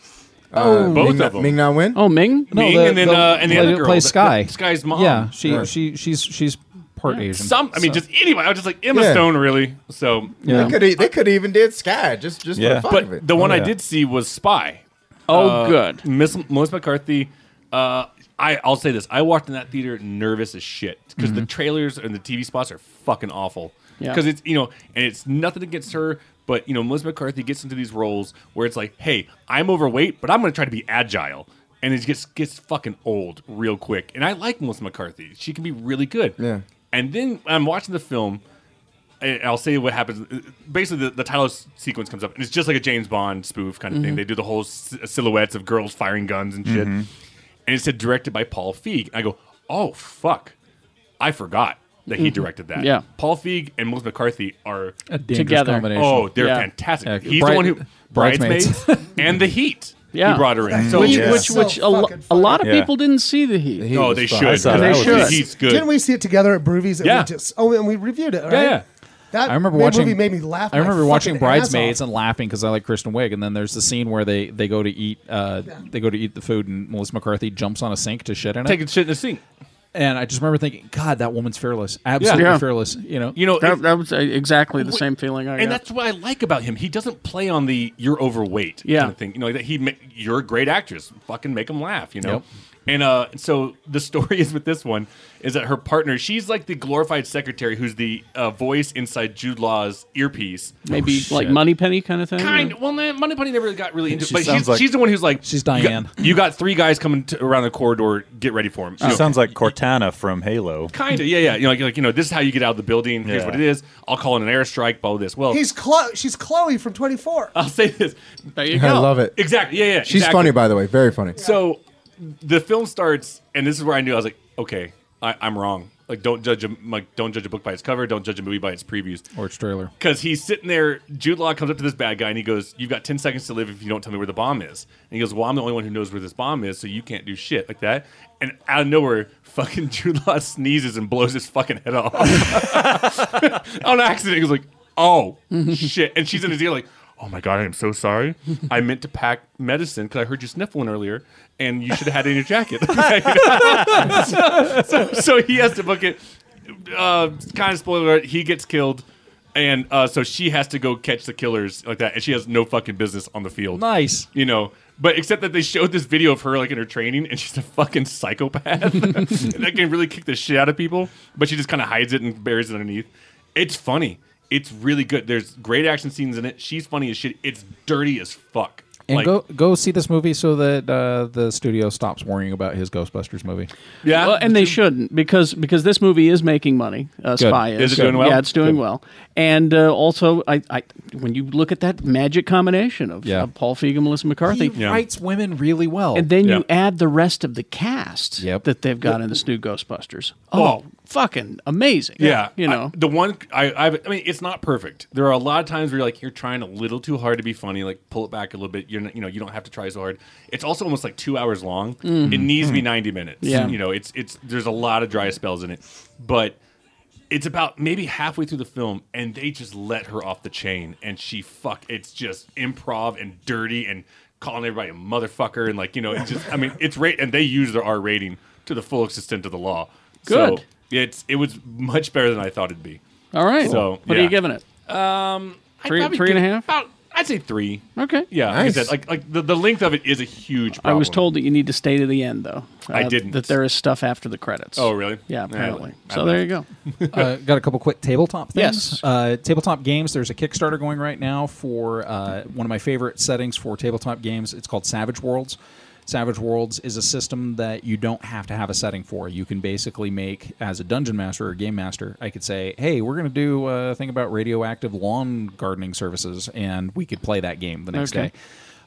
Speaker 7: Oh.
Speaker 6: both
Speaker 7: Ming-
Speaker 6: of them.
Speaker 7: Ming
Speaker 8: Na Wen.
Speaker 2: Oh, Ming.
Speaker 7: No,
Speaker 6: Ming
Speaker 7: the-
Speaker 6: and then
Speaker 7: the
Speaker 6: uh, and the
Speaker 7: lady
Speaker 6: other
Speaker 7: that
Speaker 6: girl
Speaker 7: plays
Speaker 6: that-
Speaker 7: Sky.
Speaker 6: that- Sky's mom.
Speaker 7: Yeah, she she she's she's part Asian.
Speaker 6: Some, I mean,
Speaker 7: so-
Speaker 6: just anyway. I was just like Emma
Speaker 7: Yeah.
Speaker 6: Stone, really. So
Speaker 7: Yeah.
Speaker 8: They could e- they could even did Sky just just for the fun
Speaker 6: but
Speaker 8: of it.
Speaker 6: the one
Speaker 8: Oh,
Speaker 6: I
Speaker 8: yeah.
Speaker 6: did see was Spy.
Speaker 2: Oh,
Speaker 6: Uh,
Speaker 2: good.
Speaker 6: Miss Melissa McCarthy. Uh, I I'll say this. I walked in that theater nervous as shit because the trailers and the TV spots are fucking awful.
Speaker 2: Mm-hmm. Yeah.
Speaker 6: Because it's you know, and it's nothing against her, but you know, Melissa McCarthy gets into these roles where it's like, hey, I'm overweight, but I'm going to try to be agile. And it gets gets fucking old real quick. And I like Melissa McCarthy; she can be really good.
Speaker 8: Yeah.
Speaker 6: And then I'm watching the film, and I'll say what happens. Basically, the, the title s- sequence comes up, and it's just like a James Bond spoof kind of thing.
Speaker 8: Mhm.
Speaker 6: They do the whole s- silhouettes of girls firing guns and shit.
Speaker 8: Mhm.
Speaker 6: And it said directed by Paul Feig. I go, oh fuck, I forgot that he
Speaker 2: Mhm.
Speaker 6: directed that.
Speaker 2: Yeah.
Speaker 6: Paul Feig and Melissa McCarthy are
Speaker 7: A dangerous
Speaker 2: Together. combination.
Speaker 6: Oh, they're
Speaker 2: Yeah.
Speaker 6: fantastic.
Speaker 7: Yeah,
Speaker 6: He's
Speaker 7: Bright-
Speaker 6: the one who
Speaker 7: Bridesmaids.
Speaker 6: bridesmaids and the Heat.
Speaker 2: Yeah.
Speaker 6: he brought her in.
Speaker 2: which, which, which a, lo- a lot of
Speaker 6: Yeah.
Speaker 2: people didn't see the Heat.
Speaker 6: Heat Oh, was they fun. should. I saw
Speaker 2: And
Speaker 6: that.
Speaker 2: they
Speaker 6: That was
Speaker 2: should.
Speaker 6: good. Heat's good.
Speaker 5: Didn't we see it together at Broovies? And
Speaker 6: Yeah.
Speaker 5: We just, oh, and we reviewed it. Right?
Speaker 6: yeah.
Speaker 5: That
Speaker 7: I remember
Speaker 5: ma-
Speaker 7: watching.
Speaker 5: Movie made me laugh.
Speaker 7: I
Speaker 5: my
Speaker 7: remember watching
Speaker 5: fucking ass
Speaker 7: Bridesmaids
Speaker 5: off.
Speaker 7: and laughing because I like Kristen Wiig. And then there's the scene where they they go to eat. Uh, they go to eat the food, and Melissa McCarthy jumps on a sink to shit in it.
Speaker 6: Taking shit in the sink.
Speaker 7: And I just remember thinking, God, that woman's fearless. Absolutely
Speaker 2: Yeah.
Speaker 7: fearless. You know.
Speaker 6: You know,
Speaker 2: that,
Speaker 6: it-
Speaker 2: that was uh, exactly the same feeling I got.
Speaker 6: and that's what I like about him. He doesn't play on the "you're overweight"
Speaker 2: Yeah.
Speaker 6: kind of thing. You know, that he ma- you're a great actress. Fucking make him laugh. You know.
Speaker 2: Yep.
Speaker 6: And uh, so the story is with this one is that her partner, she's like the glorified secretary who's the uh, voice inside Jude Law's earpiece.
Speaker 2: Maybe like Money Penny kind of thing.
Speaker 6: Oh, Kind well, Money Penny never got really into.
Speaker 2: She
Speaker 6: but
Speaker 2: sounds
Speaker 6: she's,
Speaker 2: like-
Speaker 6: she's the one who's like
Speaker 7: she's
Speaker 6: Diane. You got, you got three guys coming to, around the corridor. Get ready for him.
Speaker 3: She sounds like Cortana from Halo.
Speaker 6: kind of yeah, yeah. You know, like, like, you know, this is how you get out of the building. Here's
Speaker 3: Yeah.
Speaker 6: what it is. I'll call in an airstrike. Blow this. Well,
Speaker 5: He's Chlo- she's Chloe from 24.
Speaker 6: I'll say this. There
Speaker 8: you I go. love it.
Speaker 6: Exactly. Yeah, yeah.
Speaker 8: She's
Speaker 6: exactly.
Speaker 8: funny by the way, very funny.
Speaker 6: So the film starts, and this is where I knew I was like, okay, I, I'm wrong. Like, don't judge a like, don't judge a book by its cover. Don't judge a movie by its previews.
Speaker 7: Or its trailer.
Speaker 6: Because he's sitting there. Jude Law comes up to this bad guy, and he goes, "You've got ten seconds to live if you don't tell me where the bomb is." And he goes, "Well, I'm the only one who knows where this bomb is, so you can't do shit like that." And out of nowhere, fucking Jude Law sneezes and blows his fucking head off on accident. He was like, "Oh shit!" And she's in his ear like. Oh my god! I am so sorry. I meant to pack medicine because I heard you sniff one earlier, and you should have had it in your jacket. so, so- so he has to book it. Uh, kind of spoiler alert, he gets killed. And uh, so she has to go catch the killers like that. And she has no fucking business on the field.
Speaker 7: Nice.
Speaker 6: You know, but except that they showed this video of her like in her training and she's a fucking psychopath that can really kick the shit out of people. But she just kind of hides it and buries it underneath. It's funny. It's really good. There's great action scenes in it. She's funny as shit. It's dirty as fuck.
Speaker 7: And go go see this movie so that uh, the studio stops worrying about his Ghostbusters movie.
Speaker 6: Yeah,
Speaker 2: well, and they shouldn't because because this movie is making money. Uh,
Speaker 7: Good.
Speaker 2: Spy is.
Speaker 7: Is it doing well?
Speaker 2: Yeah, it's doing
Speaker 7: Good.
Speaker 2: well. And uh, also, I, I when you look at that magic combination of,
Speaker 7: Yeah.
Speaker 2: of Paul Feig and Melissa McCarthy,
Speaker 7: He writes women really well.
Speaker 2: and then you add the rest of the cast
Speaker 7: Yep.
Speaker 2: that they've got in this new Ghostbusters. Oh,
Speaker 6: Well-
Speaker 2: fucking amazing!
Speaker 6: Yeah,
Speaker 2: you know.
Speaker 6: I- the one I I've, I mean, it's not perfect. There are a lot of times where you're like you're trying a little too hard to be funny. Like pull it back a little bit. You're not, you know you don't have to try so hard. It's also almost like two hours long.
Speaker 2: Mm.
Speaker 6: It needs to be
Speaker 2: Mm.
Speaker 6: ninety minutes.
Speaker 2: Yeah.
Speaker 6: you know it's it's there's a lot of dry spells in it, but it's about maybe halfway through the film and they just let her off the chain and she fuck. It's just improv and dirty and calling everybody a motherfucker and like you know it's just I mean it's rate and they use their R rating to the full extent of the law. So,
Speaker 2: Good.
Speaker 6: it's it was much better than I thought it'd be.
Speaker 2: All right.
Speaker 6: So
Speaker 2: what are you
Speaker 6: yeah.
Speaker 2: giving it?
Speaker 6: Um,
Speaker 2: Three-
Speaker 6: I'd probably
Speaker 2: three and a
Speaker 6: give it
Speaker 2: half?
Speaker 6: About I'd say three.
Speaker 2: Okay.
Speaker 6: Yeah, like I
Speaker 2: Nice.
Speaker 6: said, like like the, the length of it is a huge
Speaker 2: I
Speaker 6: problem.
Speaker 2: was told that you need to stay to the end, though. uh,
Speaker 6: I didn't.
Speaker 2: That there is stuff after the credits.
Speaker 6: Oh, really?
Speaker 2: Yeah,
Speaker 6: I
Speaker 2: apparently.
Speaker 6: left. I
Speaker 2: so there you go.
Speaker 6: left.
Speaker 7: uh, got a couple quick tabletop things.
Speaker 2: Yes.
Speaker 7: Uh, tabletop games. There's a Kickstarter going right now for uh, one of my favorite settings for tabletop games. It's called Savage Worlds. Savage Worlds is a system that you don't have to have a setting for. You can basically make, as a dungeon master or game master, I could say, hey, we're going to do a thing about radioactive lawn gardening services, and we could play that game the next
Speaker 2: Okay.
Speaker 7: day.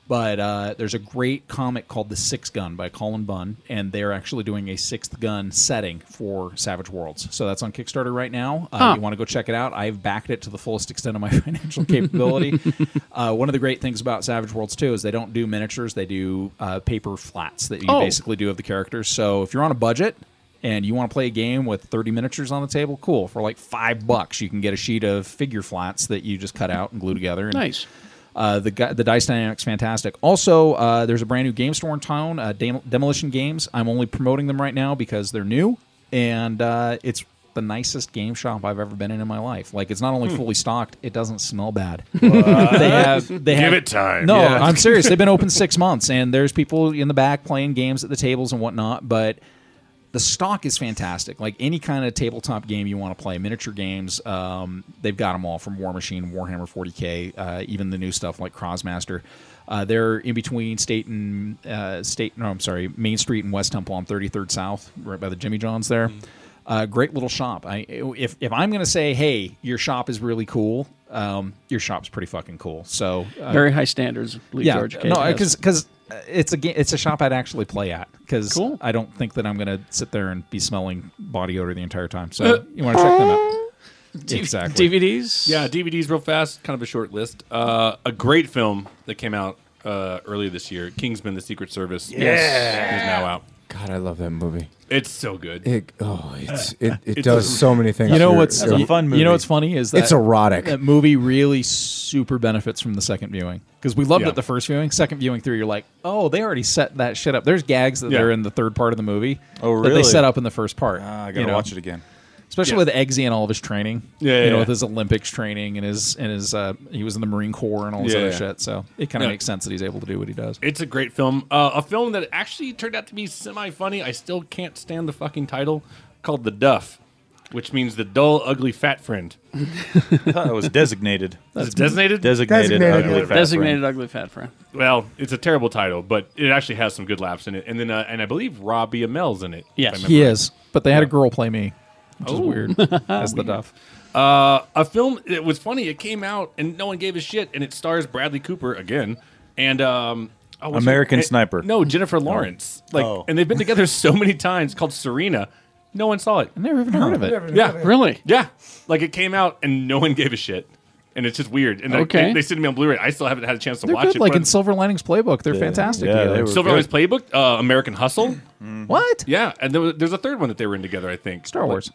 Speaker 7: But uh, there's a great comic called The Six Gun by Colin Bunn, and they're actually doing a sixth gun setting for Savage Worlds. So that's on Kickstarter right now. Uh,
Speaker 2: Huh.
Speaker 7: You want to go check it out? I've backed it to the fullest extent of my financial capability. uh, one of the great things about Savage Worlds, too, is they don't do miniatures, they do uh, paper flats that you
Speaker 2: Oh.
Speaker 7: basically do of the characters. So if you're on a budget, and you want to play a game with 30 miniatures on the table? Cool. For like five bucks, you can get a sheet of figure flats that you just cut out and glue together. And
Speaker 2: Nice.
Speaker 7: uh, the gu- the dice dynamics fantastic. Also, uh, there's a brand new game store in town, uh, Dam- Demolition Games. I'm only promoting them right now because they're new, and uh, it's the nicest game shop I've ever been in in my life. Like it's not only
Speaker 14: Hmm.
Speaker 7: fully stocked, it doesn't smell bad. they have they
Speaker 14: Give
Speaker 7: have,
Speaker 14: it time.
Speaker 7: No,
Speaker 14: Yeah.
Speaker 7: I'm serious. They've been open six months, and there's people in the back playing games at the tables and whatnot, but the stock is fantastic. Like any kind of tabletop game you want to play, miniature games, um, they've got them all from War Machine, Warhammer 40k, uh, even the new stuff like Crossmaster. Uh, they're in between State and uh, State. No, I'm sorry, Main Street and West Temple on 33rd South, right by the Jimmy John's there.
Speaker 14: Mm-hmm.
Speaker 7: Uh, great little shop. I if if I'm gonna say, hey, your shop is really cool. Um, your shop's pretty fucking cool. So uh,
Speaker 2: Very high standards, Lee
Speaker 7: yeah,
Speaker 2: George K.
Speaker 7: no,
Speaker 2: has.
Speaker 7: because because it's a game, it's a shop I'd actually play at because I don't think that I'm gonna sit there and be smelling body odor the entire time. So
Speaker 6: Uh.
Speaker 7: you want to check them out.
Speaker 6: D-
Speaker 7: exactly.
Speaker 2: DVDs?
Speaker 6: Yeah, DVDs real fast, kind of a short list. Uh, a great film that came out uh, earlier this year, Kingsman: The Secret Service.
Speaker 8: Yes.
Speaker 6: is now out.
Speaker 8: God, I love that movie.
Speaker 6: It's so good.
Speaker 8: It, oh, it's it, it
Speaker 6: It's
Speaker 8: does
Speaker 6: a-
Speaker 8: so many things.
Speaker 7: You know
Speaker 8: You're-
Speaker 7: what's
Speaker 8: you're-
Speaker 7: You know what's funny is that
Speaker 8: it's erotic.
Speaker 7: That movie really super benefits from the second viewing because we loved
Speaker 6: Yeah.
Speaker 7: it the first viewing. Second viewing through, you're like, oh, they already set that shit up. There's gags that
Speaker 6: Yeah.
Speaker 7: are in the third part of the movie.
Speaker 6: Oh,
Speaker 7: That they
Speaker 6: really? Ah,
Speaker 7: set up in the first part. Ah, I
Speaker 6: gotta watch it again.
Speaker 7: Especially
Speaker 6: Yeah.
Speaker 7: with Eggsy and all of his training.
Speaker 6: Yeah,
Speaker 7: you
Speaker 6: yeah,
Speaker 7: know,
Speaker 6: yeah.
Speaker 7: with his Olympics training and his and his uh, he was in the Marine Corps and all this
Speaker 6: Yeah,
Speaker 7: other
Speaker 6: yeah.
Speaker 7: shit. So it kind of
Speaker 6: Yeah.
Speaker 7: makes sense that he's able to do what he does.
Speaker 6: It's a great film. Uh, a film that actually turned out to be semi funny. I still can't stand the fucking title called The Duff, which means the dull, ugly, fat friend. I
Speaker 3: thought it was designated.
Speaker 6: Is it designated?
Speaker 3: Designated Designated, ugly yeah. fat friend.
Speaker 2: Designated ugly fat friend.
Speaker 6: Well, it's a terrible title, but it actually has some good laughs in it. And then, uh, and I believe Robbie Amell's in it. if I remember
Speaker 7: he
Speaker 6: right.
Speaker 7: is. But they had a girl play me, which is
Speaker 6: Oh.
Speaker 7: weird. That's the duff.
Speaker 6: Uh, a film. It was funny. It came out and no one gave a shit. And it stars Bradley Cooper again and um, oh, what's her-
Speaker 3: American
Speaker 6: eh,
Speaker 3: Sniper.
Speaker 6: No, Jennifer Lawrence. Like,
Speaker 3: Oh.
Speaker 6: and they've been together so many times. It's Called Serena. No one saw it. I
Speaker 7: never even heard of it. Never
Speaker 6: yeah,
Speaker 7: heard of it.
Speaker 2: really.
Speaker 6: Yeah, like it came out and no one gave a shit. And it's just weird. And like,
Speaker 7: Okay.
Speaker 6: they, they sent me on Blu-ray. I still haven't had a chance to
Speaker 7: They're
Speaker 6: watch
Speaker 7: good.
Speaker 6: it.
Speaker 7: like
Speaker 6: but-
Speaker 7: in Silver Linings Playbook, they're fantastic. together.
Speaker 6: Silver Linings Playbook, uh, American Hustle.
Speaker 7: What?
Speaker 6: Yeah, and there was, there's a third one that they were in together. I think
Speaker 7: Star Wars.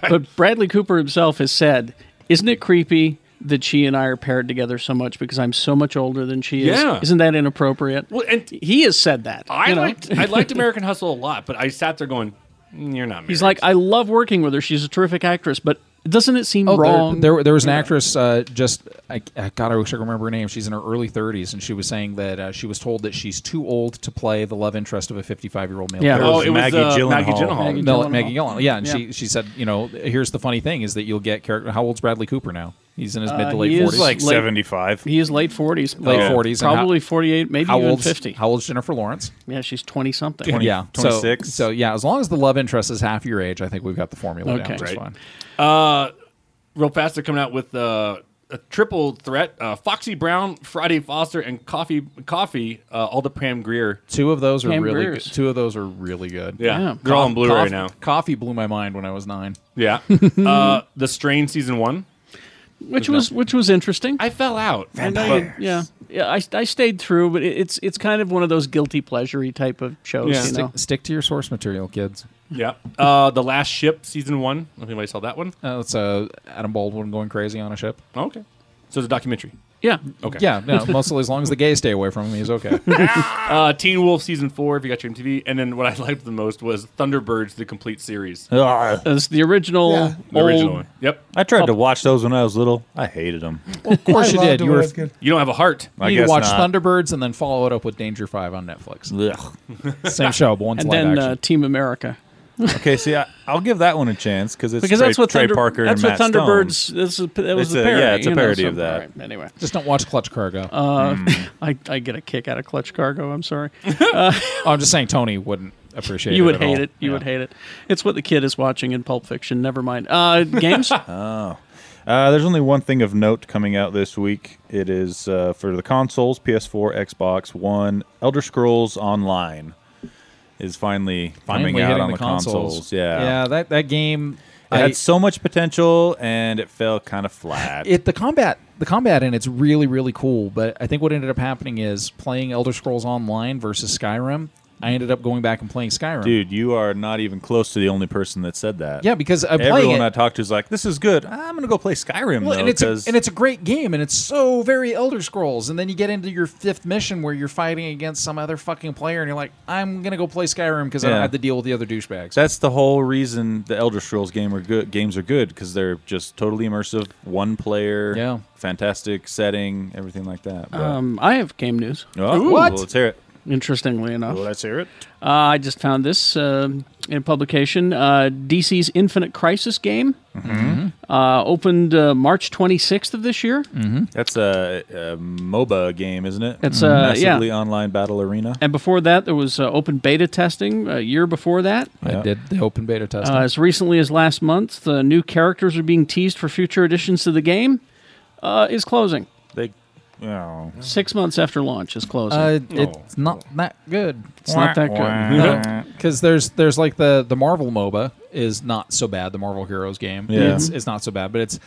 Speaker 2: but Bradley Cooper himself has said, "Isn't it creepy that she and I are paired together so much because I'm so much older than she is?
Speaker 6: Yeah.
Speaker 2: Isn't that inappropriate?"
Speaker 6: Well, and
Speaker 2: he has said that.
Speaker 6: I
Speaker 2: you know?
Speaker 6: liked I liked American Hustle a lot, but I sat there going, "Mm, "You're not." Married.
Speaker 2: He's like, "I love working with her. She's a terrific actress, but doesn't it seem
Speaker 7: Oh, there-
Speaker 2: wrong?"
Speaker 7: There, there, was an actress. Uh, just I, I, God, I wish I could remember her name. She's in her early 30s, and she was saying that uh, she was told that she's too old to play the love interest of a 55 year old male.
Speaker 2: Yeah.
Speaker 7: character.
Speaker 2: Oh, it was, Maggie uh, Gyllenhaal. Maggie Gyllenhaal. Maggie
Speaker 7: Mel-
Speaker 2: Gyllenhaal.
Speaker 7: Maggie Gyllenhaal. Yeah, and
Speaker 2: Yeah.
Speaker 7: she she said, you know, here's the funny thing is that you'll get character. How old's Bradley Cooper now? He's in his mid
Speaker 2: Uh, he
Speaker 7: to late
Speaker 2: is
Speaker 7: 40s.
Speaker 2: Like late- 75. He is late 40s.
Speaker 7: Late
Speaker 2: Yeah.
Speaker 7: 40s. and
Speaker 2: Probably 48, maybe
Speaker 7: how
Speaker 2: even
Speaker 7: old's-
Speaker 2: 50.
Speaker 7: How old's Jennifer Lawrence?
Speaker 2: yeah, she's twenty something.
Speaker 7: yeah, so- So, yeah, as long as the love interest is half your age, I think we've got the formula down
Speaker 6: Okay.
Speaker 7: just
Speaker 6: Right.
Speaker 7: fine.
Speaker 6: Uh, real fast, they're coming out with uh, a triple threat: uh, Foxy Brown, Friday Foster, and Coffee Coffee. Uh, all the Pam Greer.
Speaker 7: Two of those are
Speaker 6: Pam
Speaker 7: really
Speaker 6: Greer's.
Speaker 7: good. Two of those are really good.
Speaker 6: Yeah. Yeah. They're all on Blu-ray
Speaker 7: coffee,
Speaker 6: now.
Speaker 7: Coffee blew my mind when I was nine.
Speaker 6: Yeah. uh, the Strain season one.
Speaker 2: which was which was interesting.
Speaker 6: I fell out.
Speaker 2: And I-
Speaker 6: Vampires.
Speaker 2: yeah, yeah. I, I stayed through, but it, it's it's kind of one of those guilty pleasure type of shows. You
Speaker 7: Stick,
Speaker 2: know,
Speaker 7: stick to your source material, kids.
Speaker 6: Yeah. Uh, the Last Ship season one. I don't think anybody saw that one.
Speaker 7: Uh, it's uh, Adam Baldwin going crazy on a ship.
Speaker 6: Okay. So it's a documentary.
Speaker 2: Yeah.
Speaker 6: Okay.
Speaker 7: Yeah, no, mostly as long as the gays stay away from him, he's okay.
Speaker 6: uh, Teen Wolf season four, if you got your MTV, and then what I liked the most was Thunderbirds, the complete series.
Speaker 2: It's Uh, the original,
Speaker 6: Yeah. The original one. Yep.
Speaker 3: Ah. I tried to watch those when I was little. I hated them.
Speaker 7: of course you did. You were
Speaker 6: You don't have a heart.
Speaker 3: I
Speaker 7: you need to
Speaker 3: guess
Speaker 7: watch
Speaker 3: not.
Speaker 7: Thunderbirds and then follow it up with Danger Five on Netflix. Same show, but one's
Speaker 2: and
Speaker 7: live
Speaker 2: then
Speaker 7: action.
Speaker 2: Uh, Team America.
Speaker 3: okay, see, I, I'll give that one a chance because it's
Speaker 2: because
Speaker 3: Trey,
Speaker 2: that's what
Speaker 3: Trey
Speaker 2: Thunder-
Speaker 3: Parker
Speaker 2: That's
Speaker 3: and
Speaker 2: what
Speaker 3: Matt Stone.
Speaker 2: Thunderbirds. This is, that was
Speaker 3: It's
Speaker 2: a
Speaker 3: a-
Speaker 2: parody.
Speaker 3: yeah, it's a
Speaker 2: you know,
Speaker 3: parody of
Speaker 2: so-
Speaker 3: that.
Speaker 2: all right, anyway,
Speaker 7: Just don't watch Clutch Cargo.
Speaker 2: uh, I, I get a kick out of Clutch Cargo. I'm sorry. Uh,
Speaker 7: I'm just saying Tony wouldn't appreciate it.
Speaker 2: you would
Speaker 7: at
Speaker 2: hate
Speaker 7: all.
Speaker 2: it. You would hate it. It's what the kid is watching in Pulp Fiction. Never mind. Uh, games.
Speaker 3: oh. Uh, there's only one thing of note coming out this week. It is uh, for the consoles, PS4, Xbox One. Elder Scrolls Online is finally,
Speaker 7: Finally
Speaker 3: coming out
Speaker 7: hitting
Speaker 3: on
Speaker 7: the
Speaker 3: the, consoles.
Speaker 7: consoles.
Speaker 3: Yeah,
Speaker 7: Yeah, that that game.
Speaker 3: It had so much potential, and it fell kind of flat.
Speaker 7: it the combat the combat in it's really really cool but i think what ended up happening is playing elder scrolls online versus skyrim i ended up going back and playing skyrim
Speaker 3: Dude, you are not even close to the only person that said that.
Speaker 7: Yeah, because I'm playing
Speaker 3: everyone
Speaker 7: it-
Speaker 3: I talked to is like, "This is good. I'm gonna go play Skyrim
Speaker 7: Well,
Speaker 3: though."
Speaker 7: and it's a,
Speaker 3: 'cause-
Speaker 7: and it's a great game, and it's so very Elder Scrolls. And then you get into your fifth mission where you're fighting against some other fucking player, and you're like, "I'm gonna go play Skyrim because I don't
Speaker 3: Yeah.
Speaker 7: have to deal with the other douchebags."
Speaker 3: That's the whole reason the Elder Scrolls game are good. Games are good because they're just totally immersive, one player,
Speaker 2: Yeah.
Speaker 3: fantastic setting, everything like that. But-
Speaker 2: Um, I have game news.
Speaker 3: Oh, Ooh. What? well, let's hear it.
Speaker 2: Interestingly enough,
Speaker 3: let's hear it.
Speaker 2: Uh, I just found this uh, in a publication. Uh, DC's Infinite Crisis game
Speaker 3: Mhm.
Speaker 2: uh, opened uh, March 26th of this year.
Speaker 3: Mm. That's a, a MOBA game, isn't it?
Speaker 2: It's, uh, yeah.
Speaker 3: massively online battle arena.
Speaker 2: And before that, there was uh, open beta testing uh, a year before that.
Speaker 3: Mm-hmm.
Speaker 7: I did the open beta testing.
Speaker 2: Uh, as recently as last month, the new characters are being teased for future additions to the game. Uh, is closing
Speaker 3: They, oh.
Speaker 2: six months after launch is closing.
Speaker 7: Uh, It's not that good.
Speaker 2: It's not that good.
Speaker 7: Because there's there's like the the Marvel MOBA is not so bad. The Marvel Heroes game,
Speaker 3: Yeah.
Speaker 7: it's, it's not so bad, but it's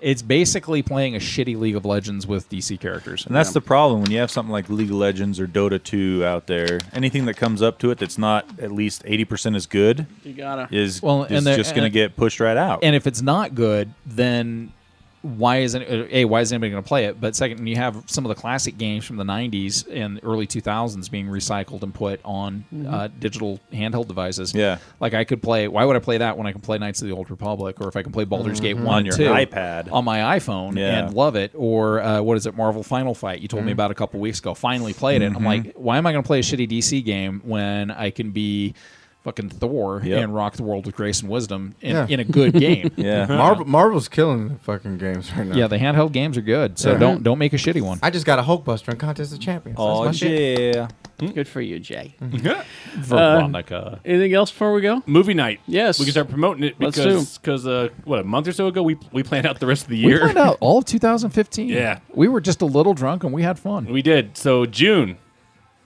Speaker 7: it's basically playing a shitty League of Legends with DC characters.
Speaker 3: And that's the problem when you have something like League of Legends or Dota 2 out there. Anything that comes up to it that's not at least 80% as good
Speaker 2: You gotta-
Speaker 3: is,
Speaker 7: Well,
Speaker 3: is
Speaker 7: and the-
Speaker 3: just going to
Speaker 7: and-
Speaker 3: get pushed right out.
Speaker 7: And if it's not good, then why isn't uh, a why is anybody going to play it? But second, you have some of the classic games from the '90s and early 2000s being recycled and put on uh, digital handheld devices.
Speaker 3: Yeah.
Speaker 7: like I could play. Why would I play that when I can play Knights of the Old Republic, or if I can play Baldur's Gate
Speaker 3: Mhm.
Speaker 7: One and
Speaker 3: On your
Speaker 7: two,
Speaker 3: iPad.
Speaker 7: on my iPhone
Speaker 3: Yeah.
Speaker 7: and love it? Or uh, what is it, Marvel Final Fight? You told me
Speaker 3: Mhm.
Speaker 7: about a couple weeks ago. Finally played it. I'm
Speaker 3: Mhm.
Speaker 7: like, why am I going to play a shitty DC game when I can be fucking Thor
Speaker 3: Yep.
Speaker 7: and rock the world with grace and wisdom in,
Speaker 8: Yeah.
Speaker 7: in a good game.
Speaker 8: Marvel, Marvel's killing the fucking games right now.
Speaker 7: Yeah, the handheld games are good, so
Speaker 8: Yeah.
Speaker 7: don't don't make a shitty one.
Speaker 8: I just got a Hulkbuster in Contest of Champions. That's my shit.
Speaker 3: yeah.
Speaker 2: Good for you, Jay.
Speaker 3: Mm-hmm.
Speaker 6: Veronica.
Speaker 2: anything else before we go?
Speaker 6: Movie night.
Speaker 2: Yes.
Speaker 6: We can start promoting it
Speaker 2: Let's
Speaker 6: because cause, uh, what a month or so ago we we planned out the rest of the
Speaker 7: We
Speaker 6: year.
Speaker 7: planned out all of 2015.
Speaker 6: Yeah.
Speaker 7: we were just a little drunk and we had fun.
Speaker 6: We did. So June,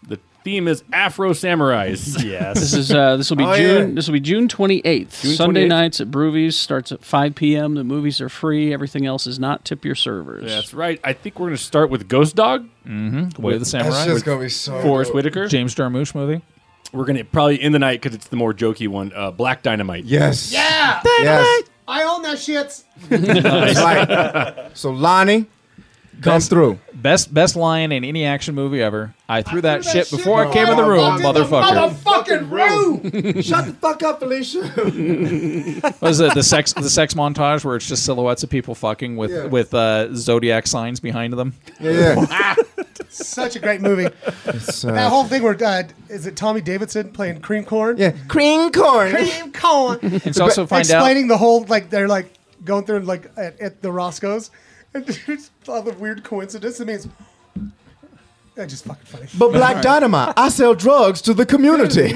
Speaker 6: the theme is Afro Samurais. yes.
Speaker 2: This is uh, this will be
Speaker 6: Oh,
Speaker 2: June.
Speaker 6: yeah.
Speaker 2: This will be June twenty eighth.
Speaker 6: June
Speaker 2: Sunday
Speaker 6: 28th.
Speaker 2: nights at Broovies starts at five p.m. The movies are free. Everything else is not. Tip your servers.
Speaker 6: That's right. I think we're going to start with Ghost Dog.
Speaker 7: Mm-hmm. Way of the Samurai.
Speaker 8: shit's
Speaker 6: With
Speaker 8: gonna be so
Speaker 6: Forrest
Speaker 8: dope.
Speaker 6: Whitaker.
Speaker 7: James Jarmusch movie.
Speaker 6: We're going to probably end the night because it's the more jokey one. Uh, Black Dynamite.
Speaker 8: Yes.
Speaker 5: Yeah.
Speaker 8: Yes.
Speaker 5: I own that shit.
Speaker 8: That's right. So Lonnie, come
Speaker 7: Best-
Speaker 8: through.
Speaker 7: Best best line in any action movie ever. I threw that, shit before I
Speaker 8: No,
Speaker 7: came in the
Speaker 8: I
Speaker 7: room,
Speaker 8: walked in the
Speaker 7: motherfucker.
Speaker 8: Fucking room. Shut the fuck up, Felicia.
Speaker 7: Was it the sex the sex montage where it's just silhouettes of people fucking with
Speaker 5: Yeah.
Speaker 7: with uh, zodiac signs behind them?
Speaker 5: Such a great movie.
Speaker 7: uh,
Speaker 5: that whole thing where uh, is it Tommy Davidson playing cream corn?
Speaker 8: Yeah, cream corn.
Speaker 5: Cream corn.
Speaker 7: It's also find out-
Speaker 5: explaining the whole like they're like going through like at, at the Roscoe's and there's all the weird coincidence. It means that's just fucking funny.
Speaker 8: But Black Dynamite, I sell drugs to the community.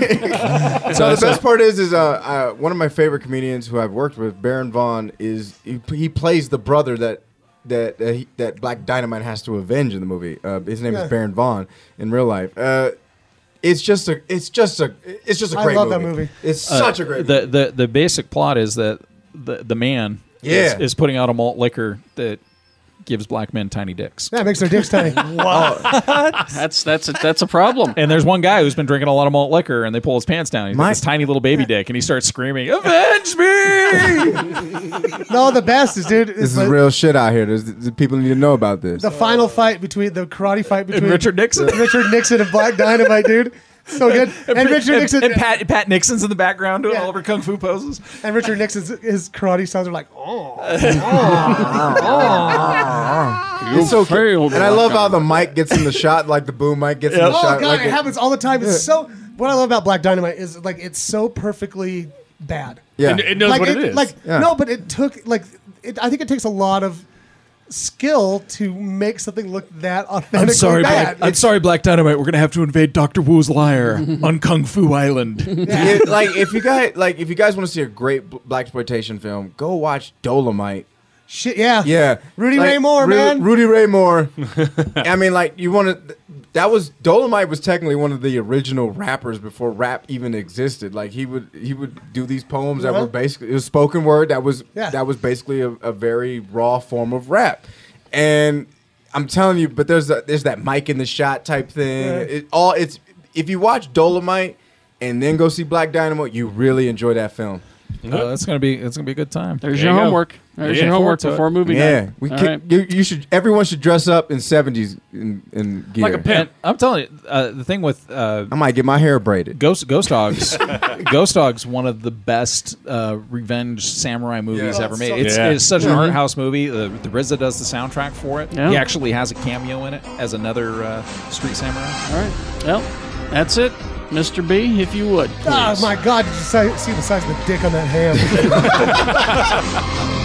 Speaker 8: so the best part is, is uh, uh, one of my favorite comedians who I've worked with, Baron Vaughn, is he, he plays the brother that that that, he, that Black Dynamite has to avenge in the movie. Uh, his name
Speaker 5: Yeah.
Speaker 8: is Baron Vaughn in real life. Uh, it's just a, it's just a, it's just a
Speaker 5: I
Speaker 8: great
Speaker 5: love that
Speaker 8: movie.
Speaker 5: movie.
Speaker 8: It's
Speaker 7: Uh,
Speaker 8: such a great.
Speaker 7: The, the the basic plot is that the the man
Speaker 8: Yeah.
Speaker 7: is, is putting out a malt liquor that gives black men tiny dicks.
Speaker 5: That makes their dicks tiny.
Speaker 2: that's that's a, that's a problem.
Speaker 7: And there's one guy who's been drinking a lot of malt liquor, and they pull his pants down. He's got this tiny little baby dick, and he starts screaming. Avenge
Speaker 5: me! no, the best is, dude.
Speaker 8: This
Speaker 5: Is
Speaker 8: is
Speaker 5: like
Speaker 8: real shit out here. There's, th- people need to know about this.
Speaker 5: the final fight between the karate fight between
Speaker 7: Richard Nixon?
Speaker 5: Richard Nixon and Black Dynamite, dude. So good. And, Richard Nixon
Speaker 7: and Pat Pat Nixon's in the background doing all of her kung fu poses.
Speaker 5: And Richard Nixon's his karate sounds are like, oh,
Speaker 8: it's so failed. And I love how the mic gets in the shot, like the boom mic gets in
Speaker 5: Oh
Speaker 8: the shot.
Speaker 5: god,
Speaker 8: like
Speaker 5: it, happens all the time. It's so. What I love about Black Dynamite is like it's so perfectly bad.
Speaker 8: Yeah. It- it knows
Speaker 5: like,
Speaker 8: what it is.
Speaker 5: Like
Speaker 8: Yeah.
Speaker 5: no, but it took like it, I think it takes a lot of skill to make something look that authentic. bad.
Speaker 7: I'm sorry, Black Dynamite. We're gonna have to invade Doctor Wu's lair on Kung Fu Island.
Speaker 8: If- like if you guys like if you guys want to see a great black exploitation film, go watch Dolomite.
Speaker 5: Shit, yeah,
Speaker 8: yeah.
Speaker 5: Rudy Ray Moore, man.
Speaker 8: Rudy Ray Moore. I mean, like you want to. That was Dolomite was technically one of the original rappers before rap even existed. Like he would he would do these poems that
Speaker 5: Uh-huh.
Speaker 8: were basically it was spoken word that was
Speaker 5: Yeah.
Speaker 8: that was basically a, a very raw form of rap, and I'm telling you, but there's a, there's that mic in the shot type thing.
Speaker 5: Yeah.
Speaker 8: It all it's if you watch Dolomite and then go see Black Dynamo, you really enjoy that film.
Speaker 7: Uh, that's gonna be that's gonna be a good time.
Speaker 2: There's your homework. There's your homework before movie
Speaker 8: Yeah,
Speaker 2: night.
Speaker 8: we
Speaker 2: All
Speaker 8: kick,
Speaker 2: right.
Speaker 8: you, you should. Everyone should dress up in seventies in, in gear.
Speaker 7: And I'm telling you, uh, the thing with uh,
Speaker 8: I might get my hair braided.
Speaker 7: Ghost Ghost Dogs, Ghost Dogs, one of the best uh, revenge samurai movies
Speaker 8: Yeah.
Speaker 7: ever
Speaker 8: Oh,
Speaker 7: made.
Speaker 8: so
Speaker 7: It's,
Speaker 8: good.
Speaker 7: it's such an
Speaker 8: Mhm.
Speaker 7: art house movie. The, the RZA does the soundtrack for it.
Speaker 2: Yeah.
Speaker 7: He actually has a cameo in it as another uh, street samurai.
Speaker 2: All right. Well, that's it, Mr. B. If you would.
Speaker 5: Ah, Oh my god, did you si- see the size of the dick on that ham?
Speaker 2: please.